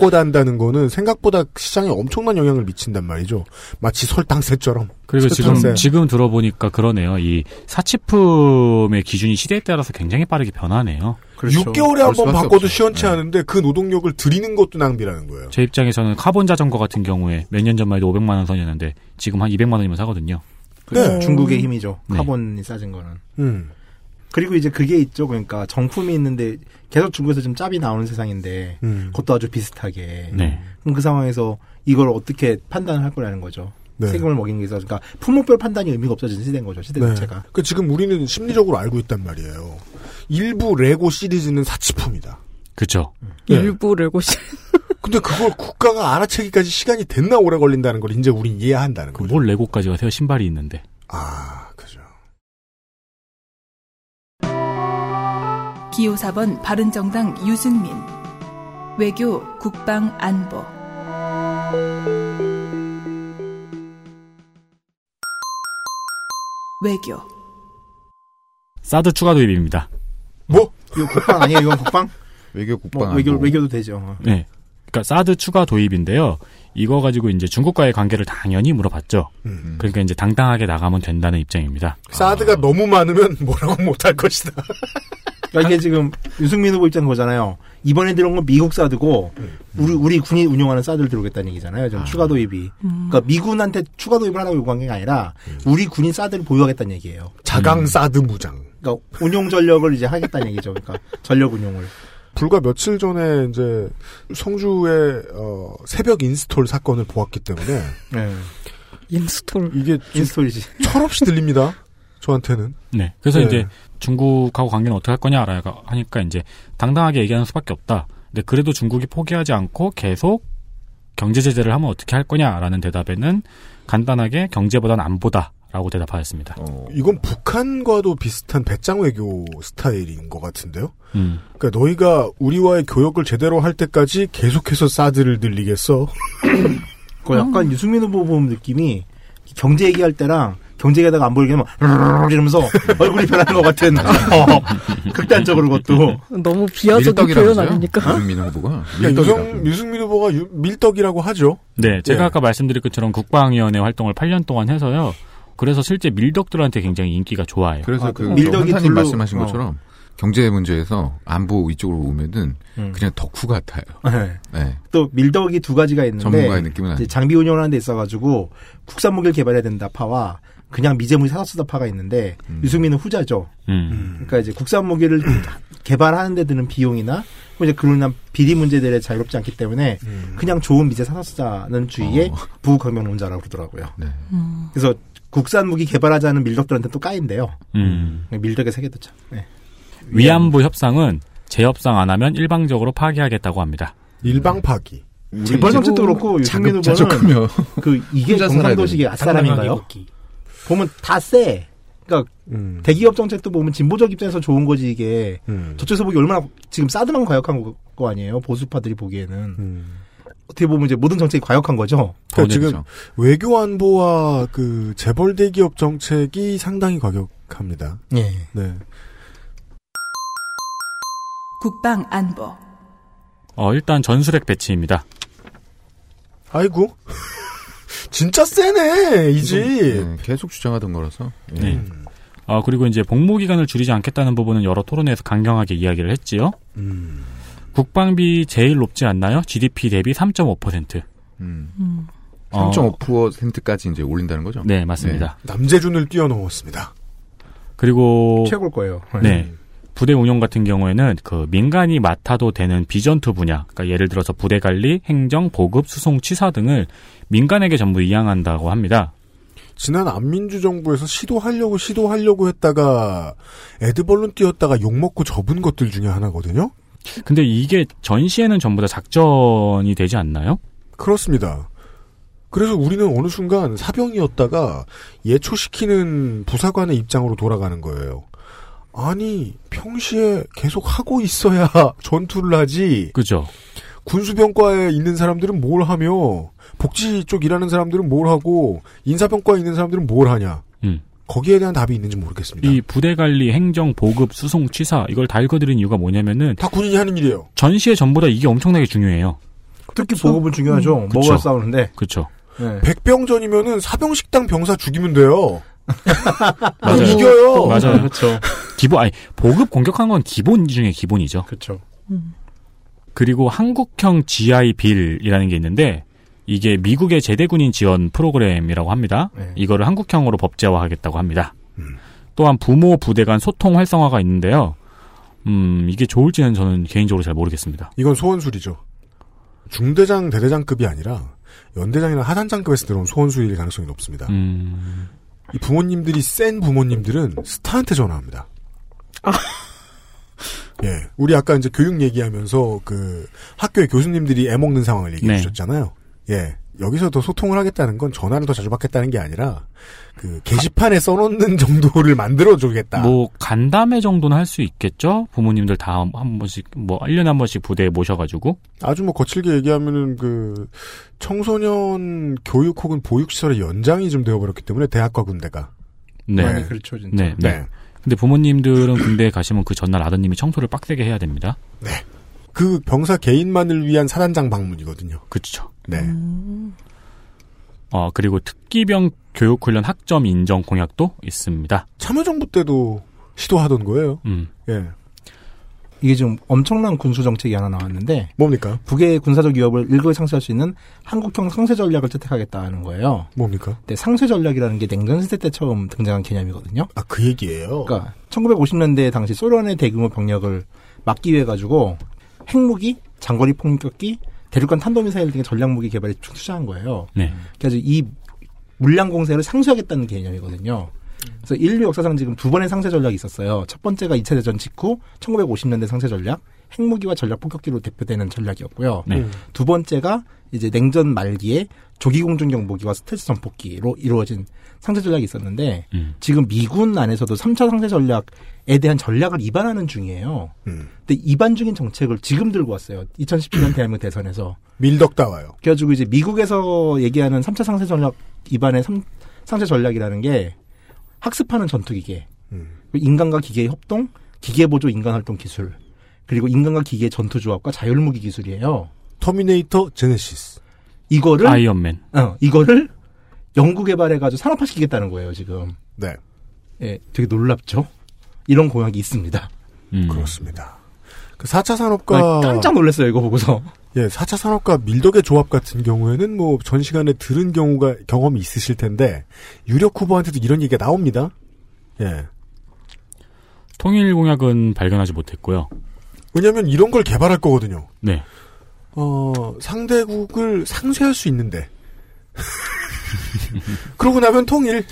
Speaker 2: 꿔다한다는 거는 생각보다 시장에 엄청난 영향을 미친단 말이죠. 마치 설탕세처럼.
Speaker 5: 그리고 지금
Speaker 2: 설탕세.
Speaker 5: 지금 들어보니까 그러네요. 이 사치품의 기준이 시대에 따라서 굉장히 빠르게 변하네요.
Speaker 4: 그렇죠.
Speaker 2: 6개월에 한 번 바꿔도
Speaker 4: 네.
Speaker 2: 시원치 않은데 그 노동력을 들이는 것도 낭비라는 거예요.
Speaker 4: 그렇죠.
Speaker 5: 제 입장에서는 카본 자전거 같은 경우에 몇 년 전만 해도 500만 원 선이었는데 지금 한 200만 원이면 사거든요.
Speaker 2: 네.
Speaker 4: 그렇죠. 중국의 힘이죠.
Speaker 5: 네.
Speaker 4: 카본이 싸진 거는.
Speaker 2: 음.
Speaker 4: 그리고 이제 그게 있죠. 그러니까 정품이 있는데 계속 중국에서 좀 짭이 나오는 세상인데
Speaker 2: 음.
Speaker 4: 그것도 아주 비슷하게.
Speaker 5: 네.
Speaker 4: 그럼 그 상황에서 이걸 어떻게 판단을 할 거라는 거죠.
Speaker 2: 네.
Speaker 4: 세금을 먹이는 게 있어서 그러니까 품목별 판단이 의미가 없어진 시대인 거죠. 시대 자체가.
Speaker 2: 그 지금 우리는 심리적으로 알고 있단 말이에요. 일부 레고 시리즈는 사치품이다.
Speaker 5: 그렇죠.
Speaker 7: 일부 레고 시
Speaker 2: 근데 그걸 국가가 알아채기까지 시간이 됐나 오래 걸린다는 걸 이제 우린 이해한다는 거죠.
Speaker 5: 그 뭘 레고까지 가세요? 신발이 있는데.
Speaker 2: 아, 그죠.
Speaker 11: 기호 4번 바른정당 유승민 외교 국방 안보 외교
Speaker 5: 사드 추가 도입입니다.
Speaker 2: 뭐?
Speaker 4: 이거 국방 아니에요? 이건 국방?
Speaker 10: 외교 국방
Speaker 4: 뭐 외교
Speaker 10: 안보.
Speaker 4: 외교도 되죠. 어.
Speaker 5: 네. 그러니까 사드 추가 도입인데요. 이거 가지고 이제 중국과의 관계를 당연히 물어봤죠. 그러니까 이제 당당하게 나가면 된다는 입장입니다.
Speaker 4: 아.
Speaker 2: 사드가 너무 많으면 뭐라고 못할 것이다.
Speaker 4: 음. 그러니까 이게 지금 유승민 후보 입장 거잖아요. 이번에 들어온 건 미국 사드고 우리 우리 군이 운영하는 사드를 들어오겠다는 네. 얘기잖아요. 지금 추가 도입이. 그러니까 미군한테 추가 도입을 하라고 요구한 게 아니라 우리 군이 사드를 보유하겠다는 얘기예요.
Speaker 2: 자강 사드 무장.
Speaker 4: 그러니까 운용 전력을 이제 하겠다는 얘기죠. 그러니까 전력 운용을.
Speaker 2: 불과 며칠 전에 이제 성주의 어, 새벽 인스톨 사건을 보았기 때문에
Speaker 4: 네.
Speaker 7: 인스톨
Speaker 2: 이게 좀
Speaker 4: 인스톨이지.
Speaker 2: 철없이 들립니다. 저한테는.
Speaker 5: 네. 그래서
Speaker 2: 네.
Speaker 5: 이제 중국하고 관계는 어떻게 할 거냐 라고 하니까 이제 당당하게 얘기하는 수밖에 없다. 근데 그래도 중국이 포기하지 않고 계속 경제 제재를 하면 어떻게 할 거냐라는 대답에는 간단하게 경제보단 안보다라고 대답하였습니다.
Speaker 2: 어. 이건 북한과도 비슷한 배짱 외교 스타일인 것 같은데요.
Speaker 5: 음.
Speaker 2: 그러니까 너희가 우리와의 교역을 제대로 할 때까지 계속해서 사드를 늘리겠어.
Speaker 4: 그 약간 유승민 후보 보면 느낌이 경제 얘기할 때랑 경제에다가 안 보이게 하면 르르르 이러면서 얼굴이 변하는 것 같은 어, 극단적으로 그것도
Speaker 7: 너무 비하적인 표현 아닙니까?
Speaker 10: 유승민 후보가
Speaker 2: 그러니까 유승, 유승민 후보가 유- 밀떡이라고 하죠.
Speaker 5: 네, 제가
Speaker 2: 예.
Speaker 5: 아까 말씀드린 것처럼 국방위원회 활동을 8년 동안 해서요. 그래서 실제 밀덕들한테 굉장히 인기가 좋아요.
Speaker 10: 그래서 그 밀덕이 님 말씀하신
Speaker 4: 어.
Speaker 10: 것처럼 경제 문제에서 안보 이쪽으로 오면은
Speaker 4: 음.
Speaker 10: 그냥 덕후 같아요.
Speaker 4: 네.
Speaker 10: 네.
Speaker 4: 또 밀덕이 두 가지가 있는데
Speaker 10: 전문가의 느낌은
Speaker 4: 이제
Speaker 10: 아니에요.
Speaker 4: 장비 운영하는 데 있어가지고 국산 무기를 개발해야 된다 파와 그냥 미제무기 사서 쓰다 파가 있는데 유승민은 후자죠.
Speaker 5: 음.
Speaker 4: 그러니까 이제 국산 무기를
Speaker 10: 음.
Speaker 4: 개발하는 데 드는 비용이나 뭐 이제 그로 인한 비리 문제들에 자유롭지 않기 때문에
Speaker 10: 음.
Speaker 4: 그냥 좋은 미제 사서 쓰자는 주의에
Speaker 10: 어.
Speaker 4: 부국강명론자라고 그러더라고요.
Speaker 10: 네.
Speaker 4: 그래서 국산 무기 개발하자는 밀덕들한테 또 까인데요.
Speaker 5: 음.
Speaker 4: 밀덕의 세계도 참. 네.
Speaker 5: 위안부 협상은 재협상 안 하면 일방적으로 파기하겠다고 합니다.
Speaker 2: 일방 파기.
Speaker 4: 재벌 정책도 그렇고 유승민 후보는 그 이게
Speaker 5: 혼자 살아야
Speaker 4: 경상도식의
Speaker 5: 되는. 장난하기
Speaker 4: 아싸람인가요? 보면 다 쎄. 그러니까
Speaker 2: 음.
Speaker 4: 대기업 정책도 보면 진보적 입장에서 좋은 거지 이게 저쪽에서 보기 얼마나 지금 사드만 과역한 거, 거 아니에요? 보수파들이 보기에는 어떻게 보면 이제 모든 정책이 과역한 거죠.
Speaker 2: 음. 그러니까 지금 외교 안보와 그 재벌 대기업 정책이 상당히 과격합니다.
Speaker 4: 예.
Speaker 2: 네.
Speaker 11: 국방 안보.
Speaker 5: 어, 일단 전술핵 배치입니다.
Speaker 2: 아이고. 진짜 세네, 이 집.
Speaker 10: 음,
Speaker 4: 예.
Speaker 10: 계속 주장하던 거라서. 예.
Speaker 5: 네. 아, 그리고 이제 복무 기간을 줄이지 않겠다는 부분은 여러 토론회에서 강경하게 이야기를 했지요. 국방비 제일 높지 않나요? GDP 대비 3.5%.
Speaker 10: 음.
Speaker 11: 음.
Speaker 7: 어.
Speaker 10: 3.5%까지 이제 올린다는 거죠?
Speaker 5: 어. 네, 맞습니다.
Speaker 2: 남재준을 뛰어넘었습니다.
Speaker 5: 그리고
Speaker 4: 뭐 최고일 거예요.
Speaker 5: 네. 부대 운영 같은 경우에는 그 민간이 맡아도 되는 비전투 분야, 그러니까 예를 들어서 부대 관리, 행정, 보급, 수송, 취사 등을 민간에게 전부 이양한다고 합니다.
Speaker 2: 지난 안민주 정부에서 시도하려고 시도하려고 했다가 에드벌룬 뛰었다가 욕먹고 접은 것들 중에 하나거든요.
Speaker 5: 근데 이게 전시에는 전부 다 작전이 되지 않나요?
Speaker 2: 그렇습니다. 그래서 우리는 어느 순간 사병이었다가 예초시키는 부사관의 입장으로 돌아가는 거예요. 아니, 평시에 계속 하고 있어야 전투를 하지.
Speaker 5: 그죠.
Speaker 2: 군수병과에 있는 사람들은 뭘 하며, 복지 쪽 일하는 사람들은 뭘 하고, 인사병과에 있는 사람들은 뭘 하냐.
Speaker 5: 음.
Speaker 2: 거기에 대한 답이 있는지 모르겠습니다.
Speaker 5: 이 부대 관리, 행정, 보급, 수송, 취사 이걸 다 읽어드린 이유가 뭐냐면은
Speaker 2: 다 군인이 하는 일이에요.
Speaker 5: 전시에 전부 다 이게 엄청나게 중요해요.
Speaker 4: 특히 보급은 중요하죠.
Speaker 5: 음. 그쵸.
Speaker 4: 먹어야 싸우는데. 예.
Speaker 5: 그렇죠.
Speaker 2: 백병전이면은 사병식당 병사 죽이면 돼요.
Speaker 5: 맞아요.
Speaker 2: 그럼 이겨요.
Speaker 5: 맞아요.
Speaker 4: 그렇죠.
Speaker 5: 기본 아니 보급 공격한 건 기본 중에 기본이죠.
Speaker 4: 그렇죠.
Speaker 5: 그리고 한국형 GI 빌이라는 게 있는데 이게 미국의 제대군인 지원 프로그램이라고 합니다. 이거를 한국형으로 법제화하겠다고 합니다. 또한 부모 부대 간 소통 활성화가 있는데요. 음, 이게 좋을지는 저는 개인적으로 잘 모르겠습니다.
Speaker 2: 이건 소원술이죠. 중대장, 대대장급이 아니라 연대장이나 하단장급에서 들어온 소원술일 가능성이 높습니다.
Speaker 5: 음.
Speaker 2: 이 부모님들이 센 부모님들은 스타한테 전화합니다. 예, 우리 아까 이제 교육 얘기하면서 그 학교의 교수님들이 애 먹는 상황을 얘기해
Speaker 5: 네.
Speaker 2: 주셨잖아요. 예, 여기서 더 소통을 하겠다는 건 전화를 더 자주 받겠다는 게 아니라 그 게시판에 써놓는 정도를 만들어 주겠다.
Speaker 5: 뭐 간담회 정도는 할 수 있겠죠. 부모님들 다 한 번씩 뭐 1년에 한 번씩 부대에 모셔 가지고
Speaker 2: 아주 뭐 거칠게 얘기하면은 그 청소년 교육 혹은 보육 시설의 연장이 좀 되어버렸기 때문에 대학과 군대가
Speaker 5: 네.
Speaker 2: 많이
Speaker 4: 그렇죠, 진짜.
Speaker 5: 네, 네.
Speaker 2: 네.
Speaker 5: 근데 부모님들은 군대에 가시면 그 전날 아드님이 청소를 빡세게 해야 됩니다.
Speaker 2: 그 병사 개인만을 위한 사단장 방문이거든요.
Speaker 5: 그렇죠.
Speaker 2: 네.
Speaker 4: 음.
Speaker 5: 어, 그리고 특기병 교육훈련 학점 인정 공약도 있습니다.
Speaker 2: 참여정부 때도 시도하던 거예요.
Speaker 5: 음.
Speaker 2: 예.
Speaker 4: 이게 지금 엄청난 군수 정책이 하나 나왔는데
Speaker 2: 뭡니까?
Speaker 4: 북의 군사적 위협을 일거에 상쇄할 수 있는 한국형 상쇄 전략을 채택하겠다는 거예요.
Speaker 2: 뭡니까?
Speaker 4: 근데 상쇄 전략이라는 게 냉전 시대 때 처음 등장한 개념이거든요.
Speaker 2: 아, 그 얘기예요.
Speaker 4: 그러니까 1950년대 당시 소련의 대규모 병력을 막기 위해 가지고 핵무기, 장거리 폭격기, 대륙간 탄도미사일 등의 전략무기 개발에 쭉 투자한 거예요.
Speaker 5: 네.
Speaker 4: 그래서 이 물량 공세를 상쇄하겠다는 개념이거든요. 그래서 인류 역사상 지금 두 번의 상쇄 전략이 있었어요. 첫 번째가 2차 대전 직후 1950년대 상쇄 전략, 핵무기와 전략 폭격기로 대표되는 전략이었고요.
Speaker 5: 네.
Speaker 2: 음.
Speaker 4: 두 번째가 이제 냉전 말기에 조기 공중 경보기와 스텔스 전폭기로 이루어진 상쇄 전략이 있었는데
Speaker 5: 음.
Speaker 4: 지금 미군 안에서도 3차 상쇄 전략에 대한 전략을 입안하는 중이에요. 근데 입안 중인 정책을 지금 들고 왔어요. 2017년 대한민국 대선에서.
Speaker 2: 밀덕다와요.
Speaker 4: 그래가지고 이제 미국에서 얘기하는 3차 상쇄 전략 입안의 삼- 상쇄 전략이라는 게 학습하는 전투기계, 인간과 기계의 협동, 기계보조 인간활동 기술, 그리고 인간과 기계의 전투조합과 자율무기 기술이에요.
Speaker 2: 터미네이터 제네시스.
Speaker 4: 이거를
Speaker 5: 아이언맨.
Speaker 4: 어, 이거를 연구 개발해가지고 산업화시키겠다는 거예요 지금.
Speaker 2: 네.
Speaker 4: 예, 되게 놀랍죠. 이런 공약이 있습니다.
Speaker 5: 음.
Speaker 4: 음.
Speaker 2: 그렇습니다. 그 4차 산업과
Speaker 4: 아니, 깜짝 놀랐어요 이거 보고서.
Speaker 2: 예, 4차 산업과 밀덕의 조합 같은 경우에는 뭐 전 시간에 들은 경우가 경험이 있으실 텐데 유력 후보한테도 이런 얘기가 나옵니다. 예.
Speaker 5: 통일 공약은 발견하지 못했고요.
Speaker 2: 왜냐면 하 이런 걸 개발할 거거든요.
Speaker 5: 네.
Speaker 2: 어, 상대국을 상쇄할 수 있는데. 그러고 나면 통일.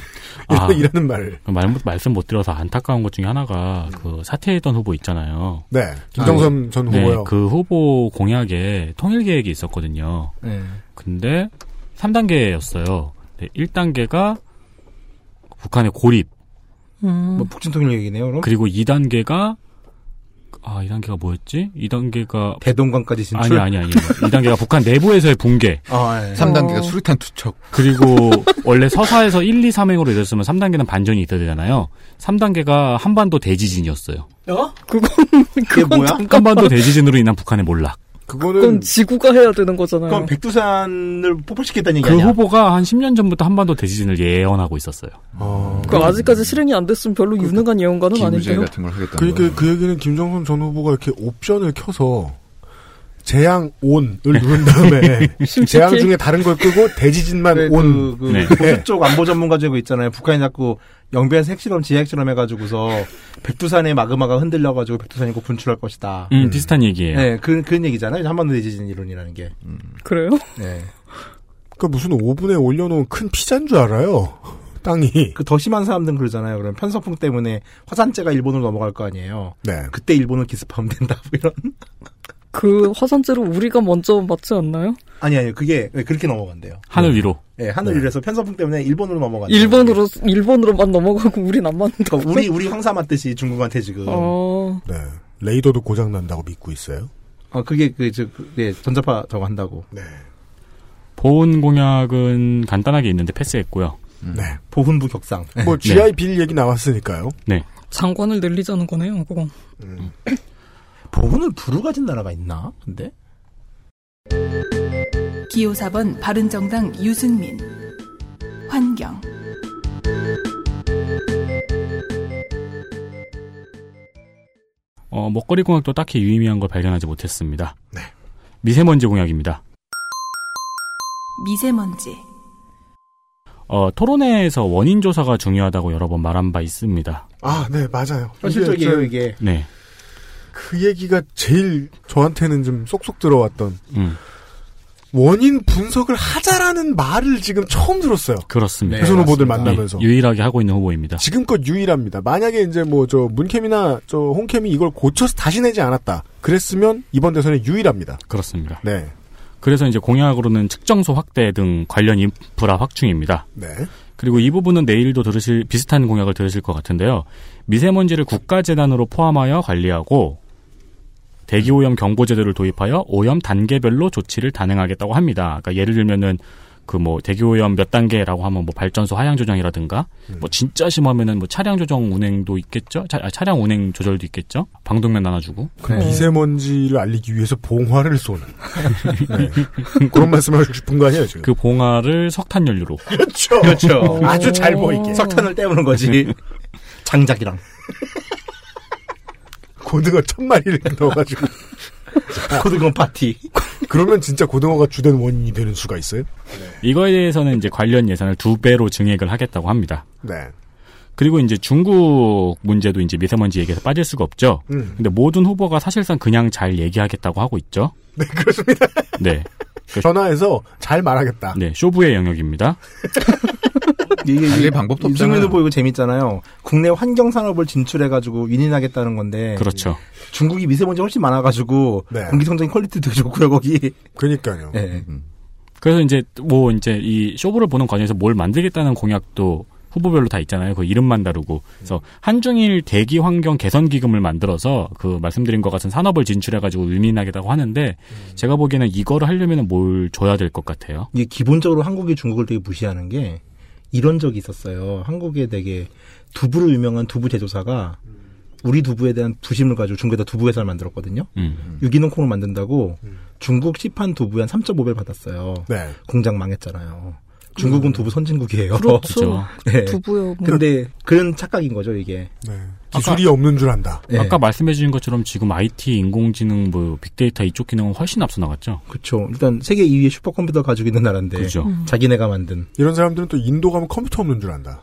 Speaker 5: 아.
Speaker 2: 이라는 말을.
Speaker 5: 말, 말씀 못 드려서 안타까운 것 중에 하나가 그 사퇴했던 후보 있잖아요.
Speaker 2: 네, 김정선 전 후보요.
Speaker 5: 네, 그 후보 공약에 통일 계획이 있었거든요.
Speaker 4: 네.
Speaker 5: 근데 3단계였어요. 1단계가 북한의 고립.
Speaker 4: 뭐 북진 통일 얘기네요. 그럼.
Speaker 5: 그리고 2단계가 아, 2단계가 뭐였지? 2단계가
Speaker 4: 대동강까지 진출?
Speaker 5: 아니 아니 아니. 2단계가 북한 내부에서의 붕괴.
Speaker 4: 아, 예.
Speaker 10: 3단계가
Speaker 5: 어.
Speaker 10: 수류탄 투척.
Speaker 5: 그리고 원래 서사에서 1, 2, 3행으로 이뤘으면 3단계는 반전이 있어야 되잖아요. 3단계가 한반도 대지진이었어요.
Speaker 7: 어? 그건 그건 잠깐만.
Speaker 5: 한반도 대지진으로 인한 북한의 몰락.
Speaker 2: 그거는
Speaker 7: 그건 지구가 해야 되는 거잖아요.
Speaker 4: 그건 백두산을 폭발시켰다는 얘기
Speaker 5: 그
Speaker 4: 아니야?
Speaker 5: 후보가 한 10년 전부터 한반도 대지진을 예언하고 있었어요. 음.
Speaker 7: 그 아직까지 실행이 안 됐으면 별로 유능한 예언가는 아닌데요.
Speaker 10: 걸 하겠다는
Speaker 2: 그러니까 그 얘기는 김정선 전 후보가 이렇게 옵션을 켜서 재앙 온을 누른 다음에 재앙 중에 다른 걸 끄고 대지진만 온.
Speaker 4: 그 보수 쪽 안보 전문가 중에 그 있잖아요. 북한이 자꾸 영변에서 핵실험, 지하핵실험 해가지고서 백두산의 마그마가 흔들려가지고 백두산이 곧 분출할 것이다.
Speaker 5: 음, 비슷한 얘기예요.
Speaker 4: 네, 그런 그런 얘기잖아요. 한반도 대지진 이론이라는 게.
Speaker 7: 그래요?
Speaker 4: 네.
Speaker 2: 그 무슨 오븐에 올려놓은 큰 피자인 줄 알아요. 땅이.
Speaker 4: 그 더 심한 사람들은 그러잖아요. 그럼 편서풍 때문에 화산재가 일본으로 넘어갈 거 아니에요.
Speaker 2: 네.
Speaker 4: 그때 일본을 기습하면 된다. 뭐 이런.
Speaker 7: 그 화산재로 우리가 먼저 맞지 않나요?
Speaker 4: 아니 아니요. 그게 네, 그렇게 넘어간대요.
Speaker 5: 하늘 위로.
Speaker 4: 예, 하늘 위에서 편서풍 때문에 일본으로 넘어간다.
Speaker 7: 일본으로 일본으로만 넘어가고 우린 안 맞는다.
Speaker 4: 그러니까 우리 우리 황사 맞듯이 중국한테 지금.
Speaker 7: 어.
Speaker 2: 네. 레이더도 고장 난다고 믿고 있어요.
Speaker 4: 아 그게 그저 네, 전자파 저거 한다고.
Speaker 2: 네.
Speaker 5: 보훈 공약은 간단하게 있는데 패스했고요.
Speaker 2: 네.
Speaker 4: 보훈부 격상. 예.
Speaker 2: 뭐 GI 빌 얘기 나왔으니까요.
Speaker 5: 네.
Speaker 7: 장관을 늘리자는 거네요. 그건.
Speaker 4: 보훈을 부르 가진 나라가 있나? 근데
Speaker 11: 기호 4번 바른정당 유승민 환경
Speaker 5: 어, 먹거리 공약도 딱히 유의미한 걸 발견하지 못했습니다.
Speaker 4: 네.
Speaker 5: 미세먼지 공약입니다.
Speaker 11: 미세먼지
Speaker 5: 어, 토론회에서 원인 조사가 중요하다고 여러 번 말한 바 있습니다.
Speaker 2: 아, 네, 맞아요.
Speaker 4: 현실적이에요,
Speaker 2: 이게
Speaker 4: 이게.
Speaker 5: 네.
Speaker 2: 그 얘기가 제일 저한테는 좀 쏙쏙 들어왔던
Speaker 5: 음.
Speaker 2: 원인 분석을 하자라는 말을 지금 처음 들었어요.
Speaker 5: 그렇습니다.
Speaker 2: 대선 후보들
Speaker 5: 네, 맞습니다.
Speaker 2: 만나면서.
Speaker 5: 예, 유일하게 하고 있는 후보입니다.
Speaker 2: 지금껏 유일합니다. 만약에 이제 뭐 저 문캠이나 저 홍캠이 이걸 고쳐서 다시 내지 않았다. 그랬으면 이번 대선에 유일합니다.
Speaker 5: 그렇습니다.
Speaker 2: 네.
Speaker 5: 그래서 이제 공약으로는 측정소 확대 등 관련 인프라 확충입니다.
Speaker 2: 네.
Speaker 5: 그리고 이 부분은 내일도 들으실 비슷한 공약을 들으실 것 같은데요. 미세먼지를 국가재단으로 포함하여 관리하고 대기오염 경보제도를 도입하여 오염 단계별로 조치를 단행하겠다고 합니다. 그러니까 예를 들면은 그 뭐 대기오염 몇 단계라고 하면 뭐 발전소 하향 조정이라든가 뭐 진짜 심하면은 뭐 차량 조정 운행도 있겠죠. 차, 아, 차량 운행 조절도 있겠죠. 방독면 나눠주고.
Speaker 2: 그
Speaker 4: 네.
Speaker 2: 미세먼지를 알리기 위해서 봉화를 쏘는. 네. 그런 말씀을 하고 싶은 거 아니에요, 지금?
Speaker 5: 그 봉화를 석탄 연료로.
Speaker 2: 그렇죠.
Speaker 4: 그렇죠.
Speaker 2: 아주 잘 보이게.
Speaker 4: 석탄을 때우는 거지. 장작이랑.
Speaker 2: 고등어 천 마리를 넣어가지고.
Speaker 4: 고등어 파티.
Speaker 2: 그러면 진짜 고등어가 주된 원인이 되는 수가 있어요?
Speaker 5: 이거에 대해서는 이제 관련 예산을 두 배로 증액을 하겠다고 합니다.
Speaker 2: 네.
Speaker 5: 그리고 이제 중국 문제도 이제 미세먼지 얘기에서 빠질 수가 없죠.
Speaker 2: 음.
Speaker 5: 근데 모든 후보가 사실상 그냥 잘 얘기하겠다고 하고 있죠.
Speaker 2: 네, 그렇습니다.
Speaker 5: 네.
Speaker 4: 그-
Speaker 2: 전화해서 잘 말하겠다.
Speaker 5: 네, 쇼부의 영역입니다.
Speaker 4: 이게
Speaker 10: 달릴 방법도 없잖아요.
Speaker 4: 유승민 후보 그 이거 재밌잖아요. 국내 환경 산업을 진출해가지고 윈윈하겠다는 건데
Speaker 5: 그렇죠.
Speaker 4: 중국이 미세먼지 훨씬 많아가지고
Speaker 2: 네.
Speaker 4: 공기 성장이 퀄리티 되게 좋고요 거기.
Speaker 2: 그러니까요.
Speaker 4: 네.
Speaker 5: 그래서 이제 뭐 이제 이 쇼부를 보는 과정에서 뭘 만들겠다는 공약도 후보별로 다 있잖아요. 그 이름만 다르고. 그래서 한중일 대기 환경 개선 기금을 만들어서 그 말씀드린 것 같은 산업을 진출해 가지고 위민하겠다고 하는데
Speaker 2: 음.
Speaker 5: 제가 보기에는 이거를 하려면 뭘 줘야 될 것 같아요.
Speaker 4: 이게 기본적으로 한국이 중국을 되게 무시하는 게 이런 적이 있었어요. 한국에 되게 두부로 유명한 두부 제조사가 우리 두부에 대한 부심을 가지고 중국에다 두부 회사를 만들었거든요.
Speaker 5: 음.
Speaker 4: 유기농 콩을 만든다고 중국 시판 두부에 한 3.5배 받았어요.
Speaker 2: 네.
Speaker 4: 공장 망했잖아요.
Speaker 5: 음.
Speaker 4: 중국은 두부 선진국이에요. 네.
Speaker 7: 그렇죠. 그렇죠. 두부요, 뭐.
Speaker 4: 근데 그런 착각인 거죠, 이게.
Speaker 2: 네. 기술이 없는 줄 안다.
Speaker 4: 예.
Speaker 5: 아까 말씀해 주신 것처럼 지금 IT, 인공지능, 뭐 빅데이터 이쪽 기능은 훨씬 앞서 나갔죠.
Speaker 4: 그렇죠. 일단 세계 2위의 슈퍼컴퓨터 가지고 있는 나라인데
Speaker 5: 그죠. 음.
Speaker 4: 자기네가 만든
Speaker 2: 이런 사람들은 또 인도 가면 컴퓨터 없는 줄 안다.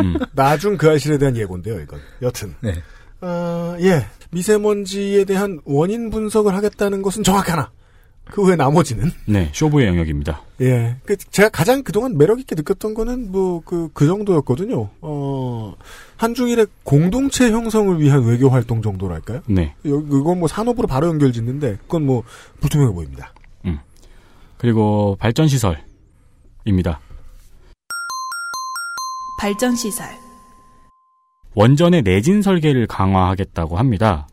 Speaker 5: 음.
Speaker 2: 나중 그 아실에 대한 예고인데요, 이건. 여튼.
Speaker 4: 네.
Speaker 2: 아, 예. 미세먼지에 대한 원인 분석을 하겠다는 것은 정확하나. 그 후에 나머지는.
Speaker 5: 네, 쇼부의 영역입니다.
Speaker 2: 예. 그 제가 가장 그동안 매력있게 느꼈던 거는 뭐, 그, 그 정도였거든요. 어, 한중일의 공동체 형성을 위한 외교 활동 정도랄까요?
Speaker 5: 네.
Speaker 2: 여- 이건 뭐 산업으로 바로 연결 짓는데, 그건 뭐, 불투명해 보입니다.
Speaker 5: 그리고 발전 시설입니다.
Speaker 11: 발전 시설,
Speaker 5: 원전의 내진 설계를 강화하겠다고 합니다.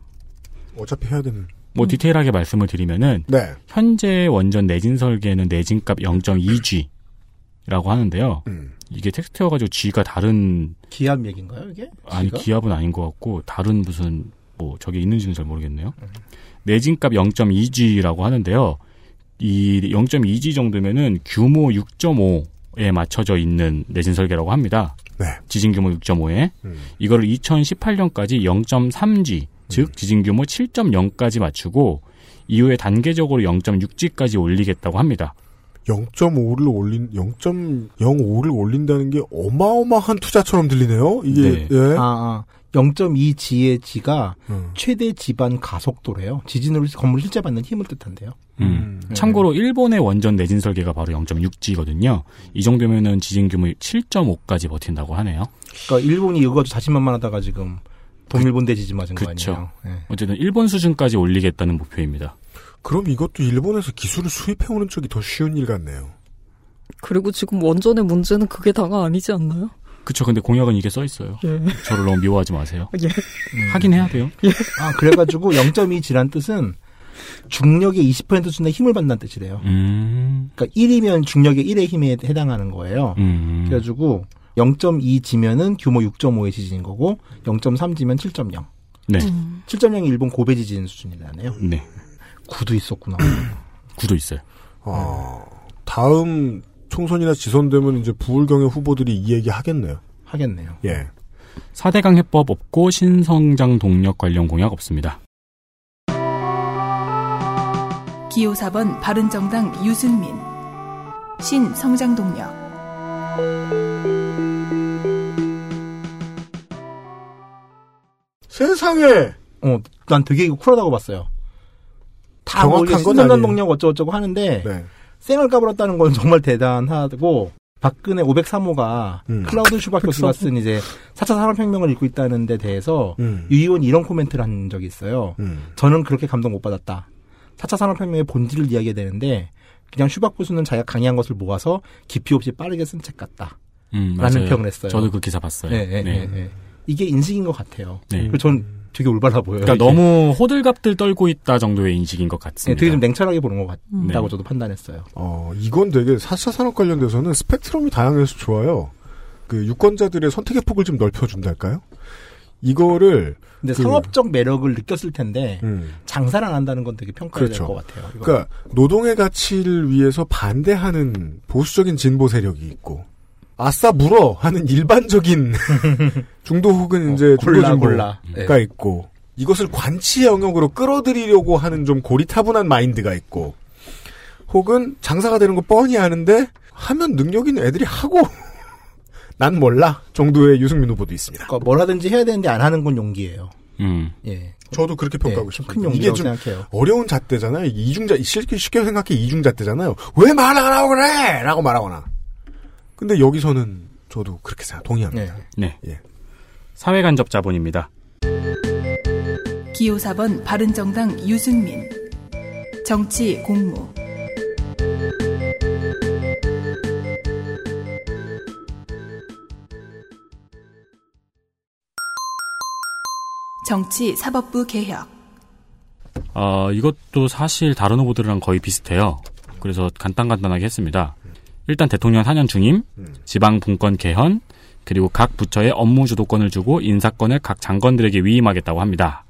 Speaker 2: 어차피 해야 되는.
Speaker 5: 뭐 디테일하게 말씀을 드리면은
Speaker 2: 네.
Speaker 5: 현재 원전 내진 설계는 내진값 0.2G라고 하는데요.
Speaker 2: 음.
Speaker 5: 이게 텍스트여 가지고 G가 다른
Speaker 4: 기압 얘기인가요, 이게?
Speaker 5: 아니
Speaker 4: G가?
Speaker 5: 기압은 아닌 것 같고 다른 무슨 뭐 저게 있는지는 잘 모르겠네요. 내진값 0.2G라고 하는데요. 이 0.2G 정도면은 규모 6.5에 맞춰져 있는 내진 설계라고 합니다.
Speaker 2: 네.
Speaker 5: 지진 규모 6.5에 이거를 2018년까지 0.3G 즉 지진 규모 7.0까지 맞추고 이후에 단계적으로 0.6G까지 올리겠다고 합니다.
Speaker 2: 0.5를 올린 0.05를 올린다는 게 어마어마한 투자처럼 들리네요. 이게
Speaker 5: 네. 음.
Speaker 2: 예.
Speaker 4: 아, 아 0.2G의 G가 최대 지반 가속도래요. 지진으로 건물 실제 받는 힘을 뜻한대요.
Speaker 5: 음. 참고로 일본의 원전 내진 설계가 바로 0.6G거든요. 이 정도면은 지진 규모 7.5까지 버틴다고 하네요.
Speaker 4: 그러니까 일본이 이거 가지고 자신만만하다가 지금 동일본 대지진 맞은 거 아니에요?
Speaker 5: 그
Speaker 4: 네.
Speaker 5: 그렇죠. 어쨌든 일본 수준까지 올리겠다는 목표입니다.
Speaker 2: 그럼 이것도 일본에서 기술을 수입해 오는 쪽이 더 쉬운 일 같네요.
Speaker 7: 그리고 지금 원전의 문제는 그게 다가 아니지 않나요?
Speaker 5: 그쵸. 근데 공약은 이게 써 있어요.
Speaker 7: 예.
Speaker 5: 저를 너무 미워하지 마세요.
Speaker 7: 예.
Speaker 5: 하긴 해야 돼요.
Speaker 4: 아, 그래가지고 0.2G란 뜻은 중력의 20% 수준의 힘을 받는 뜻이래요.
Speaker 5: 음.
Speaker 4: 그러니까 1이면 중력의 1의 힘에 해당하는 거예요.
Speaker 5: 음.
Speaker 4: 그래가지고 0.2G면은 규모 6.5의 지진인 거고 0.3G면 7.0.
Speaker 5: 네.
Speaker 7: 음.
Speaker 4: 7.0이 일본 고배 지진 수준이라네요.
Speaker 5: 네.
Speaker 4: 구도 있었구나.
Speaker 5: 구도 있어요.
Speaker 2: 어, 다음 총선이나 지선되면 이제 부울경의 후보들이 이 얘기 하겠네요.
Speaker 4: 하겠네요.
Speaker 2: 예.
Speaker 5: 4대강 해법 없고 신성장 동력 관련 공약 없습니다.
Speaker 11: 기호 4번 바른정당 유승민, 신 성장동력,
Speaker 2: 세상에.
Speaker 4: 어, 난 되게 이거 쿨하다고 봤어요. 다
Speaker 2: 정확한
Speaker 4: 모이게
Speaker 2: 건
Speaker 4: 신선단
Speaker 2: 아니에요.
Speaker 4: 동력 어쩌고저쩌고 하는데
Speaker 2: 네.
Speaker 4: 생을 까불었다는 건 정말 대단하고 박근혜 503호가
Speaker 2: 음.
Speaker 4: 클라우드 슈바코스가 쓴 이제 4차 산업혁명을 읽고 있다는 데 대해서
Speaker 2: 음.
Speaker 4: 유희원 이런 코멘트를 한 적이 있어요.
Speaker 2: 음.
Speaker 4: 저는 그렇게 감동 못 받았다. 4차 산업혁명의 본질을 이야기해야 되는데 그냥 슈바코스는 자기가 강의한 것을 모아서 깊이 없이 빠르게 쓴 책 같다.
Speaker 5: 음,
Speaker 4: 라는
Speaker 5: 맞아요.
Speaker 4: 평을 했어요.
Speaker 5: 저도 그 기사 봤어요.
Speaker 4: 예, 예,
Speaker 5: 네.
Speaker 4: 예, 예. 이게 인식인 것 같아요.
Speaker 2: 음.
Speaker 5: 네.
Speaker 4: 그리고 전 되게 올바라 보여요.
Speaker 5: 그러니까
Speaker 4: 음. 이게.
Speaker 5: 너무 호들갑들 떨고 있다 정도의 인식인 것
Speaker 4: 예,
Speaker 5: 같습니다.
Speaker 4: 되게 좀 냉철하게 보는 것 같다고
Speaker 5: 네.
Speaker 4: 저도 판단했어요.
Speaker 2: 어, 이건 되게 4차 산업 관련돼서는 스펙트럼이 다양해서 좋아요. 그 유권자들의 선택의 폭을 좀 넓혀준달까요? 이거를
Speaker 4: 근데
Speaker 2: 그-
Speaker 4: 상업적 매력을 느꼈을 텐데
Speaker 2: 음.
Speaker 4: 장사를 안 한다는 건 되게 평가해야
Speaker 2: 그렇죠.
Speaker 4: 될 것 같아요. 이거.
Speaker 2: 그러니까 노동의 가치를 위해서 반대하는 보수적인 진보 세력이 있고 아싸 물어 하는 일반적인 중도 혹은 이제
Speaker 4: 어, 골라,
Speaker 2: 중도
Speaker 4: 골라.
Speaker 2: 진보가
Speaker 4: 네.
Speaker 2: 있고 이것을 관치 영역으로 끌어들이려고 하는 좀 고리타분한 마인드가 있고 혹은 장사가 되는 거 뻔히 아는데 하면 능력 있는 애들이 하고 난 몰라 정도의 유승민 후보도 있습니다.
Speaker 4: 그러니까 뭐라든지 해야 되는데 안 하는 건 용기예요.
Speaker 5: 음.
Speaker 4: 예.
Speaker 2: 저도 그렇게 평가하고
Speaker 4: 예,
Speaker 2: 싶습니다.
Speaker 4: 큰
Speaker 2: 이게
Speaker 4: 용기라고
Speaker 2: 좀
Speaker 4: 생각해요.
Speaker 2: 어려운 잣대잖아요. 이중자 쉽게 쉽게 생각해 이중잣대잖아요. 왜 말 안 하고 그래?라고 말하거나. 근데 여기서는 저도 그렇게 생각 동의합니다.
Speaker 5: 네.
Speaker 2: 예.
Speaker 5: 사회간접 자본입니다.
Speaker 11: 기호 4번 바른정당 유승민, 정치 공무, 정치 사법부 개혁,
Speaker 5: 아, 어, 이것도 사실 다른 후보들이랑 거의 비슷해요. 그래서 간단간단하게 했습니다. 일단 대통령 4년 중임, 지방 분권 개헌, 그리고 각 부처에 업무 주도권을 주고 인사권을 각 장관들에게 위임하겠다고 합니다.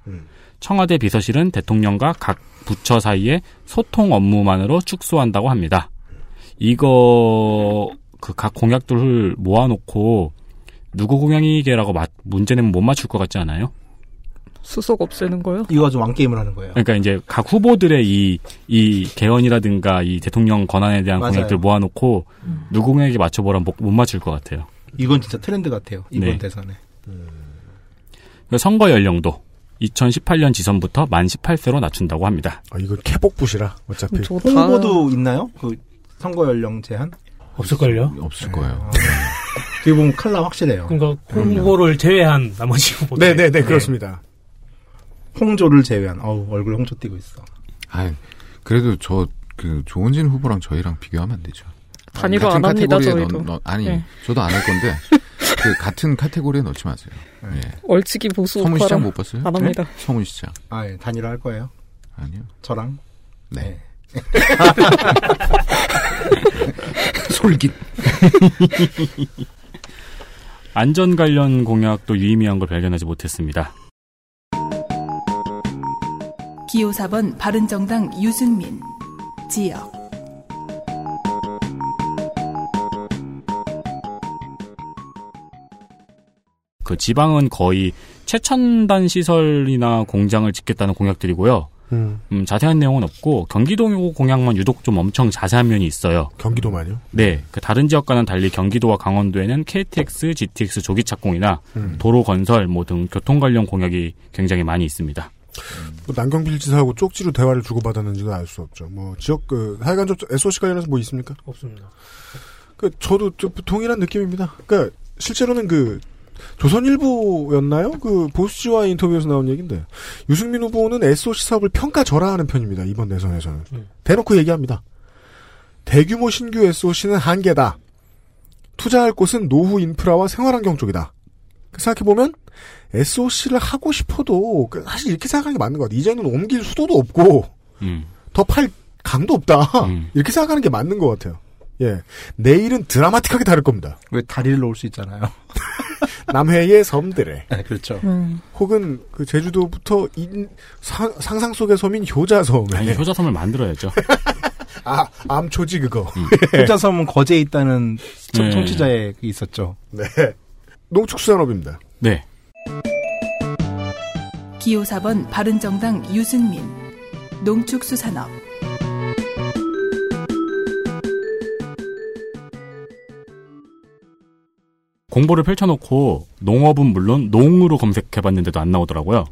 Speaker 5: 청와대 비서실은 대통령과 각 부처 사이의 소통 업무만으로 축소한다고 합니다. 이거 그 각 공약들을 모아놓고 누구 공약이게라고 맞- 문제는 못 맞출 것 같지 않아요?
Speaker 7: 수석 없애는 거요?
Speaker 4: 이거 아주 왕게임을 하는 거예요.
Speaker 5: 그러니까 이제 각 후보들의 이, 이 개헌이라든가 이 대통령 권한에 대한
Speaker 4: 맞아요.
Speaker 5: 공약들 모아놓고 누구 공약에 맞춰보라 못, 못 맞출 것 같아요.
Speaker 4: 이건 진짜 트렌드 같아요. 이번
Speaker 5: 네.
Speaker 4: 대선에.
Speaker 5: 그래서 그러니까 선거 연령도 2018년 지선부터 만 18세로 낮춘다고 합니다.
Speaker 2: 아, 이거 캐복부시라 어차피
Speaker 7: 음,
Speaker 4: 홍보도 있나요? 그 선거 연령 제한?
Speaker 8: 없을걸요?
Speaker 10: 없을
Speaker 7: 네.
Speaker 10: 거예요.
Speaker 7: 아.
Speaker 4: 뒤에 보면 칼라 확실해요.
Speaker 8: 그러니까 홍보를 제외한 나머지 후보.
Speaker 2: 네,
Speaker 4: 홍조를 제외한. 어우 얼굴 홍조 띄고 있어.
Speaker 10: 아, 그래도 저 그 조원진 후보랑 저희랑 비교하면 안 되죠.
Speaker 7: 단일화
Speaker 10: 같은
Speaker 7: 안 합니다,
Speaker 10: 카테고리에
Speaker 7: 저희도.
Speaker 10: 넣- 넣- 아니
Speaker 7: 네.
Speaker 10: 저도 안 할 건데 그 같은 카테고리에 넣지 마세요. 예.
Speaker 7: 얼치기 보수
Speaker 10: 서문
Speaker 7: 오빠랑
Speaker 10: 시장 뭐- 네? 못 봤어요?
Speaker 7: 안 합니다.
Speaker 10: 서문 시장
Speaker 4: 아, 예, 단일화 할 거예요.
Speaker 10: 아니요.
Speaker 4: 저랑.
Speaker 10: 네.
Speaker 4: 네.
Speaker 10: 솔깃.
Speaker 5: 안전 관련 공약도 유의미한 걸 발견하지 못했습니다.
Speaker 11: 기호 4번 바른정당 유승민 지역
Speaker 5: 그 지방은 거의 최첨단 시설이나 공장을 짓겠다는 공약들이고요. 음, 자세한 내용은 없고 경기도 공약만 유독 좀 엄청 자세한 면이 있어요.
Speaker 2: 경기도만요?
Speaker 5: 네, 그 다른 지역과는 달리 경기도와 강원도에는 KTX, GTX 조기 착공이나
Speaker 2: 음.
Speaker 5: 도로 건설 뭐 등 교통 관련 공약이 굉장히 많이 있습니다.
Speaker 2: 뭐 남경필 지사하고 쪽지로 대화를 주고받았는지도 알 수 없죠. 뭐 지역 그 하여간 좀 SOC 관련해서 뭐 있습니까?
Speaker 8: 없습니다.
Speaker 2: 그 저도 좀 동일한 느낌입니다. 그러니까 실제로는 그 조선일보였나요? 그 보수지와 인터뷰에서 나온 얘기인데 유승민 후보는 SOC 사업을 평가 절하하는 편입니다. 이번 대선에서는 대놓고 얘기합니다. 대규모 신규 SOC는 한계다. 투자할 곳은 노후 인프라와 생활환경 쪽이다. 그 생각해보면 SOC를 하고 싶어도 그 사실 이렇게 생각하는 게 맞는 것 같아요. 이제는 옮길 수도도 없고
Speaker 5: 음.
Speaker 2: 더 팔 강도 없다. 이렇게 생각하는 게 맞는 것 같아요. 예. 내일은 드라마틱하게 다를 겁니다.
Speaker 4: 왜 다리를 놓을 수 있잖아요.
Speaker 2: 남해의 섬들에.
Speaker 4: 그렇죠.
Speaker 2: 음. 혹은 그 제주도부터 인- 상, 상상 속의 섬인 효자섬에.
Speaker 5: 아니, 효자섬을 만들어야죠.
Speaker 2: 아, 암초지 그거.
Speaker 4: 효자섬은 거제에 있다는
Speaker 2: 네.
Speaker 4: 청- 청취자의 그 있었죠.
Speaker 2: 네. 농축수산업입니다.
Speaker 5: 네.
Speaker 11: 기호 4번 바른정당 유승민 농축수산업
Speaker 5: 공보를 펼쳐놓고 농업은 물론 농으로 검색해봤는데도 안 나오더라고요.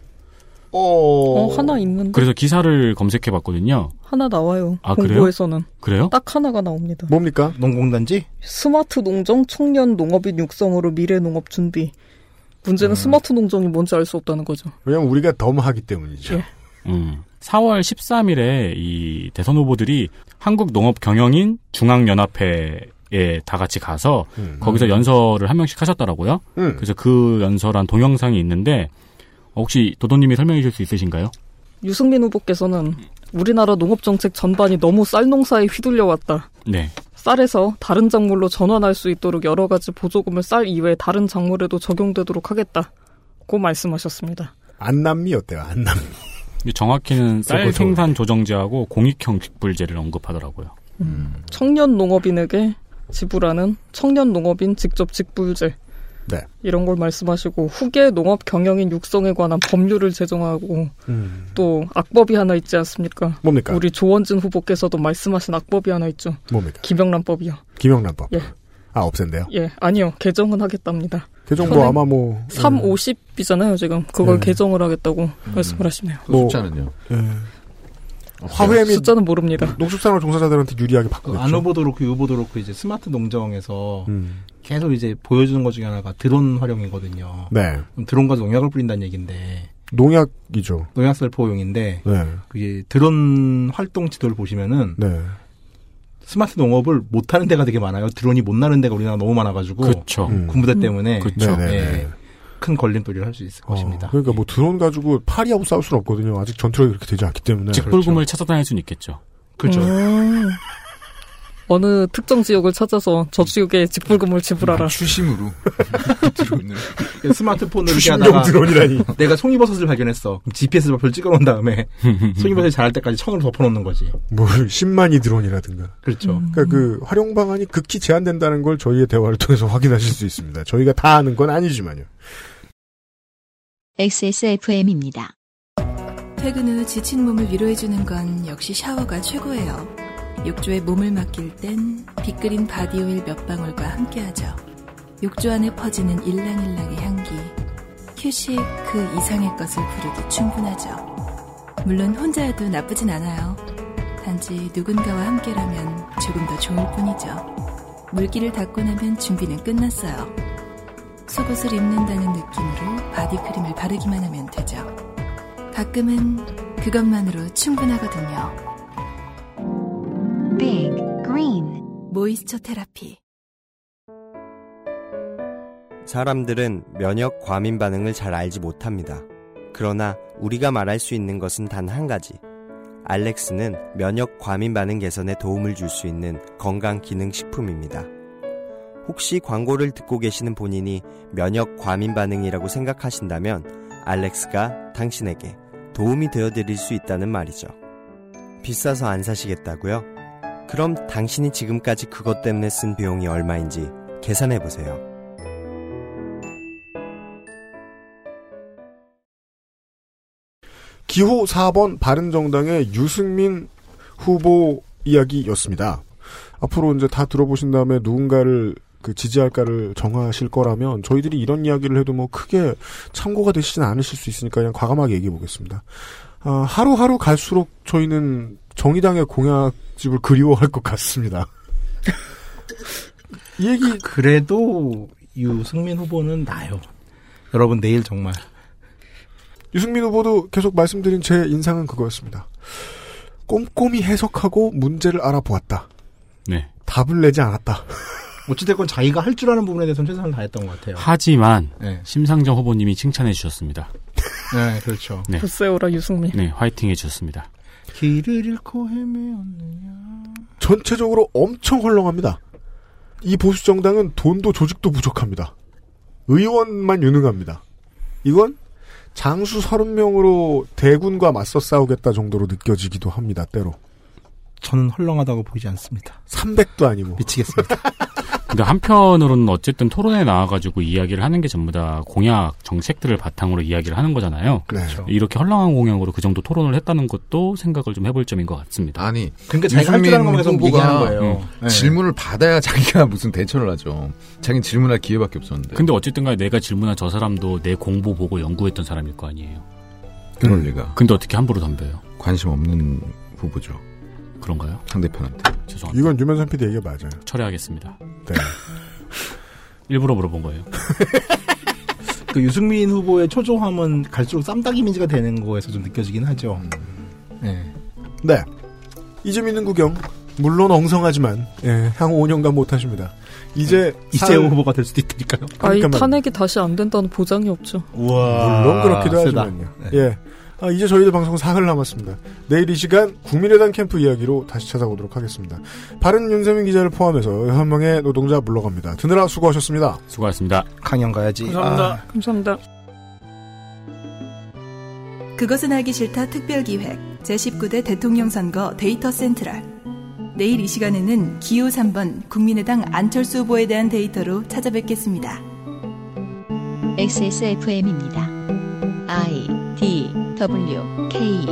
Speaker 2: 어,
Speaker 7: 하나 있는데
Speaker 5: 그래서 기사를 검색해봤거든요.
Speaker 7: 하나 나와요.
Speaker 5: 아, 그래요?
Speaker 7: 공보에서는
Speaker 5: 그래요?
Speaker 7: 딱 하나가 나옵니다.
Speaker 2: 뭡니까?
Speaker 4: 농공단지?
Speaker 7: 스마트 농정 청년 농업인 육성으로 미래 농업 준비. 문제는 스마트 농정이 뭔지 알 수 없다는 거죠.
Speaker 2: 왜냐면 우리가 덤하기 때문이죠.
Speaker 7: 예.
Speaker 5: 음. 4월 13일에 이 대선 후보들이 한국농업경영인 중앙연합회에 다 같이 가서 거기서 연설을 한 명씩 하셨더라고요.
Speaker 2: 음.
Speaker 5: 그래서 그 연설한 동영상이 있는데 어, 혹시 도도님이 설명해 주실 수 있으신가요?
Speaker 7: 유승민 후보께서는 우리나라 농업 정책 전반이 너무 쌀 농사에 휘둘려 왔다.
Speaker 5: 네.
Speaker 7: 쌀에서 다른 작물로 전환할 수 있도록 여러 가지 보조금을 쌀 이외 다른 작물에도 적용되도록 하겠다. 고 말씀하셨습니다.
Speaker 2: 안남미 어때요? 안남미.
Speaker 5: 근데 정확히는 쌀
Speaker 2: 저거, 저거.
Speaker 5: 생산 조정제하고 공익형 직불제를 언급하더라고요.
Speaker 7: 청년 농업인에게 지불하는 청년 농업인 직접 직불제
Speaker 2: 네.
Speaker 7: 이런 걸 말씀하시고 후계 농업 경영인 육성에 관한 법률을 제정하고
Speaker 2: 음.
Speaker 7: 또 악법이 하나 있지 않습니까?
Speaker 2: 뭡니까?
Speaker 7: 우리 조원진 후보께서도 말씀하신 악법이 하나 있죠.
Speaker 2: 뭡니까?
Speaker 7: 김영란법이요.
Speaker 2: 김영란법.
Speaker 7: 예.
Speaker 2: 아, 없앤대요?
Speaker 7: 예, 아니요. 개정은 하겠답니다.
Speaker 2: 개정 뭐 아마 뭐.
Speaker 7: 350이잖아요, 지금. 그걸
Speaker 2: 네.
Speaker 7: 개정을 하겠다고 말씀을 하시네요.
Speaker 2: 뭐-
Speaker 10: 숫자는요?
Speaker 2: 예.
Speaker 5: 네.
Speaker 2: 화훼 및
Speaker 7: 숫자는 모릅니다.
Speaker 2: 농축산업 종사자들한테 유리하게
Speaker 4: 그
Speaker 2: 바꾸고
Speaker 4: 안
Speaker 2: 있죠.
Speaker 4: 후보도 그렇고 유 후보도 그렇고 이제 스마트 농정에서
Speaker 2: 음.
Speaker 4: 계속 이제 보여주는 것 중에 하나가 드론 활용이거든요.
Speaker 2: 네.
Speaker 4: 그럼 드론 가지고 농약을 뿌린다는 얘기인데
Speaker 2: 농약이죠.
Speaker 4: 농약 살포용인데
Speaker 2: 네.
Speaker 4: 그게 드론 활동 지도를 보시면은
Speaker 2: 네.
Speaker 4: 스마트 농업을 못하는 데가 되게 많아요. 드론이 못 나는 데가 우리나라 너무 많아가지고
Speaker 5: 그쵸. 음.
Speaker 4: 군부대 때문에
Speaker 5: 그쵸.
Speaker 4: 예,
Speaker 2: 네네네.
Speaker 4: 큰 걸림돌이를 할 수 있을 것입니다.
Speaker 2: 그러니까 뭐 드론 가지고 파리하고 싸울 수는 없거든요. 아직 그렇죠. 전투력이 네, 그렇게 되지 않기 때문에.
Speaker 4: 음.
Speaker 5: 직불금을 찾아다닐 수는 있겠죠.
Speaker 4: 그죠.
Speaker 7: 음. 어느 특정 지역을 찾아서 저 지역에 직불금을 지불하라.
Speaker 2: 음.
Speaker 10: 추심으로.
Speaker 4: 스마트폰으로 이렇게
Speaker 10: 추심용
Speaker 4: 하다가
Speaker 10: 드론이라니.
Speaker 4: 내가 송이버섯을 발견했어. 그럼 GPS로 별찍어놓은 다음에 송이버섯이 자랄 때까지 천으로 덮어놓는 거지.
Speaker 2: 뭘 10만이 뭐 드론이라든가.
Speaker 4: 그렇죠.
Speaker 2: 그러니까 그 활용 방안이 극히 제한된다는 걸 저희의 대화를 통해서 확인하실 수 있습니다. 저희가 다 아는 건 아니지만요.
Speaker 1: XSFM입니다.
Speaker 11: 퇴근 후 지친 몸을 위로해주는 건 역시 샤워가 최고예요. 욕조에 몸을 맡길 땐 빅그린 바디오일 몇 방울과 함께하죠. 욕조 안에 퍼지는 일랑일랑의 향기. 큐식 그 이상의 것을 부르기 충분하죠. 물론 혼자여도 나쁘진 않아요. 단지 누군가와 함께라면 조금 더 좋을 뿐이죠. 물기를 닦고 나면 준비는 끝났어요. 속옷을 입는다는 느낌으로 바디크림을 바르기만 하면 되죠. 가끔은 그것만으로 충분하거든요. Big Green 모이스처 테라피
Speaker 12: 사람들은 면역 과민 반응을 잘 알지 못합니다. 그러나 우리가 말할 수 있는 것은 단 한 가지. 알렉스는 면역 과민 반응 개선에 도움을 줄 수 있는 건강 기능 식품입니다. 혹시 광고를 듣고 계시는 본인이 면역 과민 반응이라고 생각하신다면 알렉스가 당신에게 도움이 되어 드릴 수 있다는 말이죠. 비싸서 안 사시겠다고요? 그럼 당신이 지금까지 그것 때문에 쓴 비용이 얼마인지 계산해 보세요.
Speaker 2: 기호 4번 바른정당의 유승민 후보 이야기였습니다. 앞으로 이제 다 들어보신 다음에 누군가를 그 지지할까를 정하실 거라면 저희들이 이런 이야기를 해도 뭐 크게 참고가 되시진 않으실 수 있으니까 그냥 과감하게 얘기해 보겠습니다. 아, 하루하루 갈수록 저희는 정의당의 공약집을 그리워할 것 같습니다. 이 얘기
Speaker 4: 그래도 유승민 후보는 나요. 여러분 내일 정말
Speaker 2: 유승민 후보도 계속 말씀드린 제 인상은 그거였습니다. 꼼꼼히 해석하고 문제를 알아보았다.
Speaker 5: 네.
Speaker 2: 답을 내지 않았다.
Speaker 4: 어찌됐건 자기가 할 줄 아는 부분에 대해서는 최선을 다했던 것 같아요.
Speaker 5: 하지만
Speaker 4: 네.
Speaker 5: 심상정 후보님이 칭찬해 주셨습니다.
Speaker 4: 네, 그렇죠.
Speaker 5: 네.
Speaker 7: 글쎄오라 유승민.
Speaker 5: 네, 화이팅 해 주셨습니다.
Speaker 4: 길을 잃고 헤매었느냐.
Speaker 2: 전체적으로 엄청 헐렁합니다. 이 보수 정당은 돈도 조직도 부족합니다. 의원만 유능합니다. 이건 장수 30명으로 대군과 맞서 싸우겠다 정도로 느껴지기도 합니다. 때로
Speaker 4: 저는 헐렁하다고 보이지 않습니다.
Speaker 2: 300도 아니고
Speaker 4: 미치겠습니다.
Speaker 5: 근데 한편으로는 어쨌든 토론에 나와가지고 이야기를 하는 게 전부 다 공약 정책들을 바탕으로 이야기를 하는 거잖아요.
Speaker 2: 그렇죠.
Speaker 5: 이렇게 헐렁한 공약으로 그 정도 토론을 했다는 것도 생각을 좀 해볼 점인 것 같습니다.
Speaker 10: 아니,
Speaker 4: 그러니까
Speaker 10: 음.
Speaker 5: 네.
Speaker 10: 질문을 받아야 자기가 무슨 대처를 하죠. 자기는 질문할 기회밖에
Speaker 2: 네.
Speaker 10: 없었는데.
Speaker 5: 근데 어쨌든간에 내가 질문한 저 사람도 내 공보 보고 연구했던 사람일 거 아니에요.
Speaker 10: 그럴 리가.
Speaker 5: 근데 어떻게 함부로 덤벼요?
Speaker 10: 관심 없는 후보죠.
Speaker 5: 그런가요?
Speaker 10: 상대편한테.
Speaker 5: 죄송합니다.
Speaker 2: 이건 유면선 PD 얘기가 맞아요.
Speaker 5: 철회하겠습니다.
Speaker 2: 네.
Speaker 5: 일부러 물어본 거예요.
Speaker 4: 그 유승민 후보의 초조함은 갈수록 쌈닭 이미지가 되는 거에서 좀 느껴지긴 하죠. 네.
Speaker 2: 네. 이제 믿는 구경 물론 엉성하지만 예, 향후 5년간 못하십니다. 아, 이제
Speaker 4: 이재호 후보가 될 수도 있으니까요.
Speaker 7: 아이
Speaker 2: 그러니까 말이에요.
Speaker 7: 탄핵이 다시 안 된다는 보장이 없죠.
Speaker 4: 우와.
Speaker 2: 물론 그렇기도
Speaker 4: 세다.
Speaker 2: 하지만요. 예. 아, 이제 저희들 방송 사흘 남았습니다. 내일 이 시간 국민의당 캠프 이야기로 다시 찾아오도록 하겠습니다. 바른 윤세민 기자를 포함해서 6명의 노동자 물러갑니다. 드느라 수고하셨습니다.
Speaker 5: 수고하셨습니다.
Speaker 4: 강연 가야지.
Speaker 2: 아.
Speaker 7: 감사합니다. 감사합니다.
Speaker 11: 그것은 알기 싫다 특별기획 제19대 대통령 선거 데이터 센트럴 내일 이 시간에는 기호 3번 국민의당 안철수 후보에 대한 데이터로 찾아뵙겠습니다.
Speaker 1: XSFM입니다. I D W K